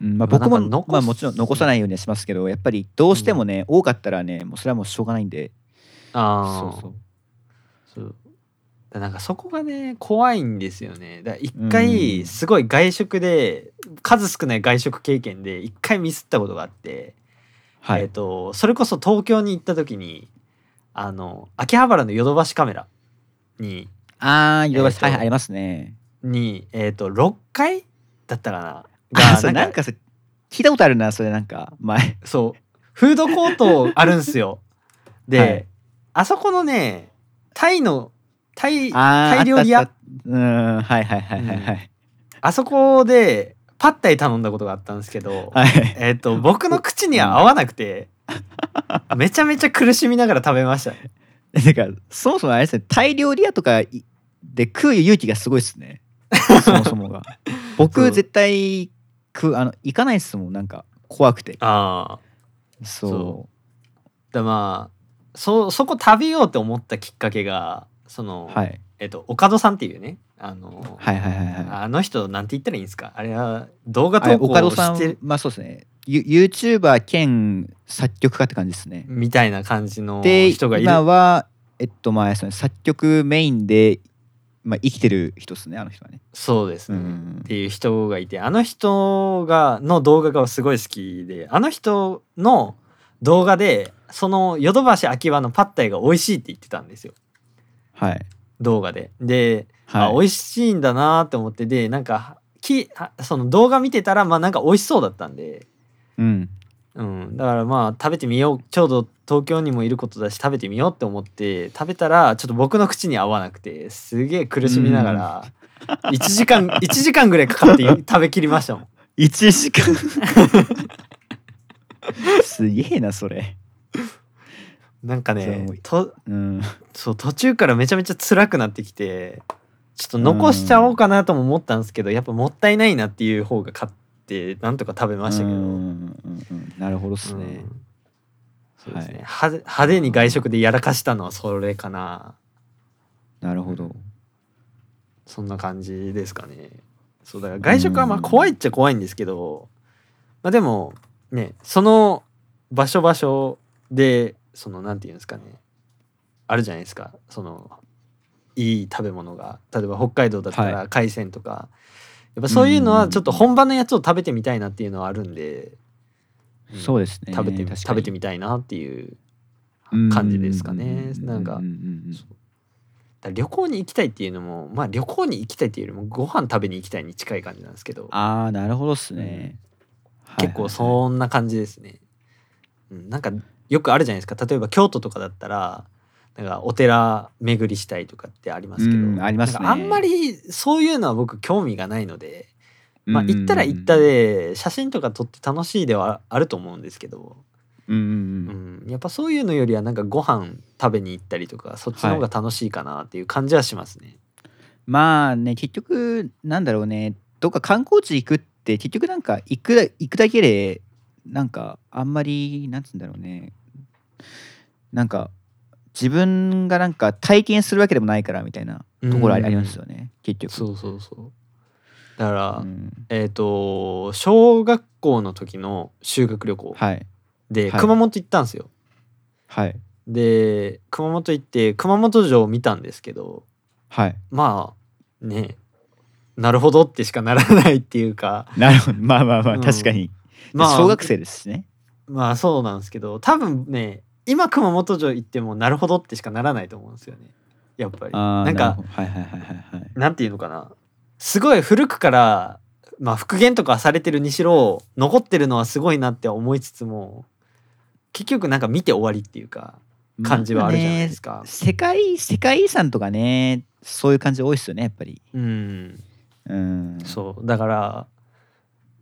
Speaker 1: うんまあ
Speaker 2: まあ
Speaker 1: 僕も
Speaker 2: なんか残す
Speaker 1: まあもちろん残さないようにはしますけど、やっぱりどうしてもね、多かったらね、もうそれはもうしょうがないんで。
Speaker 2: ああ
Speaker 1: そうそう。
Speaker 2: そうだなんかそこがね怖いんですよねだから一
Speaker 1: う
Speaker 2: 回
Speaker 1: ん
Speaker 2: すごい外食で、数少ない外食経験で一回ミスったことがあって、
Speaker 1: は
Speaker 2: えっ
Speaker 1: い。
Speaker 2: とそれこそ東京に行った時にあの秋葉原のヨドバシカメラに
Speaker 1: ああ、ヨドバシ
Speaker 2: えーと
Speaker 1: はいはいありますね。
Speaker 2: に、えっと6階だったかな
Speaker 1: [LAUGHS] あー
Speaker 2: が
Speaker 1: それなんかさ聞いたことあるな、それなんか前。
Speaker 2: そうフードコートあるんすよで、
Speaker 1: はい
Speaker 2: あそこのねタイのタイあ
Speaker 1: [LAUGHS] ああ、
Speaker 2: タイ料理
Speaker 1: あっ
Speaker 2: 屋
Speaker 1: たあったうん、はいはいはいはいはい。
Speaker 2: そこでパッタイ頼んだことがあったんですけ
Speaker 1: [LAUGHS]
Speaker 2: ど、
Speaker 1: はい。
Speaker 2: えっと僕の口には合わなくてめちゃめちゃ苦しみながら食べましたね
Speaker 1: てかそもそもあれですねタイ料理屋とかいで食う勇気がすごいっす [LAUGHS] ねそもそもが
Speaker 2: そ
Speaker 1: 僕
Speaker 2: う
Speaker 1: 絶対食うあの行かないっすもんなんか怖くて
Speaker 2: ああ
Speaker 1: そう
Speaker 2: そだまあそそこ食べようって思ったきっかけがその、
Speaker 1: はい、
Speaker 2: えっと岡戸さんっていうねあの、
Speaker 1: はいはいはいはい
Speaker 2: あの人なんて言ったらいいんですかあれは動画
Speaker 1: あれ
Speaker 2: 投稿
Speaker 1: 岡戸さ
Speaker 2: して
Speaker 1: んまあそうですねユ YouTuber 兼作曲家って感じですね
Speaker 2: みたいな感じの
Speaker 1: で
Speaker 2: 人がいる
Speaker 1: 今はえっとまあその作曲メインで、まあ、生きてる人っすねあの人はね
Speaker 2: そうですね、
Speaker 1: うん
Speaker 2: っていう人がいてあの人がの動画がすごい好きであの人の動画でそのヨドバシ秋葉のパッタイが美味しいって言ってたんですよ
Speaker 1: はい
Speaker 2: 動画で。で、
Speaker 1: はい
Speaker 2: あ美味しいんだなって思って [LAUGHS] でなんかきあその動画見てたらまあなんか美味しそうだったんで
Speaker 1: うん
Speaker 2: うん、だからまあ食べてみようちょうど東京にもいることだし食べてみようって思って食べたらちょっと僕の口に合わなくてすげえ苦しみながら1時間1時間ぐらいか
Speaker 1: [LAUGHS]
Speaker 2: かって食べきりましたもん
Speaker 1: 1時間すげえなそれ
Speaker 2: なんかね
Speaker 1: そう
Speaker 2: と
Speaker 1: うん
Speaker 2: そう途中からめちゃめちゃ辛くなってきてちょっと残しちゃおうかなとも思ったんですけどやっぱもったいないなっていう方が勝ってなんとか食べましたけど、
Speaker 1: うん
Speaker 2: うん
Speaker 1: うんうんなるほどっすね、
Speaker 2: そうですね
Speaker 1: はい
Speaker 2: 派手派手に外食でやらかしたのはそれかな
Speaker 1: なるほど
Speaker 2: そんな感じですかね。そうだから外食はまあ怖いっちゃ怖いんですけど、まあでもねその場所場所でそのなんていうんですかねあるじゃないですかそのいい食べ物が例えば北海道だった
Speaker 1: は
Speaker 2: ら海鮮とか、やっぱそういうの
Speaker 1: うんうんう
Speaker 2: は
Speaker 1: ん
Speaker 2: ちょっと本場のやつを食べてみたいなっていうのはあるんで、
Speaker 1: そう
Speaker 2: う
Speaker 1: ですね
Speaker 2: ん食べてみ食べて
Speaker 1: み
Speaker 2: みたいなっていう感じですかねなんかそうだから旅行に行きたいっていうのもまあ旅行に行きたいっていうよりもご飯食べに行きたいに近い感じなんですけど
Speaker 1: ああなるほどっすね、はい
Speaker 2: 結構
Speaker 1: はいはい
Speaker 2: そんな感じですね、うん、なんかよくあるじゃないですか例えば京都とかだったらなんかお寺巡りしたいとかってありますけど、
Speaker 1: うんありますね
Speaker 2: なんかあんまりそういうのは僕興味がないので、まあ、
Speaker 1: うんうんうん
Speaker 2: 行ったら行ったで写真とか撮って楽しいではあると思うんですけど、
Speaker 1: うんう
Speaker 2: うんん、やっぱそういうのよりはなんかご飯食べに行ったりとかそっちの方が楽しいかなっていう感じはしますね。
Speaker 1: まあね結局なんだろうねどっか観光地行くって結局なんか行くだ行くだけでなんかあんまりなんつうんだろうねなんか自分がなんか体験するわけでもないからみたいなところありありますよね結局
Speaker 2: そうそうそうだから、
Speaker 1: うん
Speaker 2: えっ、と小学校の時の修学旅行
Speaker 1: はい
Speaker 2: で、
Speaker 1: はい
Speaker 2: 熊本行ったんですよ
Speaker 1: はい
Speaker 2: で熊本行って熊本城を見たんですけど
Speaker 1: はい
Speaker 2: まあねなるほどってしかならないっていうか
Speaker 1: なるほど [LAUGHS] まあまあまあ
Speaker 2: うん
Speaker 1: 確かに、
Speaker 2: まあ
Speaker 1: 小学生ですしね
Speaker 2: まあそうなんですけど多分ね今熊本城行ってもなるほどってしかならないと思うんですよねやっぱり
Speaker 1: あー
Speaker 2: なんか
Speaker 1: るほどはいはいはいはいはい
Speaker 2: なんていうのかなすごい古くから、まあ、復元とかされてるにしろ残ってるのはすごいなって思いつつも結局なんか見て終わりっていうか感じはあるじゃないですか。
Speaker 1: 世界世界遺産とかねそういう感じ多いっすよねやっぱり
Speaker 2: うん、
Speaker 1: うん
Speaker 2: そうだから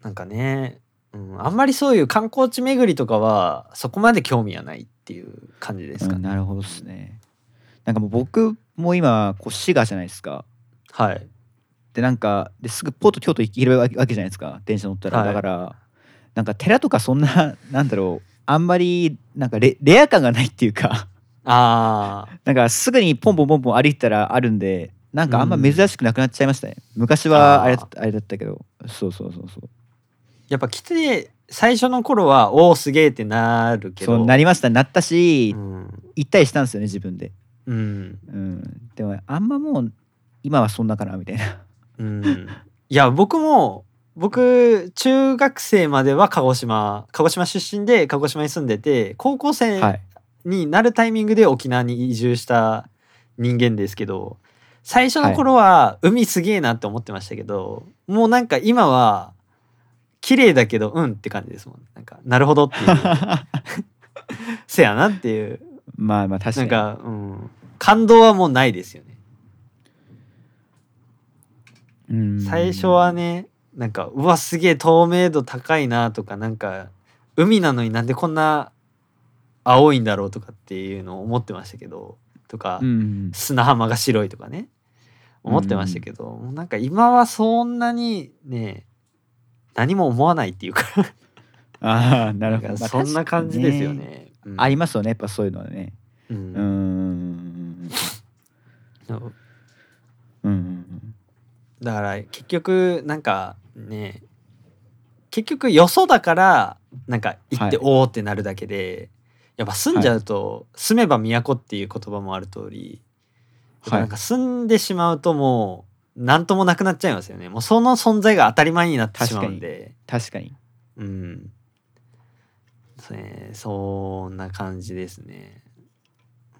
Speaker 2: なんかね、うん、あんまりそういう観光地巡りとかはそこまで興味はないっていう感じですか
Speaker 1: うん
Speaker 2: ね。
Speaker 1: なるほどですねなんかもう僕も今こう滋賀じゃないですか
Speaker 2: はい、
Speaker 1: でなんかですぐポッと京都行けるわけわけじゃないですか電車乗ったら、
Speaker 2: は
Speaker 1: だ
Speaker 2: い
Speaker 1: からなんか寺とかそんな [LAUGHS] なんだろうあんまりなんかレレア感がないっていうか [LAUGHS]
Speaker 2: あー
Speaker 1: なんかすぐにポンポンポンポン歩いてたらあるんでなんかあんま
Speaker 2: うん
Speaker 1: 珍しくなくなっちゃいましたね、昔は
Speaker 2: あ
Speaker 1: あ
Speaker 2: ー
Speaker 1: れだったあれだったけどそうそうそうそう
Speaker 2: やっぱ来て最初の頃はおおすげえってなるけど
Speaker 1: そうなりましたなったし、
Speaker 2: うん
Speaker 1: 行ったりしたんですよね自分で、
Speaker 2: うん、
Speaker 1: うん、でもあんまもう今はそんなかなみたい
Speaker 2: [LAUGHS]
Speaker 1: な
Speaker 2: うんいや僕も僕中学生までは鹿児島鹿児島出身で鹿児島に住んでて高校
Speaker 1: は
Speaker 2: 生
Speaker 1: い
Speaker 2: になるタイミングで沖縄に移住した人間ですけど最初の頃は海すげえなって思ってましたけど、もうなんか今は綺麗だけどうんって感じですもんなんかなるほどっ
Speaker 1: [LAUGHS]
Speaker 2: ていうせやなっていう
Speaker 1: まあまあ確かに
Speaker 2: なんか、うん、感動はもうないですよね
Speaker 1: うん
Speaker 2: 最初はねなんかうわすげえ透明度高いなとかなんか海なのになんでこんな青いんだろうとかっていうのを思ってましたけどとか、
Speaker 1: うん
Speaker 2: 砂浜が白いとかね思ってましたけど、もうなんか今はそんなにね何も思わないっていうか
Speaker 1: ああな
Speaker 2: な
Speaker 1: る
Speaker 2: ん
Speaker 1: ほど、
Speaker 2: か
Speaker 1: まあ
Speaker 2: そんな感じですよね。
Speaker 1: 確かに
Speaker 2: うん
Speaker 1: ありますよねやっぱそういうのはね
Speaker 2: う
Speaker 1: うんーんうんうん
Speaker 2: だから結局なんかね結局よそだからなんか行って
Speaker 1: はい
Speaker 2: おおってなるだけで、やっぱ住んじゃうと、住めば都っていう言葉もある通り、やっ
Speaker 1: は
Speaker 2: ぱ
Speaker 1: い
Speaker 2: なんか住んでしまうともう何ともなくなっちゃいますよねもうその存在が当たり前になってしまうんで
Speaker 1: 確かに
Speaker 2: うんそうねそんな感じですね、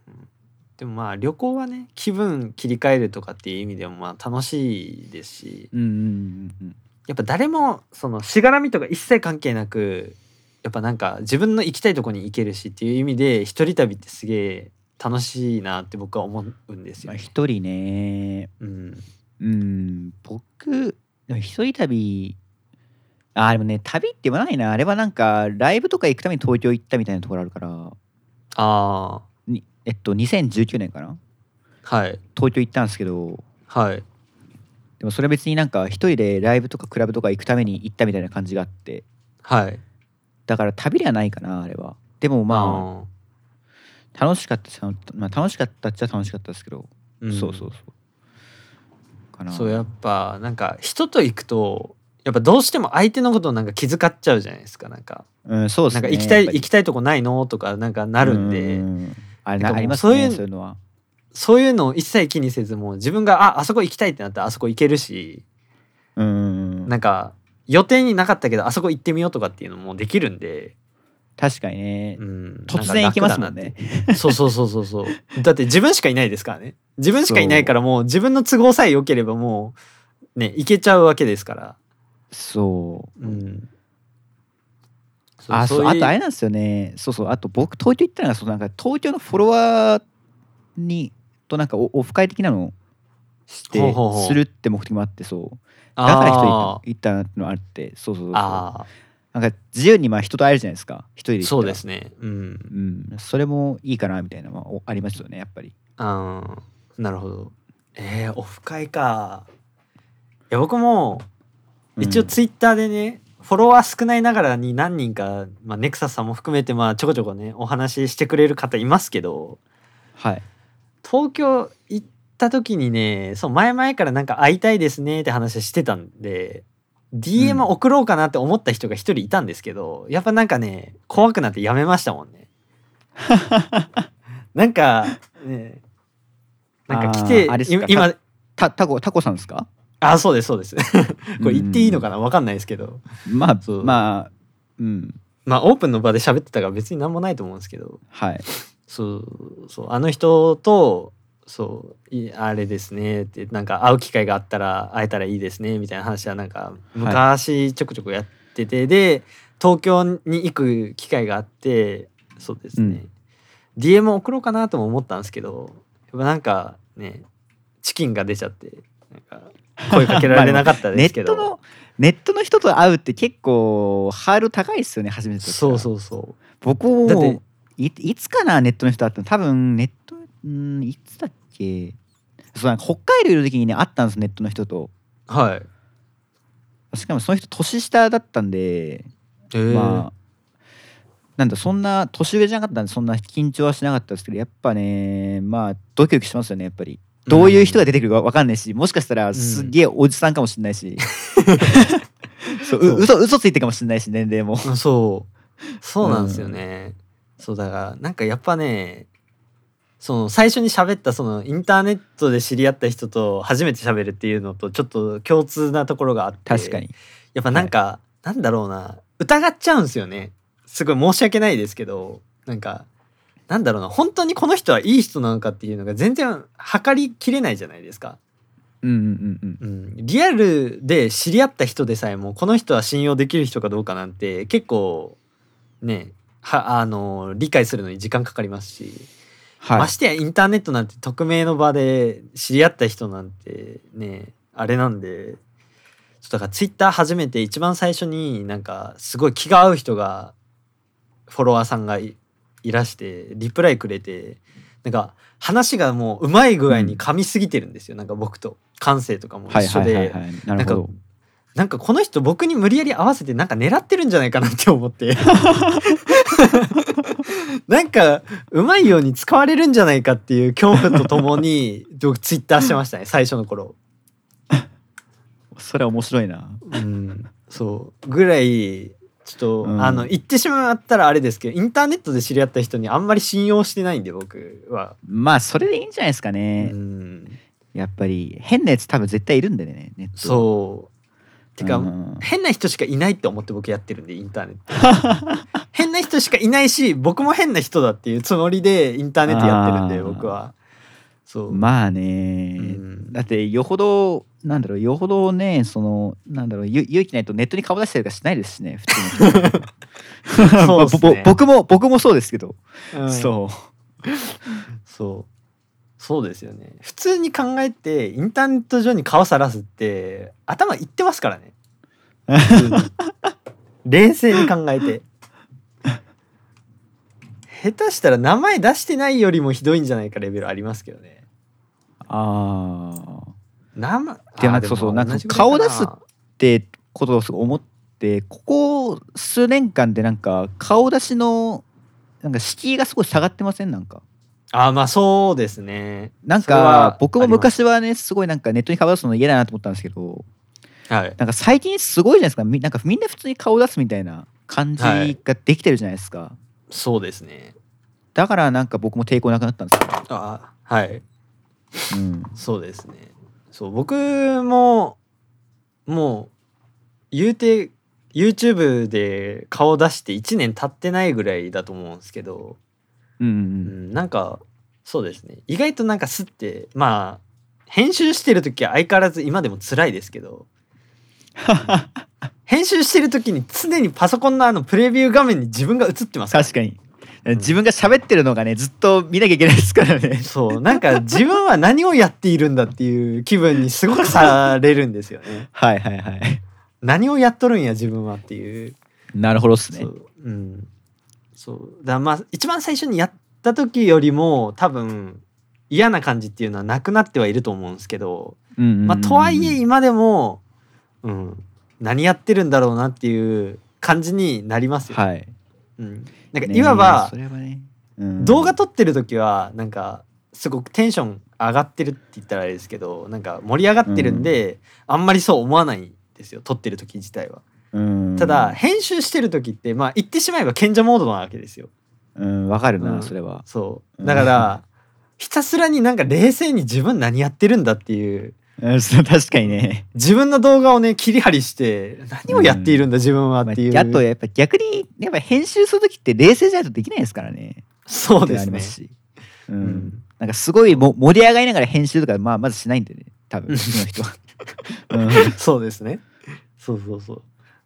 Speaker 2: うんでもまあ旅行はね気分切り替えるとかっていう意味でもまあ楽しいですし
Speaker 1: うんうんうんうん
Speaker 2: やっぱ誰もそのしがらみとか一切関係なくややっぱなんか自分の行きたいとこに行けるしっていう意味で一人旅ってすげえ楽しいなって僕は思うんです
Speaker 1: まあ
Speaker 2: よね、
Speaker 1: 一人ね
Speaker 2: うん、
Speaker 1: うん僕でも一人旅あでもね旅って言わないなあれはなんかライブとか行くために東京行ったみたいなところあるから
Speaker 2: あ
Speaker 1: にえっと2019年かな
Speaker 2: あはい
Speaker 1: 東京行ったんですけど
Speaker 2: はい
Speaker 1: でもそれは別になんか一人でライブとかクラブとか行くために行ったみたいな感じがあって
Speaker 2: はい
Speaker 1: だから旅ではないかなあれはでもま
Speaker 2: あ
Speaker 1: あ楽しかったし、まあ、楽しかったっちゃ楽しかったですけど、
Speaker 2: ーん
Speaker 1: そうそうそうかな
Speaker 2: そうやっぱなんか人と行くとやっぱどうしても相手のことをなんか気遣っちゃうじゃないですかなんか
Speaker 1: うんそうですね
Speaker 2: なんか行きた
Speaker 1: や
Speaker 2: い
Speaker 1: っぱり
Speaker 2: 行きたいとこないのとかなんかなるんで
Speaker 1: ううんあれ
Speaker 2: な
Speaker 1: な
Speaker 2: んかもう
Speaker 1: あります
Speaker 2: そうい
Speaker 1: ね
Speaker 2: う
Speaker 1: そういうのは
Speaker 2: そういうのを一切気にせずもう自分がああそこ行きたいってなったらあそこ行けるし
Speaker 1: うん
Speaker 2: なんか予定になかったけどあそこ行ってみようとかっていうのもできるんで、
Speaker 1: 確かにね
Speaker 2: うん、
Speaker 1: 突然行けますもんね
Speaker 2: なんか楽だなっていうそうそうそうそうそうだって自分しかいないですからね自分しかいないからもう自分の都合さえ良ければもうね行けちゃうわけですから
Speaker 1: そう
Speaker 2: うんそう
Speaker 1: あそう
Speaker 2: そう
Speaker 1: あ
Speaker 2: いう
Speaker 1: とあれなんですよねそうそうあと僕東京行ったのがそうなんか東京のフォロワーにとなんかオオフ会的なのをして
Speaker 2: ほうほうほう
Speaker 1: するって目的もあってそうだから
Speaker 2: あ
Speaker 1: 人
Speaker 2: ー
Speaker 1: 行ったなってのあってそうそうそうそう
Speaker 2: あ
Speaker 1: なんか自由にまあ人と会えるじゃないですか一人で行
Speaker 2: ー
Speaker 1: ったら
Speaker 2: そうですねうん
Speaker 1: うんそれもいいかなみたいなのはおありますよねやっぱり
Speaker 2: あーなるほどえー、オフ会かいや僕も一応
Speaker 1: うん
Speaker 2: ツイッターでね、フォロワー少ないながらに何人か、まあ、ネクサスさんも含めてまあちょこちょこねお話ししてくれる方いますけど
Speaker 1: はい
Speaker 2: 東京行った時にねそう前々からなんか会いたいですねって話してたんで DM 送ろうかなって思った人が一人いたんですけど、やっぱなんかね怖くなってやめましたも
Speaker 1: [LAUGHS]
Speaker 2: んね。なんかねなんか来て
Speaker 1: あーあれっすか
Speaker 2: い今
Speaker 1: たタコタコさんですか
Speaker 2: あそうで
Speaker 1: [LAUGHS]
Speaker 2: すそうですこれ言っていいのかなわかんないですけど
Speaker 1: まあ
Speaker 2: そう
Speaker 1: まあうん
Speaker 2: まあオープンの場で喋ってたから別に何もないと思うんですけど
Speaker 1: はい
Speaker 2: そうそうあの人とそういあれですねってなんか会う機会があったら会えたらいいですねみたいな話はなんか昔ちょくちょくやってて、で東京に行く機会があってそうですね、DM 送ろうかなとも思ったんですけどやっぱなんかねチキンが出ちゃってなんか声かけられなかった
Speaker 1: ネ
Speaker 2: ですけ
Speaker 1: ッ [LAUGHS]
Speaker 2: ど
Speaker 1: トのネットの人と会うって結構ハードル高いですよね初めて
Speaker 2: そう
Speaker 1: う
Speaker 2: そうそう
Speaker 1: 僕も
Speaker 2: だって
Speaker 1: いいつかなネットの人会ったの多分ネットうんいつだっけそうなんか北海道いる時にね会ったんですネットの人と
Speaker 2: はい
Speaker 1: しかもその人年下だったんで、
Speaker 2: えー
Speaker 1: まあなんだそんな年上じゃなかったんでそんな緊張はしなかったですけどやっぱねまあドキドキしますよねやっぱりどういう人が出てくるかわかんないし、もしかしたらすっげえおじさんかもしれない
Speaker 2: [LAUGHS]
Speaker 1: し、そうう嘘嘘ついてるかもしれないし年齢も
Speaker 2: うんそうそうなんですよね、そうだからなんかやっぱねその最初に喋ったそのインターネットで知り合った人と初めて喋るっていうのとちょっと共通なところがあって
Speaker 1: 確かに、
Speaker 2: やっぱなんか、なんだろうな疑っちゃうんですよねすごい申し訳ないですけどなんかなんだろうな本当にこの人はいい人なのかっていうのが全然測りきれないじゃないですか。
Speaker 1: うんうんうん
Speaker 2: うん、リアルで知り合った人でさえもこの人は信用できる人かどうかなんて結構ねはあの理解するのに時間かかりますし、
Speaker 1: はい
Speaker 2: ましてやインターネットなんて匿名の場で知り合った人なんてねあれなんでちょっとだからツイッター初めて一番最初になんかすごい気が合う人がフォロワーさんがいいらしてリプライくれてなんか話がもううまい具合に噛みすぎてるんですよ、なんか僕と感性とかも
Speaker 1: はい
Speaker 2: 一緒
Speaker 1: はいはい
Speaker 2: で
Speaker 1: はいな
Speaker 2: な
Speaker 1: る
Speaker 2: ん
Speaker 1: ほ
Speaker 2: か
Speaker 1: ど
Speaker 2: なんかこの人僕に無理やり合わせてなんか狙ってるんじゃないかなって思って [LAUGHS] なんかうまいように使われるんじゃないかっていう恐怖とともに僕ツイッターしてましたね最初の頃
Speaker 1: それは面白いな
Speaker 2: うんそうぐらいちょっと、
Speaker 1: うん
Speaker 2: あの言ってしまったらあれですけどインターネットで知り合った人にあんまり信用してないんで僕は、
Speaker 1: まあそれでいいんじゃないですか
Speaker 2: う
Speaker 1: ね、
Speaker 2: ん、
Speaker 1: やっぱり変なやつ多分絶対いるんでねネットう
Speaker 2: そうてか、
Speaker 1: ん
Speaker 2: 変な人しかいないって思って僕やってるんでインターネット変な人しかいないし僕も変な人だっていうつもりでインターネットやってるん
Speaker 1: あ
Speaker 2: で
Speaker 1: ー
Speaker 2: 僕はそう、
Speaker 1: まあ
Speaker 2: う
Speaker 1: ね、
Speaker 2: ん
Speaker 1: だってよほどなんだろうよほどねそのなんだろうゆ勇気ないとネットに顔出したりとかしないですしね普通の人
Speaker 2: [LAUGHS] そうっすね
Speaker 1: ぼぼ僕も僕もそうですけど、
Speaker 2: うん
Speaker 1: そう
Speaker 2: そうそうですよね普通に考えてインターネット上に顔さらすって頭いってますからね普
Speaker 1: [LAUGHS]
Speaker 2: 通に冷静に考えて下手したら名前出してないよりもひどいんじゃないかレベルありますけどね
Speaker 1: ああ
Speaker 2: 名前
Speaker 1: いや
Speaker 2: あ
Speaker 1: な
Speaker 2: ー
Speaker 1: んか
Speaker 2: も
Speaker 1: そうそうなんか
Speaker 2: 同じぐらい
Speaker 1: 顔出すってことをすごい思ってここ数年間でなんか顔出しのなんか敷居がすごい下がってませんなんか
Speaker 2: あーまあそうですね
Speaker 1: なん
Speaker 2: それは
Speaker 1: か僕も昔はねすごいなんかネットに顔出すの嫌だなと思ったんですけど
Speaker 2: はい
Speaker 1: なんか最近すごいじゃないですかみなんかみんな普通に顔出すみたいな感じができてるじゃないですか、
Speaker 2: そうですね
Speaker 1: だからなんか僕も抵抗なくなったんですよ
Speaker 2: あーはい
Speaker 1: うん
Speaker 2: そうですね。そう僕ももう言うて YouTube で顔出して1年経ってないぐらいだと思うんですけど、
Speaker 1: う
Speaker 2: うんん、なんかそうですね意外となんかすってまあ編集してる時は相変わらず今でも辛いですけど編集してる時に常にパソコンのあのプレビュー画面に自分が映ってますから
Speaker 1: 確かに自分が喋ってるのがねずっと見なきゃいけないですからね [LAUGHS]
Speaker 2: そうなんか自分は何をやっているんだっていう気分にすごくされるんですよね。
Speaker 1: はいはいはい
Speaker 2: 何をやっとるんや自分はっていう
Speaker 1: なるほどっす
Speaker 2: そ
Speaker 1: ね
Speaker 2: う,、うん、そうだからまあ一番最初にやった時よりも多分嫌な感じっていうのはなくなってはいると思うんですけど、
Speaker 1: うんうんうん
Speaker 2: まあ、とはいえ今でも、うん、何やってるんだろうなっていう感じになりますよ、
Speaker 1: はい
Speaker 2: うん、なんか
Speaker 1: ね
Speaker 2: いわば
Speaker 1: それはねうん
Speaker 2: 動画撮ってる時はなんかすごくテンション上がってるって言ったらあれですけどなんか盛り上がってるんで、あんまりそう思わないんですよ撮ってる時自体は。
Speaker 1: うん
Speaker 2: ただ編集してる時ってまあ言ってしまえば賢者モードなわけですよ
Speaker 1: うんわかる
Speaker 2: うん
Speaker 1: なそれは
Speaker 2: そう
Speaker 1: うん
Speaker 2: だから、ひたすらになんか冷静に自分何やってるんだっていう
Speaker 1: うんそう確かにね
Speaker 2: 自分の動画をね切り張りして何をやっているんだ自分は
Speaker 1: あ
Speaker 2: っていう、
Speaker 1: あとやっぱ逆にやっぱ編集する時って冷静じゃないとできないですからね
Speaker 2: そうです
Speaker 1: ってのありま
Speaker 2: ね
Speaker 1: すしう
Speaker 2: うんん
Speaker 1: なんかすごいも盛り上がりながら編集とか、まあ、まずしないんでね多
Speaker 2: [LAUGHS] うん
Speaker 1: 分その人は。うん
Speaker 2: そうですねそうそうそう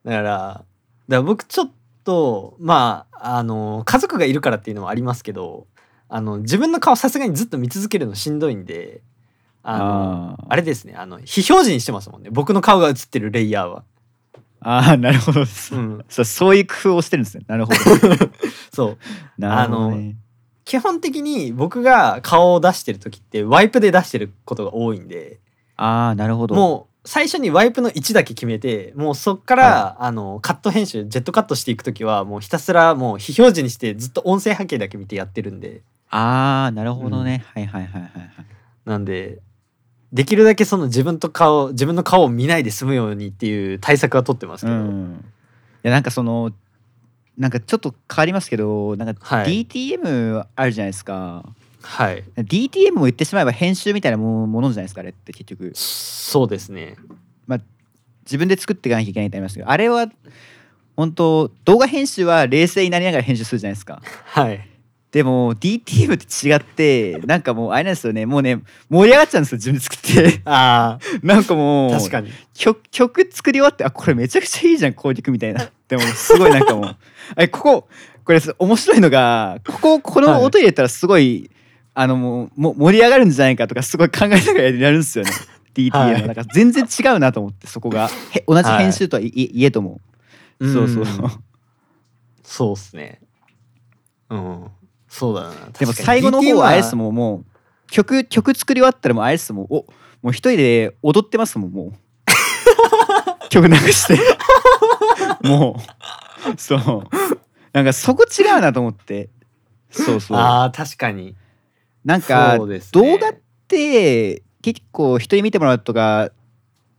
Speaker 2: だからだから僕ちょっとまああの家族がいるからっていうのもありますけどあの自分の顔さすがにずっと見続けるのしんどいんであのあ
Speaker 1: れ
Speaker 2: れですね、あの、非表示にしてますもんね。僕の顔が映ってるレイヤーは。
Speaker 1: あーなるほど、です
Speaker 2: うん。
Speaker 1: そうそういう工夫をしてるんですねな
Speaker 2: [LAUGHS]
Speaker 1: るほど
Speaker 2: そう。
Speaker 1: なるほどね、
Speaker 2: 基本的に僕が顔を出してる時って、ワイプで出してることが多いんで、
Speaker 1: ああなるほど
Speaker 2: もう最初にワイプの位置だけ決めて、もうそっから、あの、カット編集、ジェットカットしていく時は、もうひたすらもう非表示にしてずっと音声波形だけ見てやってるんで、
Speaker 1: ああなるほどね、はいはいはいはいはい
Speaker 2: なんで、できるだけその自分と顔、自分の顔を見ないで済むようにっていう対策は取ってますけ
Speaker 1: う
Speaker 2: ど、
Speaker 1: ん、いやなんかそのなんかちょっと変わりますけどなんか
Speaker 2: はい
Speaker 1: DTM あるじゃないですか、
Speaker 2: はい。
Speaker 1: DTM も言ってしまえば編集みたいなもものじゃないですかあれって結局
Speaker 2: そうですね。
Speaker 1: 自分で作っていかなきゃいけないってありますけどあれは本当動画編集は冷静になりながら編集するじゃないですか
Speaker 2: はい。
Speaker 1: でも DTM って違ってなんかもうあれなんですよねもうね盛り上がっちゃうんですよ自分で作って [LAUGHS]
Speaker 2: あ
Speaker 1: なんかも
Speaker 2: あ、
Speaker 1: う
Speaker 2: 確かに。
Speaker 1: 曲曲作り終わってあこれめちゃくちゃいいじゃんこういう曲みたいなでもすごいなんかもう [LAUGHS] えこここれす面白いのがこここ
Speaker 2: は
Speaker 1: の
Speaker 2: い
Speaker 1: 音入れたらすごい、あのもうも盛り上がるんじゃないかとかすごい考えながらやるんですよね DTM
Speaker 2: [LAUGHS] はい
Speaker 1: なんか全然違うなと思ってそこがへ同じ
Speaker 2: はい
Speaker 1: 編集とはいい言えとも、そうそう
Speaker 2: そうっすね。うん。そうだな。
Speaker 1: でも最後の方はあれです
Speaker 2: ん。
Speaker 1: もんもう曲曲作り終わったらもうあれですもんおもう一人で踊ってますもんも
Speaker 2: [LAUGHS]
Speaker 1: う曲流してもうそうなんかそこ違うなと思ってそうそう
Speaker 2: ああ、確かに。
Speaker 1: なんか
Speaker 2: そうです
Speaker 1: 動
Speaker 2: ね
Speaker 1: 画って結構人に見てもらうとか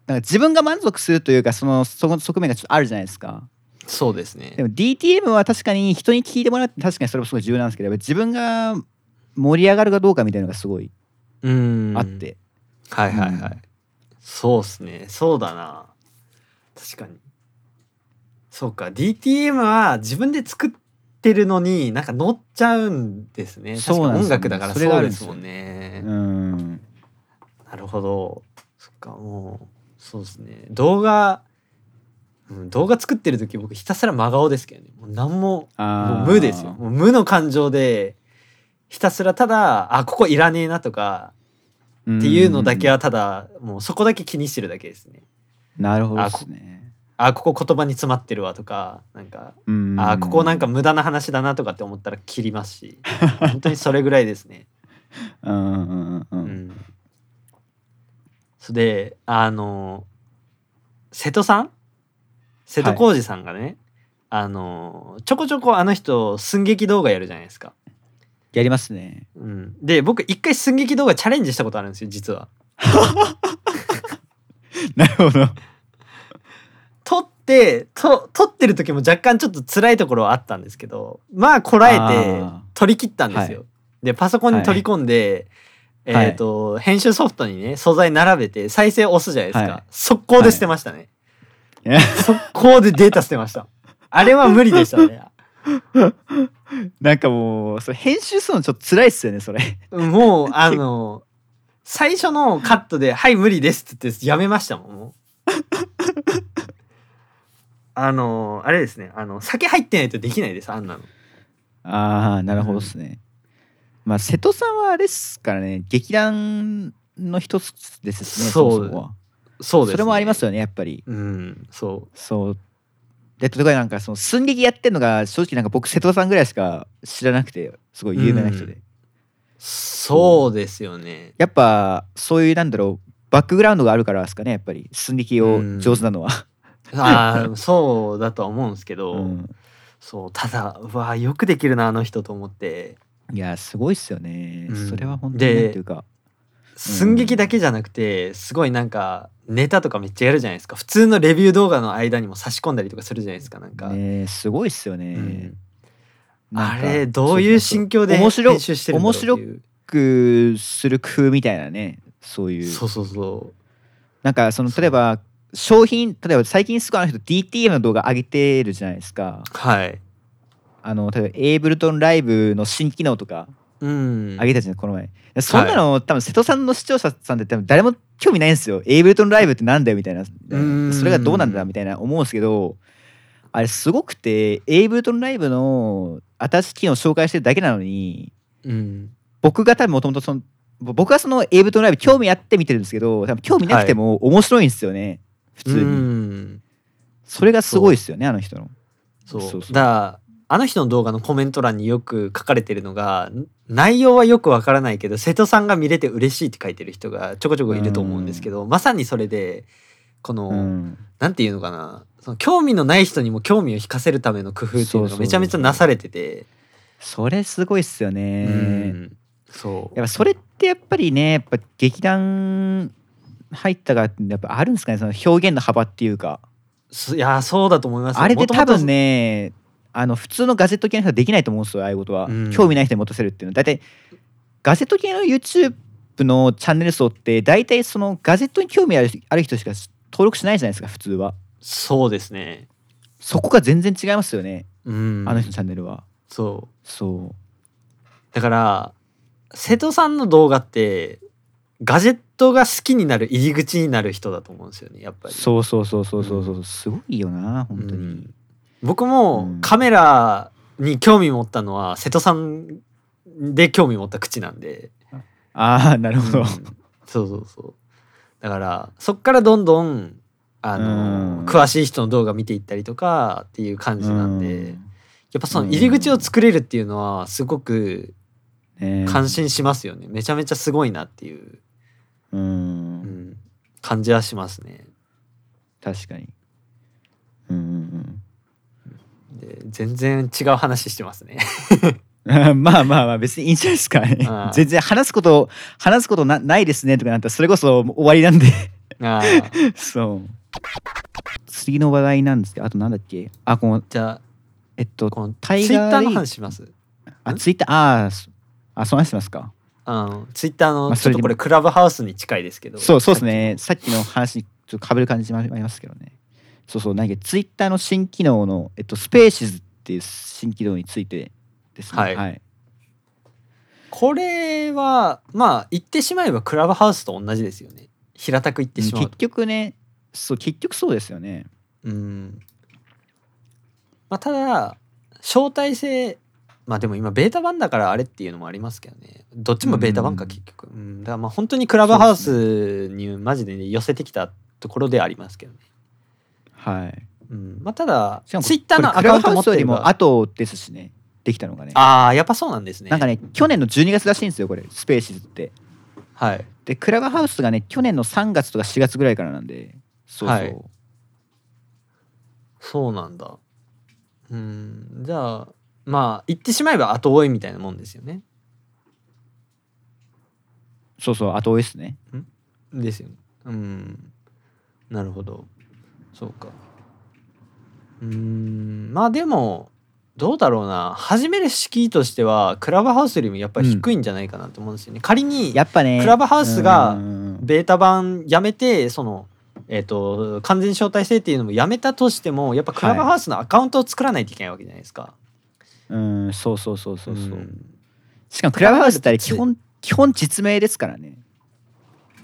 Speaker 1: なんか自分が満足するというかそのその側面がちょっとあるじゃないですか
Speaker 2: そうですね
Speaker 1: で。も DTM は確かに人に聞いてもらうって確かにそれもすごい重要なんですけどやっぱり自分が盛り上がるかどうかみたいなのがすごい
Speaker 2: うん。
Speaker 1: あっ。て、
Speaker 2: はいはいはい。
Speaker 1: うん
Speaker 2: そうっすね。そうだな。確かに。そうか。DTM は自分で作ってるのになんか乗っちゃうんですね。
Speaker 1: そうなんですよね
Speaker 2: 確か音楽だから
Speaker 1: それが
Speaker 2: そ
Speaker 1: あ
Speaker 2: う
Speaker 1: る
Speaker 2: で
Speaker 1: んですすよ
Speaker 2: もんね。
Speaker 1: うん
Speaker 2: なるほどそっかもうそうですね動画、うん、動画作ってる時僕ひたすら真顔ですけどねもう何もも
Speaker 1: あ
Speaker 2: う無ですよもう無の感情でひたすらただあここいらねえなとか
Speaker 1: っ
Speaker 2: っていうのだけはただもうそこだけ気にしてるだけですね
Speaker 1: なるほどですね
Speaker 2: あここ言葉に詰まってるわとかなんか
Speaker 1: うん
Speaker 2: あここなんか無駄な話だなとかって思ったら切ります [LAUGHS] し本当にそれぐらいですね。
Speaker 1: うんうんうんう
Speaker 2: うんん、それであの瀬戸さん瀬戸康史さんがね、あのちょこちょこあの人寸劇動画やるじゃないですか。
Speaker 1: やりますね
Speaker 2: うん、で僕一回寸劇動画チャレンジしたことあるんですよ実は。
Speaker 1: なるほど
Speaker 2: 撮ってと撮ってる時も若干ちょっと辛いところはあったんですけどまあこらえて
Speaker 1: あー
Speaker 2: 撮り切ったんですよ。でパソコンに取り込んで、
Speaker 1: はい
Speaker 2: えっ、と、編集ソフトにね素材並べて再生押すじゃないですか、
Speaker 1: はい
Speaker 2: 速攻で捨てましたね、
Speaker 1: はい
Speaker 2: 速攻でデータ捨てましたあれは無理でしたね
Speaker 1: なんかもうそれ編集するのちょっと辛いっすよねそれ
Speaker 2: もうあの最初のカットで「はい無理です」って言ってやめましたもんもうあのあれですねあの酒入ってないとできないですあんなの
Speaker 1: ああなるほどですね、まあ瀬戸さんはあれっすからね劇団の一つですしね
Speaker 2: そう
Speaker 1: そもそもは
Speaker 2: そうです、
Speaker 1: それもあります
Speaker 2: よ
Speaker 1: よねやっぱり
Speaker 2: うんそう
Speaker 1: そうで例えばなんかその寸劇やってんのが正直なんか僕瀬戸さんぐらいしか知らなくてすごい有名な人で、
Speaker 2: うんそうですよ
Speaker 1: [LAUGHS]
Speaker 2: ね
Speaker 1: やっぱそういうなんだろうバックグラウンドがあるからですかねやっぱり寸劇を上手なのは、
Speaker 2: ああそうだとは思うんですけど、
Speaker 1: うん
Speaker 2: そうただうわよくできるなあの人と思って
Speaker 1: いやすごいっすよね、
Speaker 2: うん
Speaker 1: それは本当になんていうか
Speaker 2: 寸劇だけじゃなくてすごいなんかネタとかめっちゃやるじゃないですか普通のレビュー動画の間にも差し込んだりとかするじゃないですかなんか、
Speaker 1: ねすごいっすよね、
Speaker 2: うん
Speaker 1: な
Speaker 2: あ
Speaker 1: んか
Speaker 2: れどういう心境で
Speaker 1: 面白
Speaker 2: 編集してるんだろうっていう
Speaker 1: くする工夫みたいなねそういう
Speaker 2: そうそうそう
Speaker 1: なんかその例えば商品例えば最近すごいあの人 DTM の動画上げてるじゃないですか
Speaker 2: はい
Speaker 1: あの例えばエイブルトンライブの新機能とか
Speaker 2: うん
Speaker 1: 上げたじゃんこの前そんなの、多分瀬戸さんの視聴者さんって多分誰も興味ないんですよエイブルトンライブってなんだよみたいな
Speaker 2: ーん
Speaker 1: それがどうなんだみたいな思うんですけどあれすごくてエイブルトンライブの新しい機能を紹介してるだけなのに
Speaker 2: うん
Speaker 1: 僕が多分もともとそのぼ僕はそのエイブルトンライブ興味あって見てるんですけど多分興味なくても面白いんですよね、普通に、
Speaker 2: うん
Speaker 1: それがすごいですよねあの人の
Speaker 2: そう
Speaker 1: そうそう
Speaker 2: だからあの人の動画のコメント欄によく書かれてるのがん内容はよくわからないけど瀬戸さんが見れて嬉しいって書いてる人がちょこちょこいると思うんですけどまさにそれでこの、
Speaker 1: うん
Speaker 2: なんていうのかなその興味のない人にも興味を引かせるための工夫っていう
Speaker 1: そう
Speaker 2: の
Speaker 1: そ
Speaker 2: が
Speaker 1: う
Speaker 2: めちゃめちゃなされてて
Speaker 1: それすごいっすよ
Speaker 2: う
Speaker 1: ね、
Speaker 2: んそう
Speaker 1: やっぱそれってやっぱりねやっぱ劇団入ったからってやっぱあるんですかねその表現の幅っていうか
Speaker 2: そいやそうだと思いますよ
Speaker 1: あれで多分
Speaker 2: 元
Speaker 1: ねあの普通のガジェット系の人はできないと思うんですよああいうことは、
Speaker 2: うん
Speaker 1: 興味ない人に持たせるっていうのは大体ガジェット系の YouTube のチャンネル層って大体そのガジェットに興味あるある人しか登録しないじゃないですか普通は
Speaker 2: 々そうですね
Speaker 1: そこが全然違いますよね、
Speaker 2: うん
Speaker 1: あの人のチャンネルは
Speaker 2: そう
Speaker 1: そ
Speaker 2: だから瀬戸さんの動画ってガジェットが好きになる入り口になる人だと思うんですよねやっぱ
Speaker 1: う
Speaker 2: り
Speaker 1: そうそうそうそうそうそうすごいよな本当に、
Speaker 2: うん僕
Speaker 1: う
Speaker 2: も
Speaker 1: ん
Speaker 2: カメラに興味持ったのは瀬戸さんで興味持った口なんで、
Speaker 1: ああなるほど、
Speaker 2: うんそうそうそうだからそっからどんどんあの、
Speaker 1: うん
Speaker 2: 詳しい人の動画見ていったりとかっていう感じなんで、
Speaker 1: う
Speaker 2: や
Speaker 1: ん
Speaker 2: っぱその入り口を作れるっていうのはすごく
Speaker 1: ねえ
Speaker 2: 感心しますよね、めちゃめちゃすごいなっていう
Speaker 1: う
Speaker 2: うんん、感じはしますね。
Speaker 1: 確かにうんうん
Speaker 2: で全然違う話してます
Speaker 1: [LAUGHS]
Speaker 2: ね。
Speaker 1: うん [LAUGHS] まあまあまあ別にいいんじゃないですかね
Speaker 2: ああ
Speaker 1: 全然話すこと話すことなないですねとかなったらそれこそ終わりなんで [LAUGHS]
Speaker 2: あー
Speaker 1: そう次の話題なんですけどあとなんだっけあこの
Speaker 2: じゃあ
Speaker 1: えっと
Speaker 2: このツ
Speaker 1: タ
Speaker 2: イ
Speaker 1: イ
Speaker 2: ッタ
Speaker 1: ガーリ
Speaker 2: ー
Speaker 1: ー
Speaker 2: の
Speaker 1: グ
Speaker 2: 話します。
Speaker 1: あツイッターあーそあそう話してますか
Speaker 2: あのツイッター
Speaker 1: ま
Speaker 2: の
Speaker 1: あ
Speaker 2: ちょ
Speaker 1: そ
Speaker 2: っ
Speaker 1: れで
Speaker 2: と
Speaker 1: も
Speaker 2: これクラブハウスに近いですけど。
Speaker 1: そうそうですねさっきの話にちょっと被る感じもありますけどねそうそうなんかツイッターの新機能の、えっと、スペーシズっていう新機能についてですね
Speaker 2: はい
Speaker 1: はい、
Speaker 2: これはまあ言ってしまえばクラブハウスと同じですよね平たく言ってしまう
Speaker 1: 結局ねそう結局そうですよね
Speaker 2: うんまあただ招待制まあでも今ベータ版だからあれっていうのもありますけどねどっちもベータ版
Speaker 1: う
Speaker 2: か
Speaker 1: ん
Speaker 2: 結局うん、だからまあ本当にクラブハウスにマジで、ね、寄せてきたところではありますけどね
Speaker 1: はい
Speaker 2: うんまあただツ
Speaker 1: し
Speaker 2: イ
Speaker 1: かも
Speaker 2: ッターのアカウント持
Speaker 1: これクラブハ
Speaker 2: って
Speaker 1: ウスよ
Speaker 2: れ
Speaker 1: り
Speaker 2: ば
Speaker 1: も後ですしねできたのがね
Speaker 2: ああやっぱそうなんですね
Speaker 1: なんかね去年の12月らしいんですよこれスペーシズって
Speaker 2: はい
Speaker 1: でクラブハウスがね去年の3月とか4月ぐらいからなんでそうそう、
Speaker 2: はいそうなんだうんじゃあまあ言ってしまえば後追いみたいなもんですよね
Speaker 1: そうそう後追いですね
Speaker 2: ですよねうんなるほどそうかうーんまあでもどうだろうな始める敷居としてはクラブハウスよりもやっぱり低いんじゃないかなと思うんですよね、仮に
Speaker 1: やっぱね
Speaker 2: クラブハウスが
Speaker 1: うん
Speaker 2: ベータ版やめてそのえっ、と完全招待制っていうのもやめたとしてもやっぱクラブハウスのアカウントを作らないといけないわけじゃないですか、
Speaker 1: うんそうそうそうそうそう、
Speaker 2: ん
Speaker 1: しかもクラブハウスってあれ基本基本実名ですからね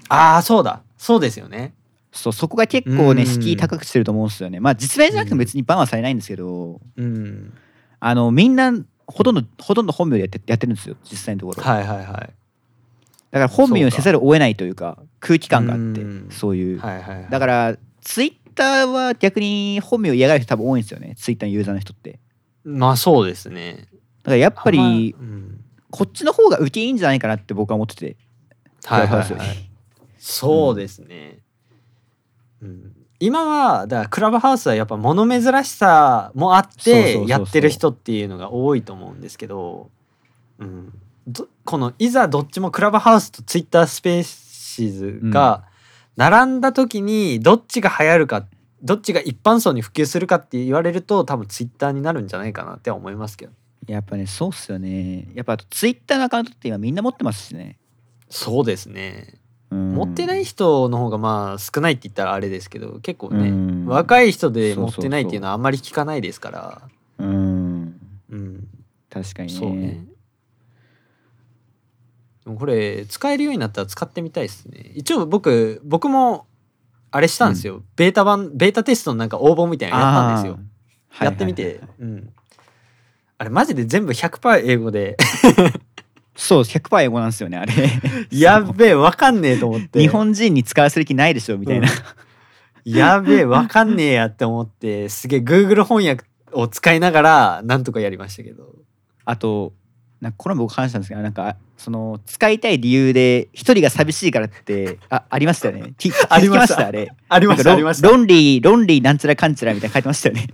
Speaker 2: ああそうだそうですよね
Speaker 1: そうそこが結構
Speaker 2: う
Speaker 1: ね
Speaker 2: ん
Speaker 1: 敷居高くしてると思うんですよねまあ実名じゃなくても別にバンはされないんですけど
Speaker 2: うん
Speaker 1: あのみんなほとんどほとんど本名でやってやってるんですよ実際のところ、
Speaker 2: はいはいはい
Speaker 1: だから本名をせざるを得ないというか空気感があ
Speaker 2: うん
Speaker 1: ってそういう、
Speaker 2: はいはい、はい、
Speaker 1: だからツイッターは逆に本名を嫌がる人多分多いんですよねツイッターのユーザーの人って
Speaker 2: まあそうですね
Speaker 1: だからやっぱ
Speaker 2: あん
Speaker 1: り
Speaker 2: まうん
Speaker 1: こっちの方が受けいいんじゃないかなって僕は思ってて
Speaker 2: はいはい、
Speaker 1: クラブハ
Speaker 2: は
Speaker 1: ウスよ
Speaker 2: い、そうですね、うん、今はだからクラブハウスはやっぱ物珍しさもあっ
Speaker 1: そうそうそうそ
Speaker 2: て
Speaker 1: う
Speaker 2: やってる人っていうのが多いと思うんですけど、うん、どこのいざどっちもクラブハウスとツイッタースペーシズが並んだ時にどっちが流行るかどっちが一般層に普及するかって言われると多分ツイッターになるんじゃないかなって思いますけど
Speaker 1: やっぱねそうっすよねやっぱあとツイッターのアカウントって今みんな持ってますしね、
Speaker 2: そうですね
Speaker 1: うん
Speaker 2: 持ってない人の方がまあ少ないって言ったらあれですけど結構ね、
Speaker 1: うん
Speaker 2: 若い人で
Speaker 1: そ
Speaker 2: 持
Speaker 1: うそう
Speaker 2: っ
Speaker 1: そう
Speaker 2: てないっていうのはあんまり聞かないですから
Speaker 1: うん
Speaker 2: うん
Speaker 1: 確かにね
Speaker 2: そうねでもこれ使えるようになったら使ってみたいですね一応僕僕もあれしたんですよ、ベータ版ベータテストのなんか応募みたいなのやったんですよ
Speaker 1: あー
Speaker 2: やってみて、
Speaker 1: はいはいはい
Speaker 2: うんあれマジで全部100%英語
Speaker 1: [LAUGHS]
Speaker 2: で
Speaker 1: そう100%英語なんですよねあれ
Speaker 2: やっべえわかんねえと思って
Speaker 1: 日本人に使わせる気ないでしょみたいな、
Speaker 2: やべえ、わかんねえやって思って、すげえ Google 翻訳を使いながら、なんとかやりましたけど。
Speaker 1: [LAUGHS] あとなんかこれも僕話したんですけどなんかその使いたい理由で一人が寂しいからってあありましたよねき
Speaker 2: [LAUGHS] ありました
Speaker 1: 聞きあれ
Speaker 2: ありました、あり
Speaker 1: な
Speaker 2: ま
Speaker 1: ん
Speaker 2: し
Speaker 1: か
Speaker 2: た
Speaker 1: ロ。ンリーロンリーなんちゃらかんちゃらみたいな書いてましたよね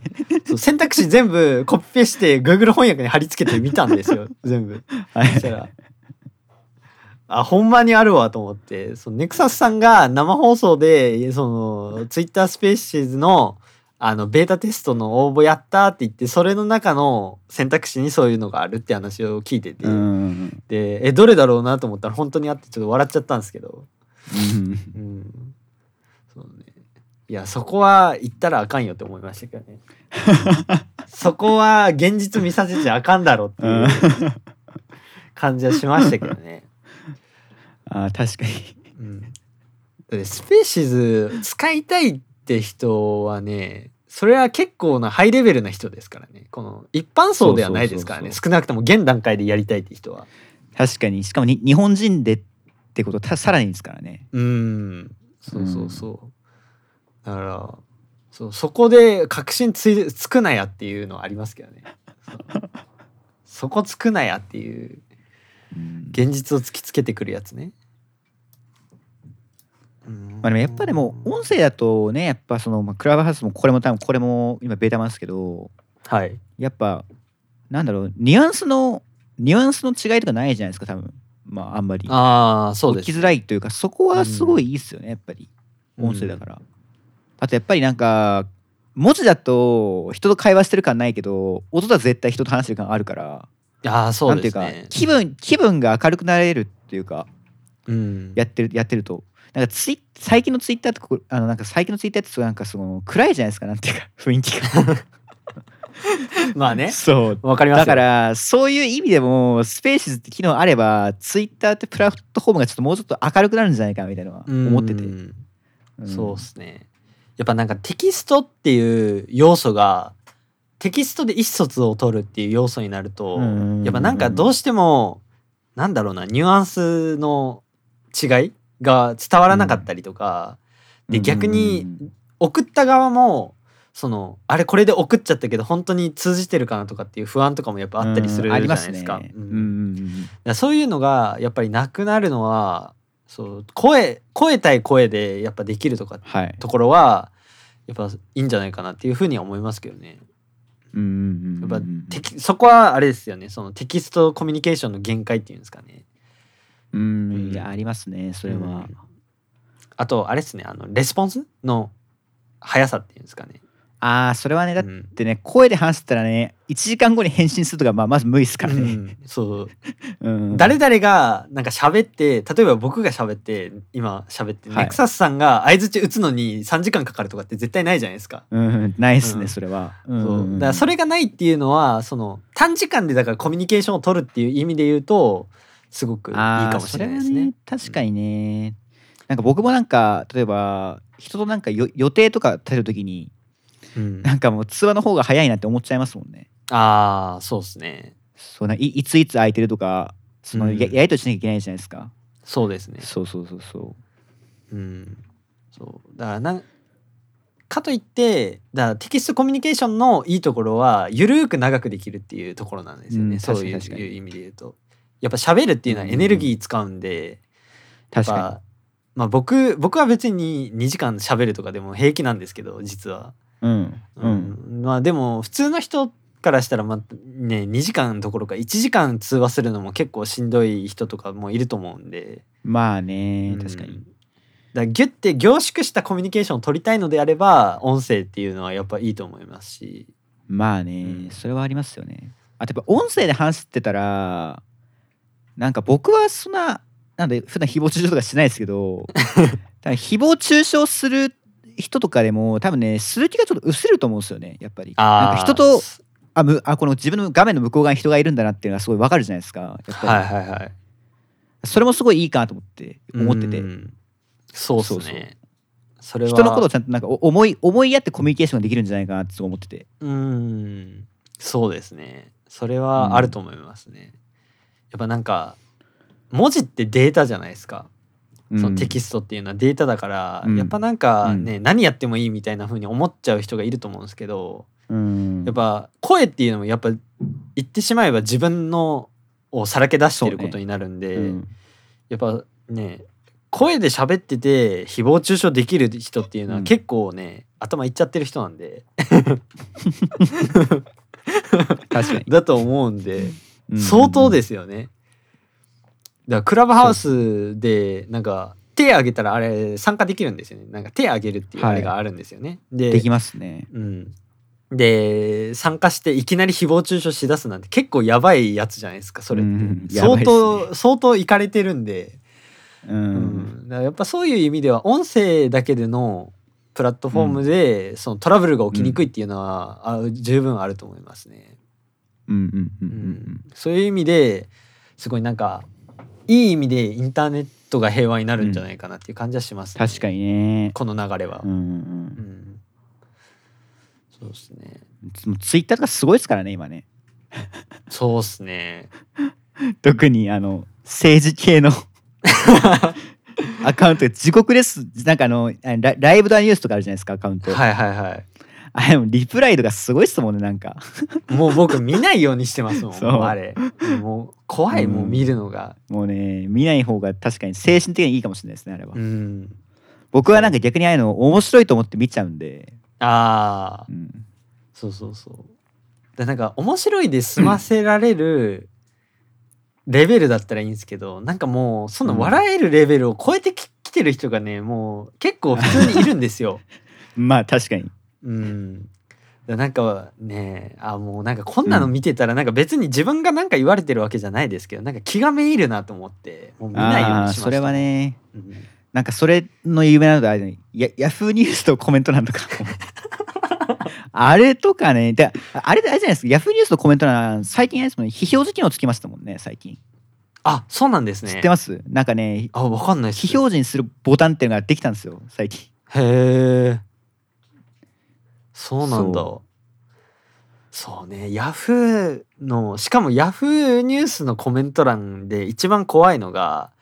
Speaker 2: そう選択肢全部コピペして Google 翻訳に貼り付けてみたんです
Speaker 1: [LAUGHS]
Speaker 2: よ、全部。
Speaker 1: は
Speaker 2: そしたら、あ、ほんまにあるわと思って、そのネクサスさんが生放送で、その Twitter スペーシーズの、あのベータテストの応募やったって言ってそれの中の選択肢にそういうのがあるって話を聞いてて、
Speaker 1: [LAUGHS] うん
Speaker 2: でえどれだろうなと思ったら本当にあってちょっと笑っちゃったんですけど
Speaker 1: うん
Speaker 2: うんそうねいやそこは行ったらあかんよって思いましたけ
Speaker 1: [LAUGHS]
Speaker 2: どねそこは現実見させちゃあかんだろって
Speaker 1: う
Speaker 2: いうん感じはしましたけど
Speaker 1: [LAUGHS]
Speaker 2: ね、
Speaker 1: あー確かに
Speaker 2: うん、だってスペーシズ使いたいって人はねそれは結構なハイレベルな人ですからねこの一般層ではないですから
Speaker 1: そ
Speaker 2: ね
Speaker 1: うそう
Speaker 2: 少なくとも現段階でやりたいって人は
Speaker 1: 確かにしかもに日本人でってことたさらにですからね
Speaker 2: うんそうそうそう、だからそうそこで確信ついつくなやっていうのはありますけどねそうそこつくなやっていう
Speaker 1: うん
Speaker 2: 現実を突きつけてくるやつねうん
Speaker 1: まあ、でもやっぱでも音声だとねやっぱその、まあ、クラブハウスもこれも多分これも今ベータ版ですけど
Speaker 2: はい
Speaker 1: やっぱなんだろうニュアンスのニュアンスの違いとかないじゃないですか多分まああんまり
Speaker 2: ああそうで
Speaker 1: 起き
Speaker 2: す
Speaker 1: づらいというかそこはすごいいいっすよねやっぱり音声だから、あとやっぱりなんか文字だと人と会話してる感ないけど音だと絶対人と話してる感あるから
Speaker 2: ああそ
Speaker 1: な
Speaker 2: うん
Speaker 1: てい
Speaker 2: で
Speaker 1: う
Speaker 2: す
Speaker 1: か
Speaker 2: ね
Speaker 1: 気分気分が明るくなれるっていうか
Speaker 2: うん
Speaker 1: やってるやってるとなんかツイ最近のツイッターってこあのなんか最近のツイッターってなんかその暗いじゃないですかなんていうか雰囲気が
Speaker 2: まあ [LAUGHS] ね
Speaker 1: そう
Speaker 2: わかります
Speaker 1: だ
Speaker 2: よ
Speaker 1: からそういう意味でもスペーシズって機能あればツイッターってプラットフォームがちょっともうちょっと明るくなるんじゃないかみたいなのは思ってて、
Speaker 2: うん
Speaker 1: ん
Speaker 2: そうっすねやっぱなんかテキストっていう要素がテキストで意思疎通を取るっていう要素になると
Speaker 1: うん
Speaker 2: やっぱなんかどうしてもなんだろうなニュアンスの違いが伝わらなかったりとか、で逆に送った側もそのあれこれで送っちゃったけど本当に通じてるかなとかっていう不安とかもやっぱあったりする
Speaker 1: うん
Speaker 2: じゃ
Speaker 1: あ
Speaker 2: ない
Speaker 1: り
Speaker 2: で
Speaker 1: ます
Speaker 2: すか。
Speaker 1: ね
Speaker 2: う
Speaker 1: うんんうんうん
Speaker 2: だからそういうのがやっぱりなくなるのはそう声声対声でやっぱできるとか
Speaker 1: はい
Speaker 2: ところはやっぱいいんじゃないかなっていうふうには思いますけどね。
Speaker 1: うんうんうん
Speaker 2: や
Speaker 1: う
Speaker 2: っ
Speaker 1: ん
Speaker 2: ぱテキそこはあれですよねそのテキストコミュニケーションの限界っていうんですかね。
Speaker 1: うんいやありますねそれは、
Speaker 2: うんあとあれですねあのレスポンスの速さっていうんですかね。
Speaker 1: ああそれはねだっ
Speaker 2: うん
Speaker 1: てね声で話してたらね1時間後に返信するとかまあまず無理っすから
Speaker 2: う
Speaker 1: ね、
Speaker 2: んそう
Speaker 1: うん
Speaker 2: 誰々がなんか喋って例えば僕が喋って今喋って、
Speaker 1: はい
Speaker 2: ネクサスさんが相槌打つのに3時間かかるとかって絶対ないじゃないですか。
Speaker 1: うんうんないっすね、
Speaker 2: うん
Speaker 1: それは
Speaker 2: そうだからそ
Speaker 1: れ
Speaker 2: れがないっていうのはその短時間でだからコミュニケーションを取るっていう意味で言うとすごくいい
Speaker 1: あー
Speaker 2: かもしれないです
Speaker 1: そは
Speaker 2: ね。
Speaker 1: 確かにね、なんか僕もなんか例えば人となんかよ予定とか立てるときに
Speaker 2: うん
Speaker 1: なんかもう通話の方が早いなって思っちゃいますもんね
Speaker 2: ああそうですね。そう
Speaker 1: こんないいついつ空いてるとかその
Speaker 2: うん
Speaker 1: ややりとりしなきゃいけないじゃないですか、
Speaker 2: ですね。
Speaker 1: そうそうそうそう
Speaker 2: うん、そうだからなんかといってだからテキストコミュニケーションのいいところはゆるーく長くできるっていうところなんですよね、
Speaker 1: うん
Speaker 2: そう
Speaker 1: 確
Speaker 2: い
Speaker 1: かに確か
Speaker 2: う
Speaker 1: に
Speaker 2: 意味で言うと。やっぱ喋るっていうのはエネルギー使うんで、やっ
Speaker 1: 確
Speaker 2: ぱ
Speaker 1: か
Speaker 2: まあ、僕僕は別に2時間喋るとかでも平気なんですけど実は。
Speaker 1: にうんう、
Speaker 2: うんんまあでも普通の人からしたらまあね2時間どころか1時間通話するのも結構しんどい人とかもいると思うんで、
Speaker 1: まあ
Speaker 2: う
Speaker 1: ね
Speaker 2: ん
Speaker 1: 確かに、
Speaker 2: だからギュッて凝縮したコミュニケーションを取りたいのであれば音声っていうのはやっぱいいと思いますし
Speaker 1: まあね、
Speaker 2: うん
Speaker 1: それはありますよね。あとやっぱ音声で話してたらなんか僕はそんななんで普段誹謗中傷とかしないですけ
Speaker 2: [LAUGHS]
Speaker 1: ど多分誹謗中傷する人とかでも多分ねする気がちょっと薄れると思うんですよねやっぱり。なんか
Speaker 2: ー
Speaker 1: 人とあむあこの自分の画面の向こう側に人がいるんだなっていうのがすごいわかるじゃないですかやっぱり、
Speaker 2: はいはいはい
Speaker 1: それもすごいいいかなと思って思ってて
Speaker 2: うんそうっすね
Speaker 1: そうそう
Speaker 2: それは
Speaker 1: 人のことをちゃんとなんかお思い思いやってコミュニケーションができるんじゃないかなってすごい思ってて。
Speaker 2: うんそうですねそれはあると思いますね、やっぱなんか文字ってデータじゃないですかそのテキ
Speaker 1: ス
Speaker 2: ストっていうのはデータだから、
Speaker 1: うん
Speaker 2: やっぱなんかね、何やってもいいみたいな風に思っちゃう人がいると思うんですけど
Speaker 1: ト、うん
Speaker 2: やっぱ声っていうのもやっぱ言ってしまえば自分のをさらけ出してることになるんで、
Speaker 1: うん
Speaker 2: やっぱね声で喋ってて誹謗中傷できる人っていうの
Speaker 1: う
Speaker 2: は
Speaker 1: ん
Speaker 2: 結構ね、頭いっちゃってる人なんで
Speaker 1: 確かに
Speaker 2: だと思うんで。
Speaker 1: うん
Speaker 2: 相当ですよね。だからクラブハウスでなんか手挙げたらあれ参加できるんですよね。なんか手挙げるっていう
Speaker 1: はい
Speaker 2: あれがあるんですよね。で
Speaker 1: できますね。
Speaker 2: うん、で参加していきなり誹謗中傷しだすなんて結構やばいやつじゃないですかそれって。
Speaker 1: うんやばい
Speaker 2: 相
Speaker 1: っすね
Speaker 2: 当、相当いかれてるんで、
Speaker 1: う
Speaker 2: うん
Speaker 1: ん、
Speaker 2: だからやっぱそういう意味では音声だけでのプラットフォームで、そのトラブルが起きにくいっていうのは、あ十分あると思いますね。
Speaker 1: うんうんう
Speaker 2: うんんそういう意味ですごいなんかいい意味でインターネットが平和になるんじゃないかなっていう感じはします、
Speaker 1: 確か
Speaker 2: に
Speaker 1: にね。
Speaker 2: この流れは、
Speaker 1: う
Speaker 2: うん
Speaker 1: んうん
Speaker 2: そうですね
Speaker 1: うん、もうツイッターとかすごいですからね今ね [LAUGHS]
Speaker 2: そうですね
Speaker 1: 特にあの政治系のアカウントが地獄ですなんかあのあラライブドアニュースとかあるじゃないですかアカウント、
Speaker 2: はいはいは
Speaker 1: あれもリプライとかすごいっすもんねなんか
Speaker 2: いもう僕見ないようにしてます [LAUGHS] もん
Speaker 1: そう
Speaker 2: もうあれもう怖い、
Speaker 1: うん
Speaker 2: もう見るのが
Speaker 1: もうね見ない方が確かに精神的にいいかもしれないですねあれは、
Speaker 2: うん
Speaker 1: 僕はなんか逆にああいうの面白いと思って見ちゃうんで、
Speaker 2: ああ
Speaker 1: うん
Speaker 2: そうそうそうでなんか面白いで済ませられるレベルだったらいいんですけど、なんかもうその笑えるレベルを超えてききてる人がねもう結構普通にいるんですよ。
Speaker 1: まあ確かに
Speaker 2: [LAUGHS] うんだなんかねあもうなんかこんなの見てたらなんか別に自分がなんか言われてるわけじゃないですけどなんか気がめいるなと思ってもう見ないようにし
Speaker 1: あ
Speaker 2: ま
Speaker 1: あ
Speaker 2: した
Speaker 1: それは、ね
Speaker 2: うん
Speaker 1: なんかそれの有名なのとあれだねやヤフーニュースとコメント欄とかも [LAUGHS] あれとかね、でああれであれじゃないですか、ヤフーニュースのコメント欄、最近あれですもんね、非表示機能つきましたもんね、最近。
Speaker 2: あそうなんですね
Speaker 1: 知ってますなんかね、
Speaker 2: あわかんないっす
Speaker 1: 非表示にするボタンっていうのができたんですよ、最近。
Speaker 2: へえそうなんだ
Speaker 1: そ
Speaker 2: そうねヤフーのしかもヤフーニュースのコメント欄で一番怖いのが、
Speaker 1: うん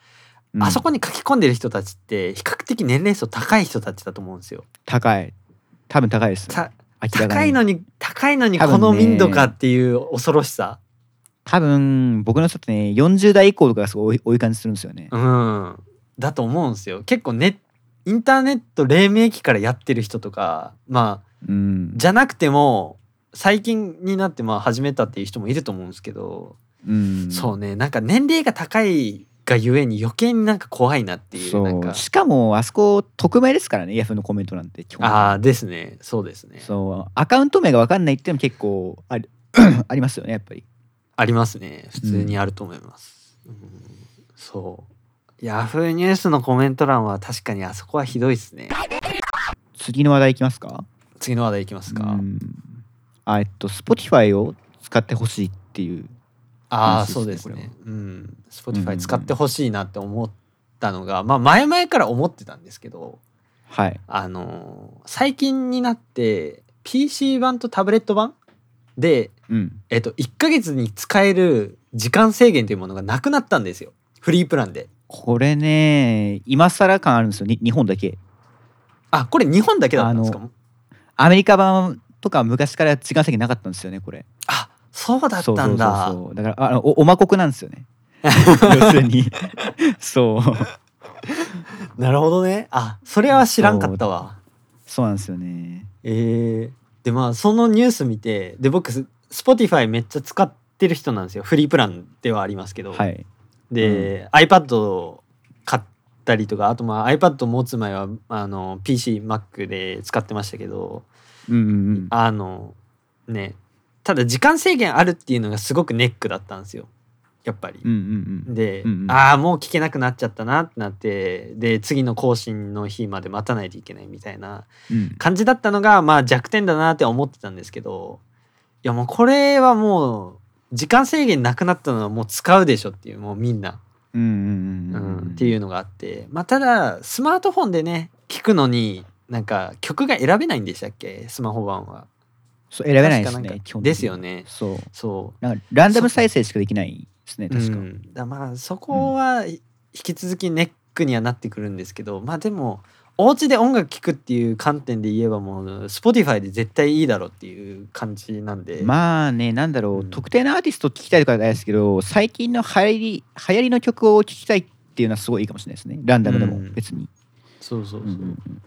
Speaker 2: あそこに書き込んでる人たちって比較的年齢層高い人たちだと思うんですよ。
Speaker 1: 高い。多分高いです。
Speaker 2: た
Speaker 1: 明らか
Speaker 2: 高
Speaker 1: に
Speaker 2: いのに高いのに
Speaker 1: 多
Speaker 2: こ
Speaker 1: 分ね
Speaker 2: の民度かっていう恐ろしさ。
Speaker 1: 多分僕の人ってね40代以降とかがすごい多い多い感じするんですよね、
Speaker 2: うん、だと思うんですよ。結構ねインターネット黎明期からやってる人とかまあ
Speaker 1: うん
Speaker 2: じゃなくても最近になってまあ始めたっていう人もいると思うんですけど、
Speaker 1: うん
Speaker 2: そうねなんか年齢が高いがゆえに余計になんか怖いなっていう
Speaker 1: そう
Speaker 2: なんか
Speaker 1: しかもあそこ匿名ですからねヤフーのコメントなんて基本
Speaker 2: ああですねそうですね
Speaker 1: そうアカウント名が分かんないっていうのも結構あり [CLEARS THROAT] ありますよねやっぱり
Speaker 2: ありますね普通にあると思います、うんそうヤフーニュースのコメント欄は確かにあそこはひどいですね
Speaker 1: 次の話題いきますか
Speaker 2: 次の話題いきますか、
Speaker 1: うんあえっと Spotify を使ってほしいっていう
Speaker 2: ああ
Speaker 1: 話ですね
Speaker 2: そうですねうん
Speaker 1: うんう
Speaker 2: Spotify
Speaker 1: ん
Speaker 2: 使ってほしいなって思ったのが、まあ前々から思ってたんですけど
Speaker 1: はい
Speaker 2: あのー最近になって PC 版とタブレット版で、
Speaker 1: うん
Speaker 2: えっと、1ヶ月に使える時間制限というものがなくなったんですよフリープランで
Speaker 1: これね今更感あるんですよに日本だけ
Speaker 2: あこれ日本だけだったんですか
Speaker 1: あアメリカ版とかは昔から時間制限なかったんですよねこれ
Speaker 2: あそうだったんだ
Speaker 1: そうそうそうそうだからあのおおまこくなんですよ
Speaker 2: [LAUGHS]
Speaker 1: ね要するにそう
Speaker 2: なるほどねあそれは知らんかったわ
Speaker 1: そうなんですよね
Speaker 2: えー、でまあそのニュース見てで僕ス Spotify めっちゃ使ってる人なんですよフリープランではありますけど、
Speaker 1: はい
Speaker 2: で、iPad を買ったりとかあとまあ iPad 持つ前はあの PCMac で使ってましたけど
Speaker 1: うんうんうん
Speaker 2: あのねただ時間制限あるっていうのがすごくネックだったんですよやっぱり
Speaker 1: うんう。ん
Speaker 2: で、
Speaker 1: うんうん
Speaker 2: ああもう聞けなくなっちゃったなってなってで次の更新の日まで待たないといけないみたいな
Speaker 1: うんうん
Speaker 2: 感じだったのがまあ弱点だなって思ってたんですけどいやもうこれはもう時間制限なくなったのはもう使うでしょっていうもうみんな、
Speaker 1: うんうん
Speaker 2: う
Speaker 1: うんんうん
Speaker 2: っていうのがあってまあただスマートフォンでね聞くのになんか曲が選べないんでしたっけスマホ版は。
Speaker 1: そう選べないです
Speaker 2: 確かな
Speaker 1: ね
Speaker 2: んか
Speaker 1: 基本的に
Speaker 2: ですよね。
Speaker 1: そう
Speaker 2: そ
Speaker 1: なんかランダム再生しかできないですね
Speaker 2: う。
Speaker 1: 確か、
Speaker 2: うんだからまあそこは引き続きネックにはなってくるんですけど、まあでもお家で音楽聴くっていう観点で言えばもう Spotify で絶対いいだろうっていう感じなんで。
Speaker 1: まあねなんだろう、
Speaker 2: うん
Speaker 1: 特定のアーティスト聞きたいとかはないですけど最近の流行り流行りの曲を聞きたいっていうのはすごいいいかもしれないですねランダムでも
Speaker 2: うん
Speaker 1: 別に、
Speaker 2: そうそうそう、
Speaker 1: うんうんうん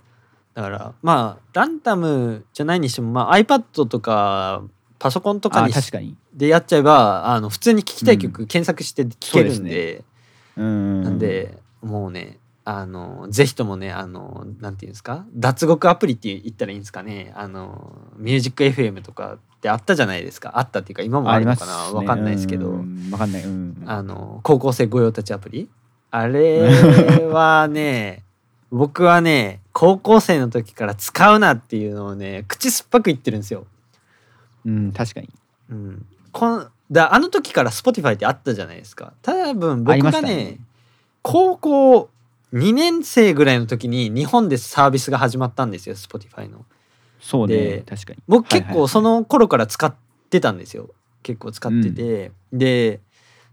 Speaker 2: だからまあランダムじゃないにしても、まあ、iPad とかパソコンとか
Speaker 1: あ
Speaker 2: に
Speaker 1: 確かに
Speaker 2: でやっちゃえばあの普通に聴きたい曲検索して聴けるん
Speaker 1: そう
Speaker 2: で,、
Speaker 1: でうん
Speaker 2: なんでもうねあのぜひともねあのなんていうんですか脱獄アプリって言ったらいいんですかねあのミュージック FM とかってあったじゃないですかあったっていうか今も
Speaker 1: あ
Speaker 2: ある
Speaker 1: り
Speaker 2: の
Speaker 1: ます
Speaker 2: か
Speaker 1: ね
Speaker 2: なわかんないですけど、
Speaker 1: うんわかんないうん
Speaker 2: あの高校生御用達アプリあれは
Speaker 1: [LAUGHS]
Speaker 2: ね僕はね高校生の時から使うなっていうのをね口酸っぱく言ってるんですよ。
Speaker 1: うん確かに
Speaker 2: うん、こんだあの時から Spotify ってあったじゃないですか多分
Speaker 1: あ
Speaker 2: 僕
Speaker 1: りま
Speaker 2: が
Speaker 1: した
Speaker 2: ね
Speaker 1: ね
Speaker 2: 高校2年生ぐらいの時に日本でサービスが始まったんですよ Spotify の。
Speaker 1: そうね
Speaker 2: で
Speaker 1: 確かに
Speaker 2: 僕
Speaker 1: はいはい
Speaker 2: 結構その頃から使ってたんですよ結構使ってて、で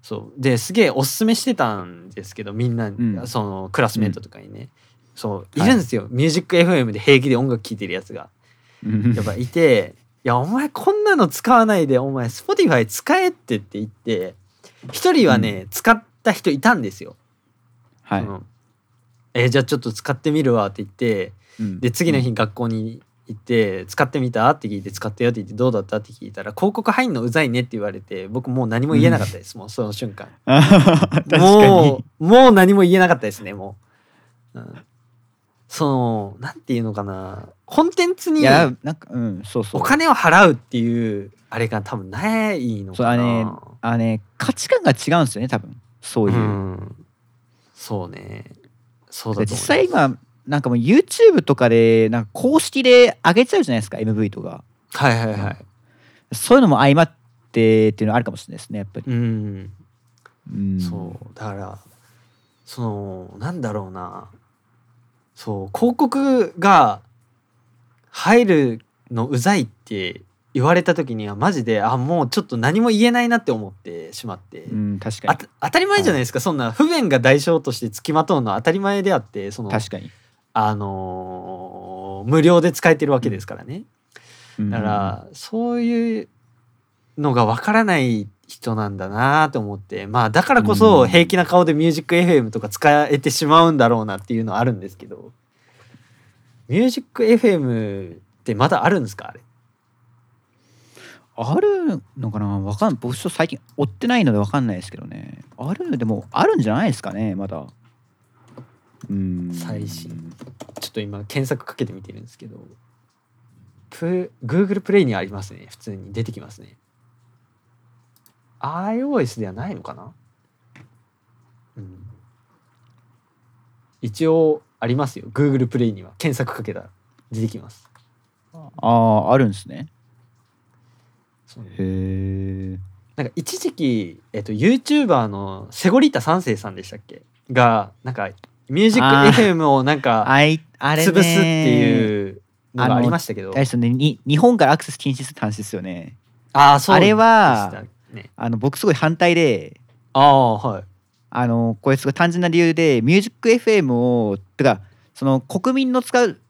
Speaker 2: そうですげえおすすめしてたんですけどみんな、
Speaker 1: ん
Speaker 2: そのクラスメートとかにね、そうい
Speaker 1: はい
Speaker 2: るんですよ、ミュージック FM で平気で音楽聴いてるやつが
Speaker 1: うん
Speaker 2: やっぱいて「いやお前こんなの使わないでお前 Spotify 使えって」って言って一人はね、使った人いたんですよ。
Speaker 1: はい
Speaker 2: そのえーじゃあちょっと使ってみるわって言って
Speaker 1: うん
Speaker 2: で次の日学校に行って「使ってみた?」って聞いて「使ったよ」って言って「どうだった?」って聞いたら「広告入んのうざいね」って言われて僕もう何も言えなかったですもうその瞬間
Speaker 1: あはは確かに
Speaker 2: もうもう何も言えなかったですねもう、うんそのなんていうのかなコンテンツ
Speaker 1: い
Speaker 2: に
Speaker 1: やなんかうんそうそう
Speaker 2: お金を払うっていうあれが多分ないのかな
Speaker 1: そうああね価値観が違うんですよね多分そう
Speaker 2: う
Speaker 1: いう、
Speaker 2: んそうねそうだと思い
Speaker 1: 実際今なんかもう YouTube とかでなんか公式で上げちゃうじゃないですか MV とか
Speaker 2: はいはいはい
Speaker 1: そういうのも相まってっていうのはあるかもしれないですねやっぱり、
Speaker 2: うん
Speaker 1: うん
Speaker 2: そうだからそのなんだろうなそう広告が入るのうざいって言われた時にはマジであもうちょっと何も言えないなって思ってしまって、
Speaker 1: うん、確か
Speaker 2: あ
Speaker 1: に
Speaker 2: た当たり前じゃないですか、そんな不便が代償としてつきまとうのは当たり前であってその
Speaker 1: 確かに、
Speaker 2: あのー無料で使えてるわけですからね、
Speaker 1: うん
Speaker 2: だからそういうのがわからない人なんだなと思ってまあだからこ
Speaker 1: う
Speaker 2: そ
Speaker 1: ん
Speaker 2: 平気な顔で「ミュージック f m とか使えてしまうんだろうなっていうのはあるんですけど「ミュージック f m ってまだあるんですかあれ
Speaker 1: あるのかなわかんない僕ちょっと最近追ってないのでわかんないですけどねあるでもあるんじゃないですかねまだうん
Speaker 2: 最新ちょっと今検索かけてみてるんですけどプ Google プレイにありますね普通に出てきますね iOS ではないのかなうん一応ありますよ Google プレイには検索かけたら出てきます
Speaker 1: あああるんですね
Speaker 2: そう
Speaker 1: へえ
Speaker 2: なんか一時期、えっと、YouTuber のセゴリータ三世さんでしたっけがなんかミュージ
Speaker 1: あー
Speaker 2: ック FM をなんか
Speaker 1: あいあれね
Speaker 2: 潰すって
Speaker 1: う
Speaker 2: いうのがありましたけど
Speaker 1: あれですよねに日本からアクセス禁止するって話ですよね
Speaker 2: ああそう
Speaker 1: あれは
Speaker 2: でしたね
Speaker 1: あの僕すごい反対で
Speaker 2: ああはい
Speaker 1: あのこれすごい単純な理由でミュージック FM をてかその国民の使う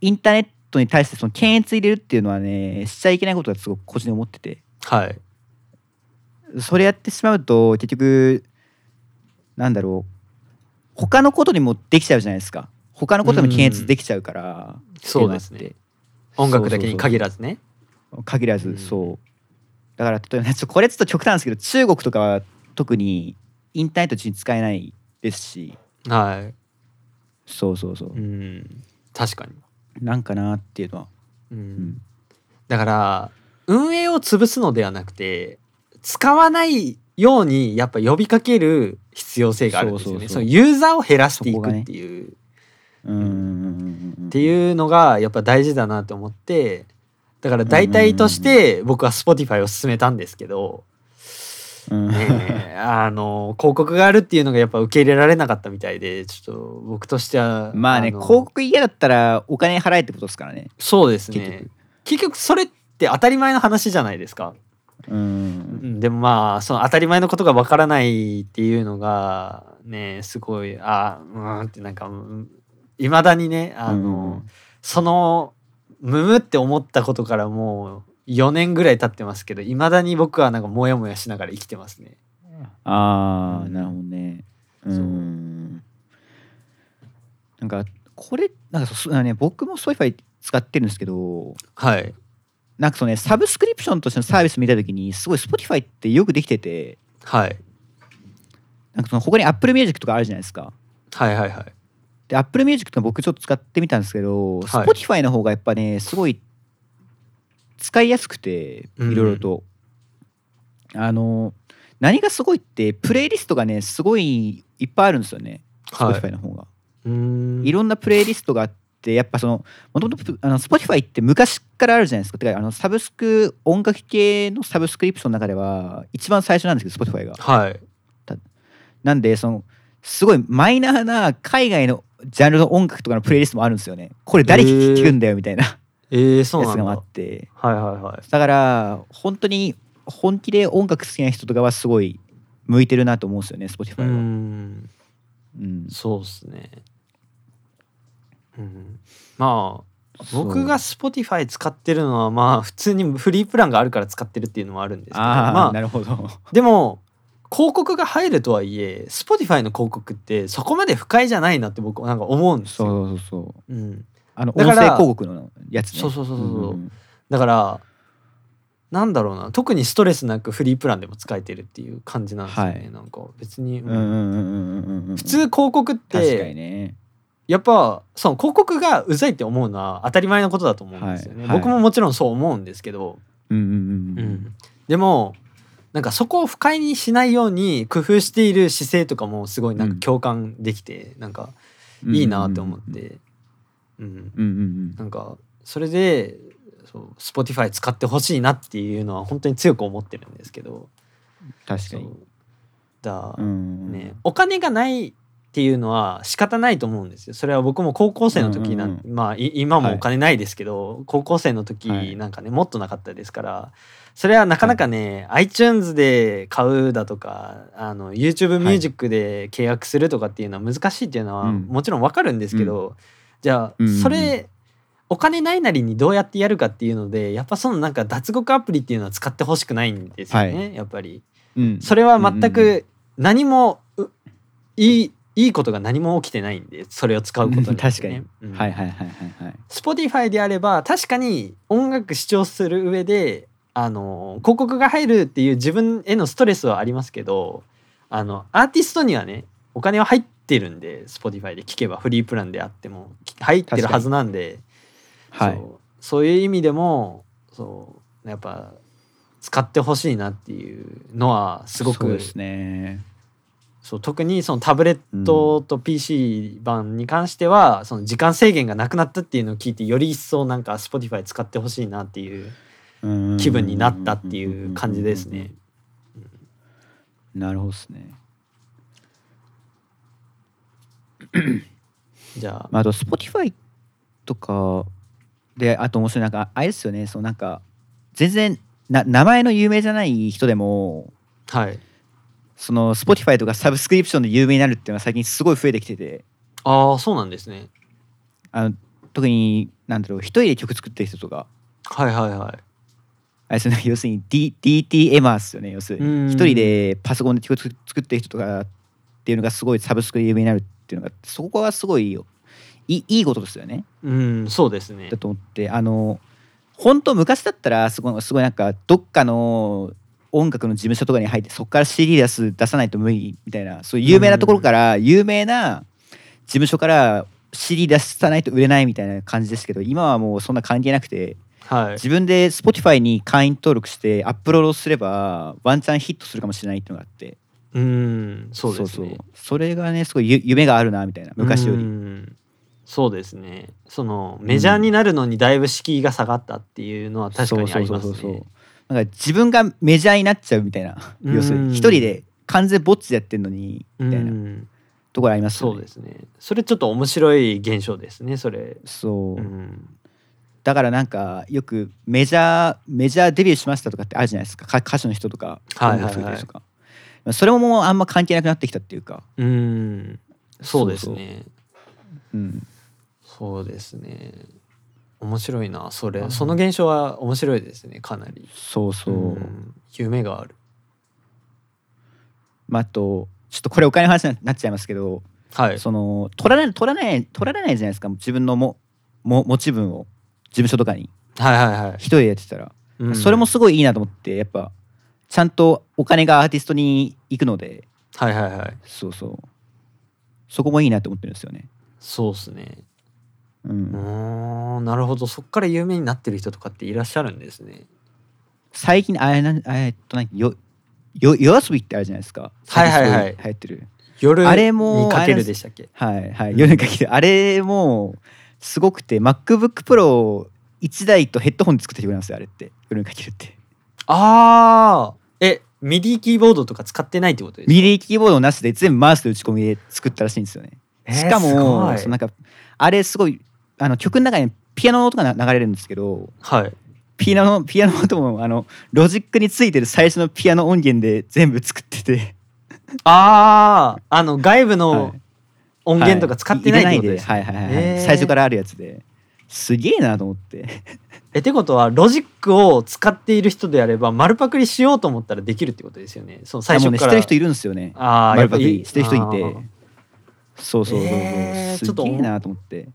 Speaker 1: インターネットに対してその検閲入れるっていうのはねしちゃいけないことだとすごく個人で思ってて
Speaker 2: はい
Speaker 1: それやってしまうと結局なんだろう他のことにもできちゃうじゃないですか他のことにも検閲できちゃうから、
Speaker 2: そうです
Speaker 1: ってい
Speaker 2: ね
Speaker 1: うのがあって
Speaker 2: 音楽だけに限
Speaker 1: ら
Speaker 2: らずね
Speaker 1: 限ら
Speaker 2: うん
Speaker 1: ずそうだから例えばねちょっとこれちょっと極端ですけど中国とかは特にインターネットに使えないですし
Speaker 2: は
Speaker 1: そうそうそう
Speaker 2: い、うん、確かに、
Speaker 1: なんかなっていうのは、
Speaker 2: うん
Speaker 1: うん
Speaker 2: だから運営を潰すのではなくて使わないようにやっぱ呼びかける必要性があるんですよねそ
Speaker 1: そうそうそう
Speaker 2: のユーザーを減らしてい
Speaker 1: そこ
Speaker 2: く
Speaker 1: がね
Speaker 2: っていう、
Speaker 1: うんうんうんうん、
Speaker 2: っていうのがやっぱ大事だなと思ってだから代替として僕は Spotify を勧めたんですけど、
Speaker 1: うん、
Speaker 2: ねえあの広告があるっていうのがやっぱ受け入れられなかったみたいでちょっと僕としては
Speaker 1: [LAUGHS] まあね
Speaker 2: の
Speaker 1: 広告嫌だったらお金払えってことですからね
Speaker 2: そうです
Speaker 1: 結
Speaker 2: ね
Speaker 1: 局、
Speaker 2: 結局それって当たり前の話じゃないですか、
Speaker 1: う、
Speaker 2: うんん、でもまあその当たり前のことがわからないっていうのがねすごいあうーんってなんかいまだにねあの、そのムムって思ったことからもう4年ぐらい経ってますけどいまだに僕はなんかモヤモヤしながら生きてますね。
Speaker 1: ああ、
Speaker 2: うん
Speaker 1: なるほどね。う。
Speaker 2: そうん
Speaker 1: なんかこれなんかそうそうあのね僕も Spotify 使ってるんですけど、
Speaker 2: はい、
Speaker 1: なんかそのねサブスクリプションとしてのサービス見たときにすごい Spotify ってよくできてて、
Speaker 2: はい、
Speaker 1: なんかその他に Apple Music とかあるじゃないですか。
Speaker 2: はいはいはい
Speaker 1: で Apple Music とか僕ちょっと使ってみたんですけど、
Speaker 2: はい
Speaker 1: Spotify の方がやっぱねすごい使いやすくてい
Speaker 2: うん
Speaker 1: ろいろと、あの何がすごいってプレイリストがねすごいいっぱいあるんですよね。
Speaker 2: はい
Speaker 1: Spotify の方が、
Speaker 2: うーん
Speaker 1: いろんなプレイリストがあってやっぱそのもともと Spotify って昔からあるじゃないですかてかあのサブスク音楽系のサブスクリプションの中では一番最初なんですけど Spotify が
Speaker 2: はい
Speaker 1: なんでそのすごいマイナーな海外のジャンルの音楽とかのプレイリストもあるんですよねこれ誰聞聞くんだよみたいな
Speaker 2: えー、そう
Speaker 1: やつ
Speaker 2: なん
Speaker 1: が
Speaker 2: だ
Speaker 1: あ
Speaker 2: は
Speaker 1: って
Speaker 2: いはいはい
Speaker 1: だから本当に本気で音楽好きな人とかはすごい向いてるなと思うんですよね Spotify
Speaker 2: うー
Speaker 1: は、
Speaker 2: ん
Speaker 1: うん
Speaker 2: そうっすね。うん、まあ僕が Spotify 使ってるのはまあ普 [LAUGHS] 通にフリープランがあるから使ってるっていうのもあるんですけど
Speaker 1: ああ、
Speaker 2: ま
Speaker 1: な
Speaker 2: あ
Speaker 1: るほど
Speaker 2: でも広告が入るとはいえ Spotify の広告ってそこまで不快じゃないなって僕なんか思うんですよ。
Speaker 1: そうそうそう
Speaker 2: うん、
Speaker 1: あの
Speaker 2: だ
Speaker 1: 音
Speaker 2: から
Speaker 1: 声広告のやつね。
Speaker 2: そうそうそうそうそう
Speaker 1: うん
Speaker 2: だからなんだろうな特にストレスなくフリープランでも使えてるっていう感じなんですよね、
Speaker 1: はい
Speaker 2: なんか別に、
Speaker 1: うんうんうんうんうん。
Speaker 2: 普通広告っ
Speaker 1: 確かに
Speaker 2: て
Speaker 1: ね。
Speaker 2: やっぱその広告がうざいって思うのは当たり前のことだと思うんですよね、
Speaker 1: はいはい
Speaker 2: 僕ももちろんそう思うんですけど、
Speaker 1: うんうんうんうん。
Speaker 2: でもなんかそこを不快にしないように工夫している姿勢とかもすごいなんか
Speaker 1: うん
Speaker 2: 共感できて、なんかいいなって思って、うん、
Speaker 1: うんうん
Speaker 2: なんかそれでそう Spotify 使ってほしいなっていうのは本当に強く思ってるんですけど
Speaker 1: 確かに
Speaker 2: そうだ、
Speaker 1: うん
Speaker 2: ね、お金がないっていうのは仕方ないと思うんですよ。それは僕も高校生の時なん、
Speaker 1: うんうん
Speaker 2: まあい今も
Speaker 1: はい
Speaker 2: お金ないですけど、高校生の
Speaker 1: はい
Speaker 2: 時なんかね、もっとなかったですからそれはなかなかね、iTunes で買うだとかあの YouTube ミュージックで契約するとかっていうのは難しいっていうのは、
Speaker 1: うん
Speaker 2: もちろんわかるんですけど、じゃ
Speaker 1: う
Speaker 2: あ
Speaker 1: んうんうん
Speaker 2: それ、お金ないなりにどうやってやるかっていうのでやっぱそのなんか脱獄アプリっていうのは使ってほしくないんですよね、
Speaker 1: は
Speaker 2: やっぱり。
Speaker 1: うん
Speaker 2: それは全
Speaker 1: うんうん
Speaker 2: く何もういいいいことが何も起きてないんでそれを使うことによって、ね、
Speaker 1: 確かに
Speaker 2: うん
Speaker 1: はいはいはいはいはい
Speaker 2: Spotify であれば確かに音楽視聴する上であの広告が入るっていう自分へのストレスはありますけどあのアーティストにはねお金は入ってるんで Spotify で聞けばフリープランであってもき入ってるはずなんで
Speaker 1: はい
Speaker 2: そうそういう意味でもそうやっぱ使ってほしいなっていうのはすご
Speaker 1: そう
Speaker 2: く
Speaker 1: ですね
Speaker 2: そう特にそのタブレットと PC 版に関しては、その時間制限がなくなったっていうのを聞いてより一層なんか Spotify 使ってほしいなっていう気分になったっていう感じですね。
Speaker 1: なるほどですね
Speaker 2: じゃあ、
Speaker 1: まあ、あと Spotify とかであと面白いなんかあれですよねそのなんか全然な名前の有名じゃない人でも
Speaker 2: はい。
Speaker 1: その Spotify とかサブスクリプションで有名になるっていうのが最近すごい増えてきてて
Speaker 2: ああそうなんですね。
Speaker 1: あの特になんだろう一人で曲作ってる人とか
Speaker 2: はいはいはい。
Speaker 1: あれですよね要 [LAUGHS] するに、D、DT エマーですよね要する
Speaker 2: うん
Speaker 1: に一人でパソコンで曲作作ってる人とかっていうのがすごいサブスクで有名になるっていうのがそこはすごいよいいいいことですよね。
Speaker 2: うんそうですね
Speaker 1: だ。と思ってあの本当昔だったらすごいすごいなんかどっかの音楽の事務所とかに入ってそこから CD 出す出さないと無理みたいなそういう有名なところから有名な事務所から CD 出さないと売れないみたいな感じですけど今はもうそんな関係なくて
Speaker 2: はい。
Speaker 1: 自分で Spotify に会員登録してアップロードすればワンチャンヒットするかもしれないっていうのがあって
Speaker 2: うんそうですね。
Speaker 1: そうそれがねすごいゆ夢があるなみたいな昔よ
Speaker 2: う
Speaker 1: り
Speaker 2: んそうですねそのメジャーになるのにだいぶ敷居が下がったっていうのは確かにあります
Speaker 1: そうそうそうそう
Speaker 2: ね。
Speaker 1: そうなんか自分がメジャーになっちゃうみたいな
Speaker 2: うん
Speaker 1: 要するに一人で完全ぼっちでやってんのに
Speaker 2: う
Speaker 1: みたいなんところありますよ
Speaker 2: そう
Speaker 1: ね
Speaker 2: ですね。それちょっと面白い現象ですね。それ。
Speaker 1: そう
Speaker 2: うん。
Speaker 1: だからなんかよくメジャーメジャーデビューしましたとかってあるじゃないですかか歌手の人とか
Speaker 2: はいはいはい
Speaker 1: 音楽作ってる人とかそれももうあんま関係なくなってきたっていうか、
Speaker 2: うん。そうですね。
Speaker 1: うん、
Speaker 2: そうですね。面白いな。それ。
Speaker 1: ん
Speaker 2: その現象は面白いですね。かなり。
Speaker 1: そうそう、
Speaker 2: ん夢がある。
Speaker 1: まあ、あとちょっとこれお金の話になっちゃいますけど、
Speaker 2: はい。
Speaker 1: その取られ取らない取られないじゃないですか自分のもも持ち分を事務所とかに
Speaker 2: はいはいはい
Speaker 1: 一。人でやってたら、
Speaker 2: うん
Speaker 1: それもすごいいいなと思ってやっぱちゃんとお金がアーティストに行くので
Speaker 2: はいはいはい。
Speaker 1: そうそうそこもいいなと思ってるんですよね。
Speaker 2: そうですね。
Speaker 1: う、
Speaker 2: うんーんなるほどそっから有名になってる人とかっていらっしゃるんですね
Speaker 1: 最近あれなんあれえっとなんかよよ夜遊びってあるじゃないですか。
Speaker 2: はいはいはい
Speaker 1: 最近すご流行ってる。
Speaker 2: 夜
Speaker 1: あれも
Speaker 2: にかけ
Speaker 1: あれ
Speaker 2: るでしたっけ
Speaker 1: はいはい。夜中来てあれもすごくて MacBook Pro 一台とヘッドホンで作った曲なんですよあれって夜中来るって。
Speaker 2: ああえミディキーボードとか使ってないってことですか
Speaker 1: ミディキーボードなしで全部マウスで打ち込みで作ったらしいんですよね。
Speaker 2: えー
Speaker 1: しかも、
Speaker 2: すごい
Speaker 1: そのなんかあれすごいあの曲の中にピアノの音がな流れるんですけど
Speaker 2: はい
Speaker 1: ピアノピアノの音もあのロジックについてる最初のピアノ音源で全部作ってて
Speaker 2: あああの外部
Speaker 1: は
Speaker 2: の
Speaker 1: い
Speaker 2: 音源とか使ってない
Speaker 1: 入
Speaker 2: ってこと
Speaker 1: れ
Speaker 2: で
Speaker 1: ですはいはいはいはい、
Speaker 2: えー
Speaker 1: 最初からあるやつですげえなと思って
Speaker 2: えってことはロジックを使っている人であれば丸パクリしようと思ったらできるってことですよねその最
Speaker 1: もう
Speaker 2: 初
Speaker 1: ねし
Speaker 2: か
Speaker 1: て
Speaker 2: ら
Speaker 1: る人いるんですよね
Speaker 2: ああや
Speaker 1: 丸
Speaker 2: っぱ
Speaker 1: パク
Speaker 2: り
Speaker 1: リしてる人いてそうそうそうそう、
Speaker 2: えーちょ
Speaker 1: す
Speaker 2: っと
Speaker 1: げえなと思って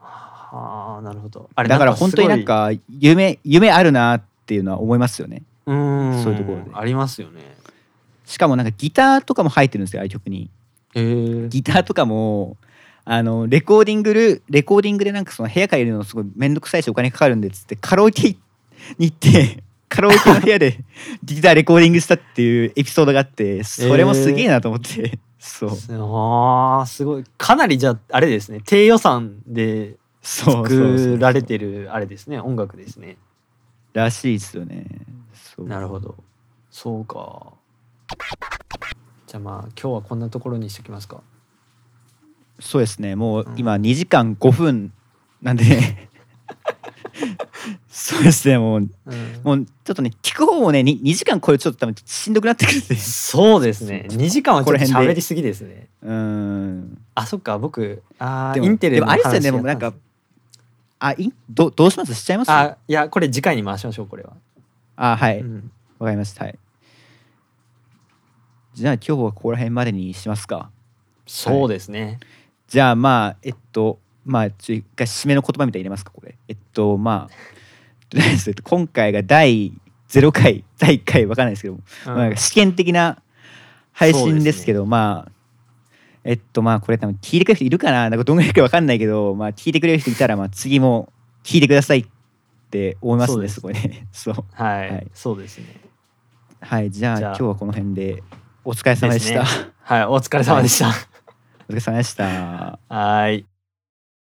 Speaker 2: あーあーなるほどあれ
Speaker 1: だから本当になんか夢夢あるなっていうのは思いますよね
Speaker 2: すごいうーん
Speaker 1: そういうところで
Speaker 2: ありますよね
Speaker 1: しかもなんかギターとかも入ってるんですよああいう曲に
Speaker 2: へえ
Speaker 1: ギターとかもあのレコーディングルレコーディングでなんかその部屋借りるのすごい面倒くさいしお金かかるんでっつってカラオケに行ってカラオケの部屋で [LAUGHS] ギターレコーディングしたっていうエピソードがあってそれもすげえなと思って、そう
Speaker 2: すあーすごいかなりじゃああれですね低予算で
Speaker 1: そうそうそう
Speaker 2: 作られてるあれですね音楽ですね
Speaker 1: らしいですよねそう
Speaker 2: なるほどそうかじゃあまあ今日はこんなところにしときますか
Speaker 1: そうですねもう
Speaker 2: うん
Speaker 1: 今2時間5分なんで [LAUGHS] そうですねもう
Speaker 2: うん
Speaker 1: もうちょっとね聞く方もね 2, 時間超えるとちょっと多分しんどくなってくるんで
Speaker 2: そうですね2時間はちょっと喋りすぎですね
Speaker 1: うーん
Speaker 2: あそっか僕あー
Speaker 1: でも
Speaker 2: インテリ
Speaker 1: でもあれですよねもうなんかあいどどうしますしちゃいますあ
Speaker 2: あいやこれ次回に回しましょうこれは、
Speaker 1: はいわ、
Speaker 2: うん
Speaker 1: かりましたはいじゃあ今日はここら辺までにしますか
Speaker 2: そうですね、
Speaker 1: じゃあまあえっとまあちょ一回締めの言葉みたいに入れますかこれえっとまあとりあえずえっと今回が第0回第1回わかんないですけども、まあ
Speaker 2: う
Speaker 1: なんんか試験的な配信ですけ
Speaker 2: そ
Speaker 1: どまあえっとまあこれ多分聞いてくれる人いるかななんかどんぐらいかわかんないけどまあ聞いてくれる人いたらまあ次も聞いてくださいって思います
Speaker 2: そう
Speaker 1: ね
Speaker 2: です
Speaker 1: そこね [LAUGHS] そう
Speaker 2: はい、
Speaker 1: はい
Speaker 2: そうですね
Speaker 1: はいじゃあ
Speaker 2: じゃあ
Speaker 1: 今日はこの辺でお疲れ様でした [LAUGHS]
Speaker 2: ですはいお疲れ様でした、
Speaker 1: お疲れ様でした
Speaker 2: [LAUGHS] はーい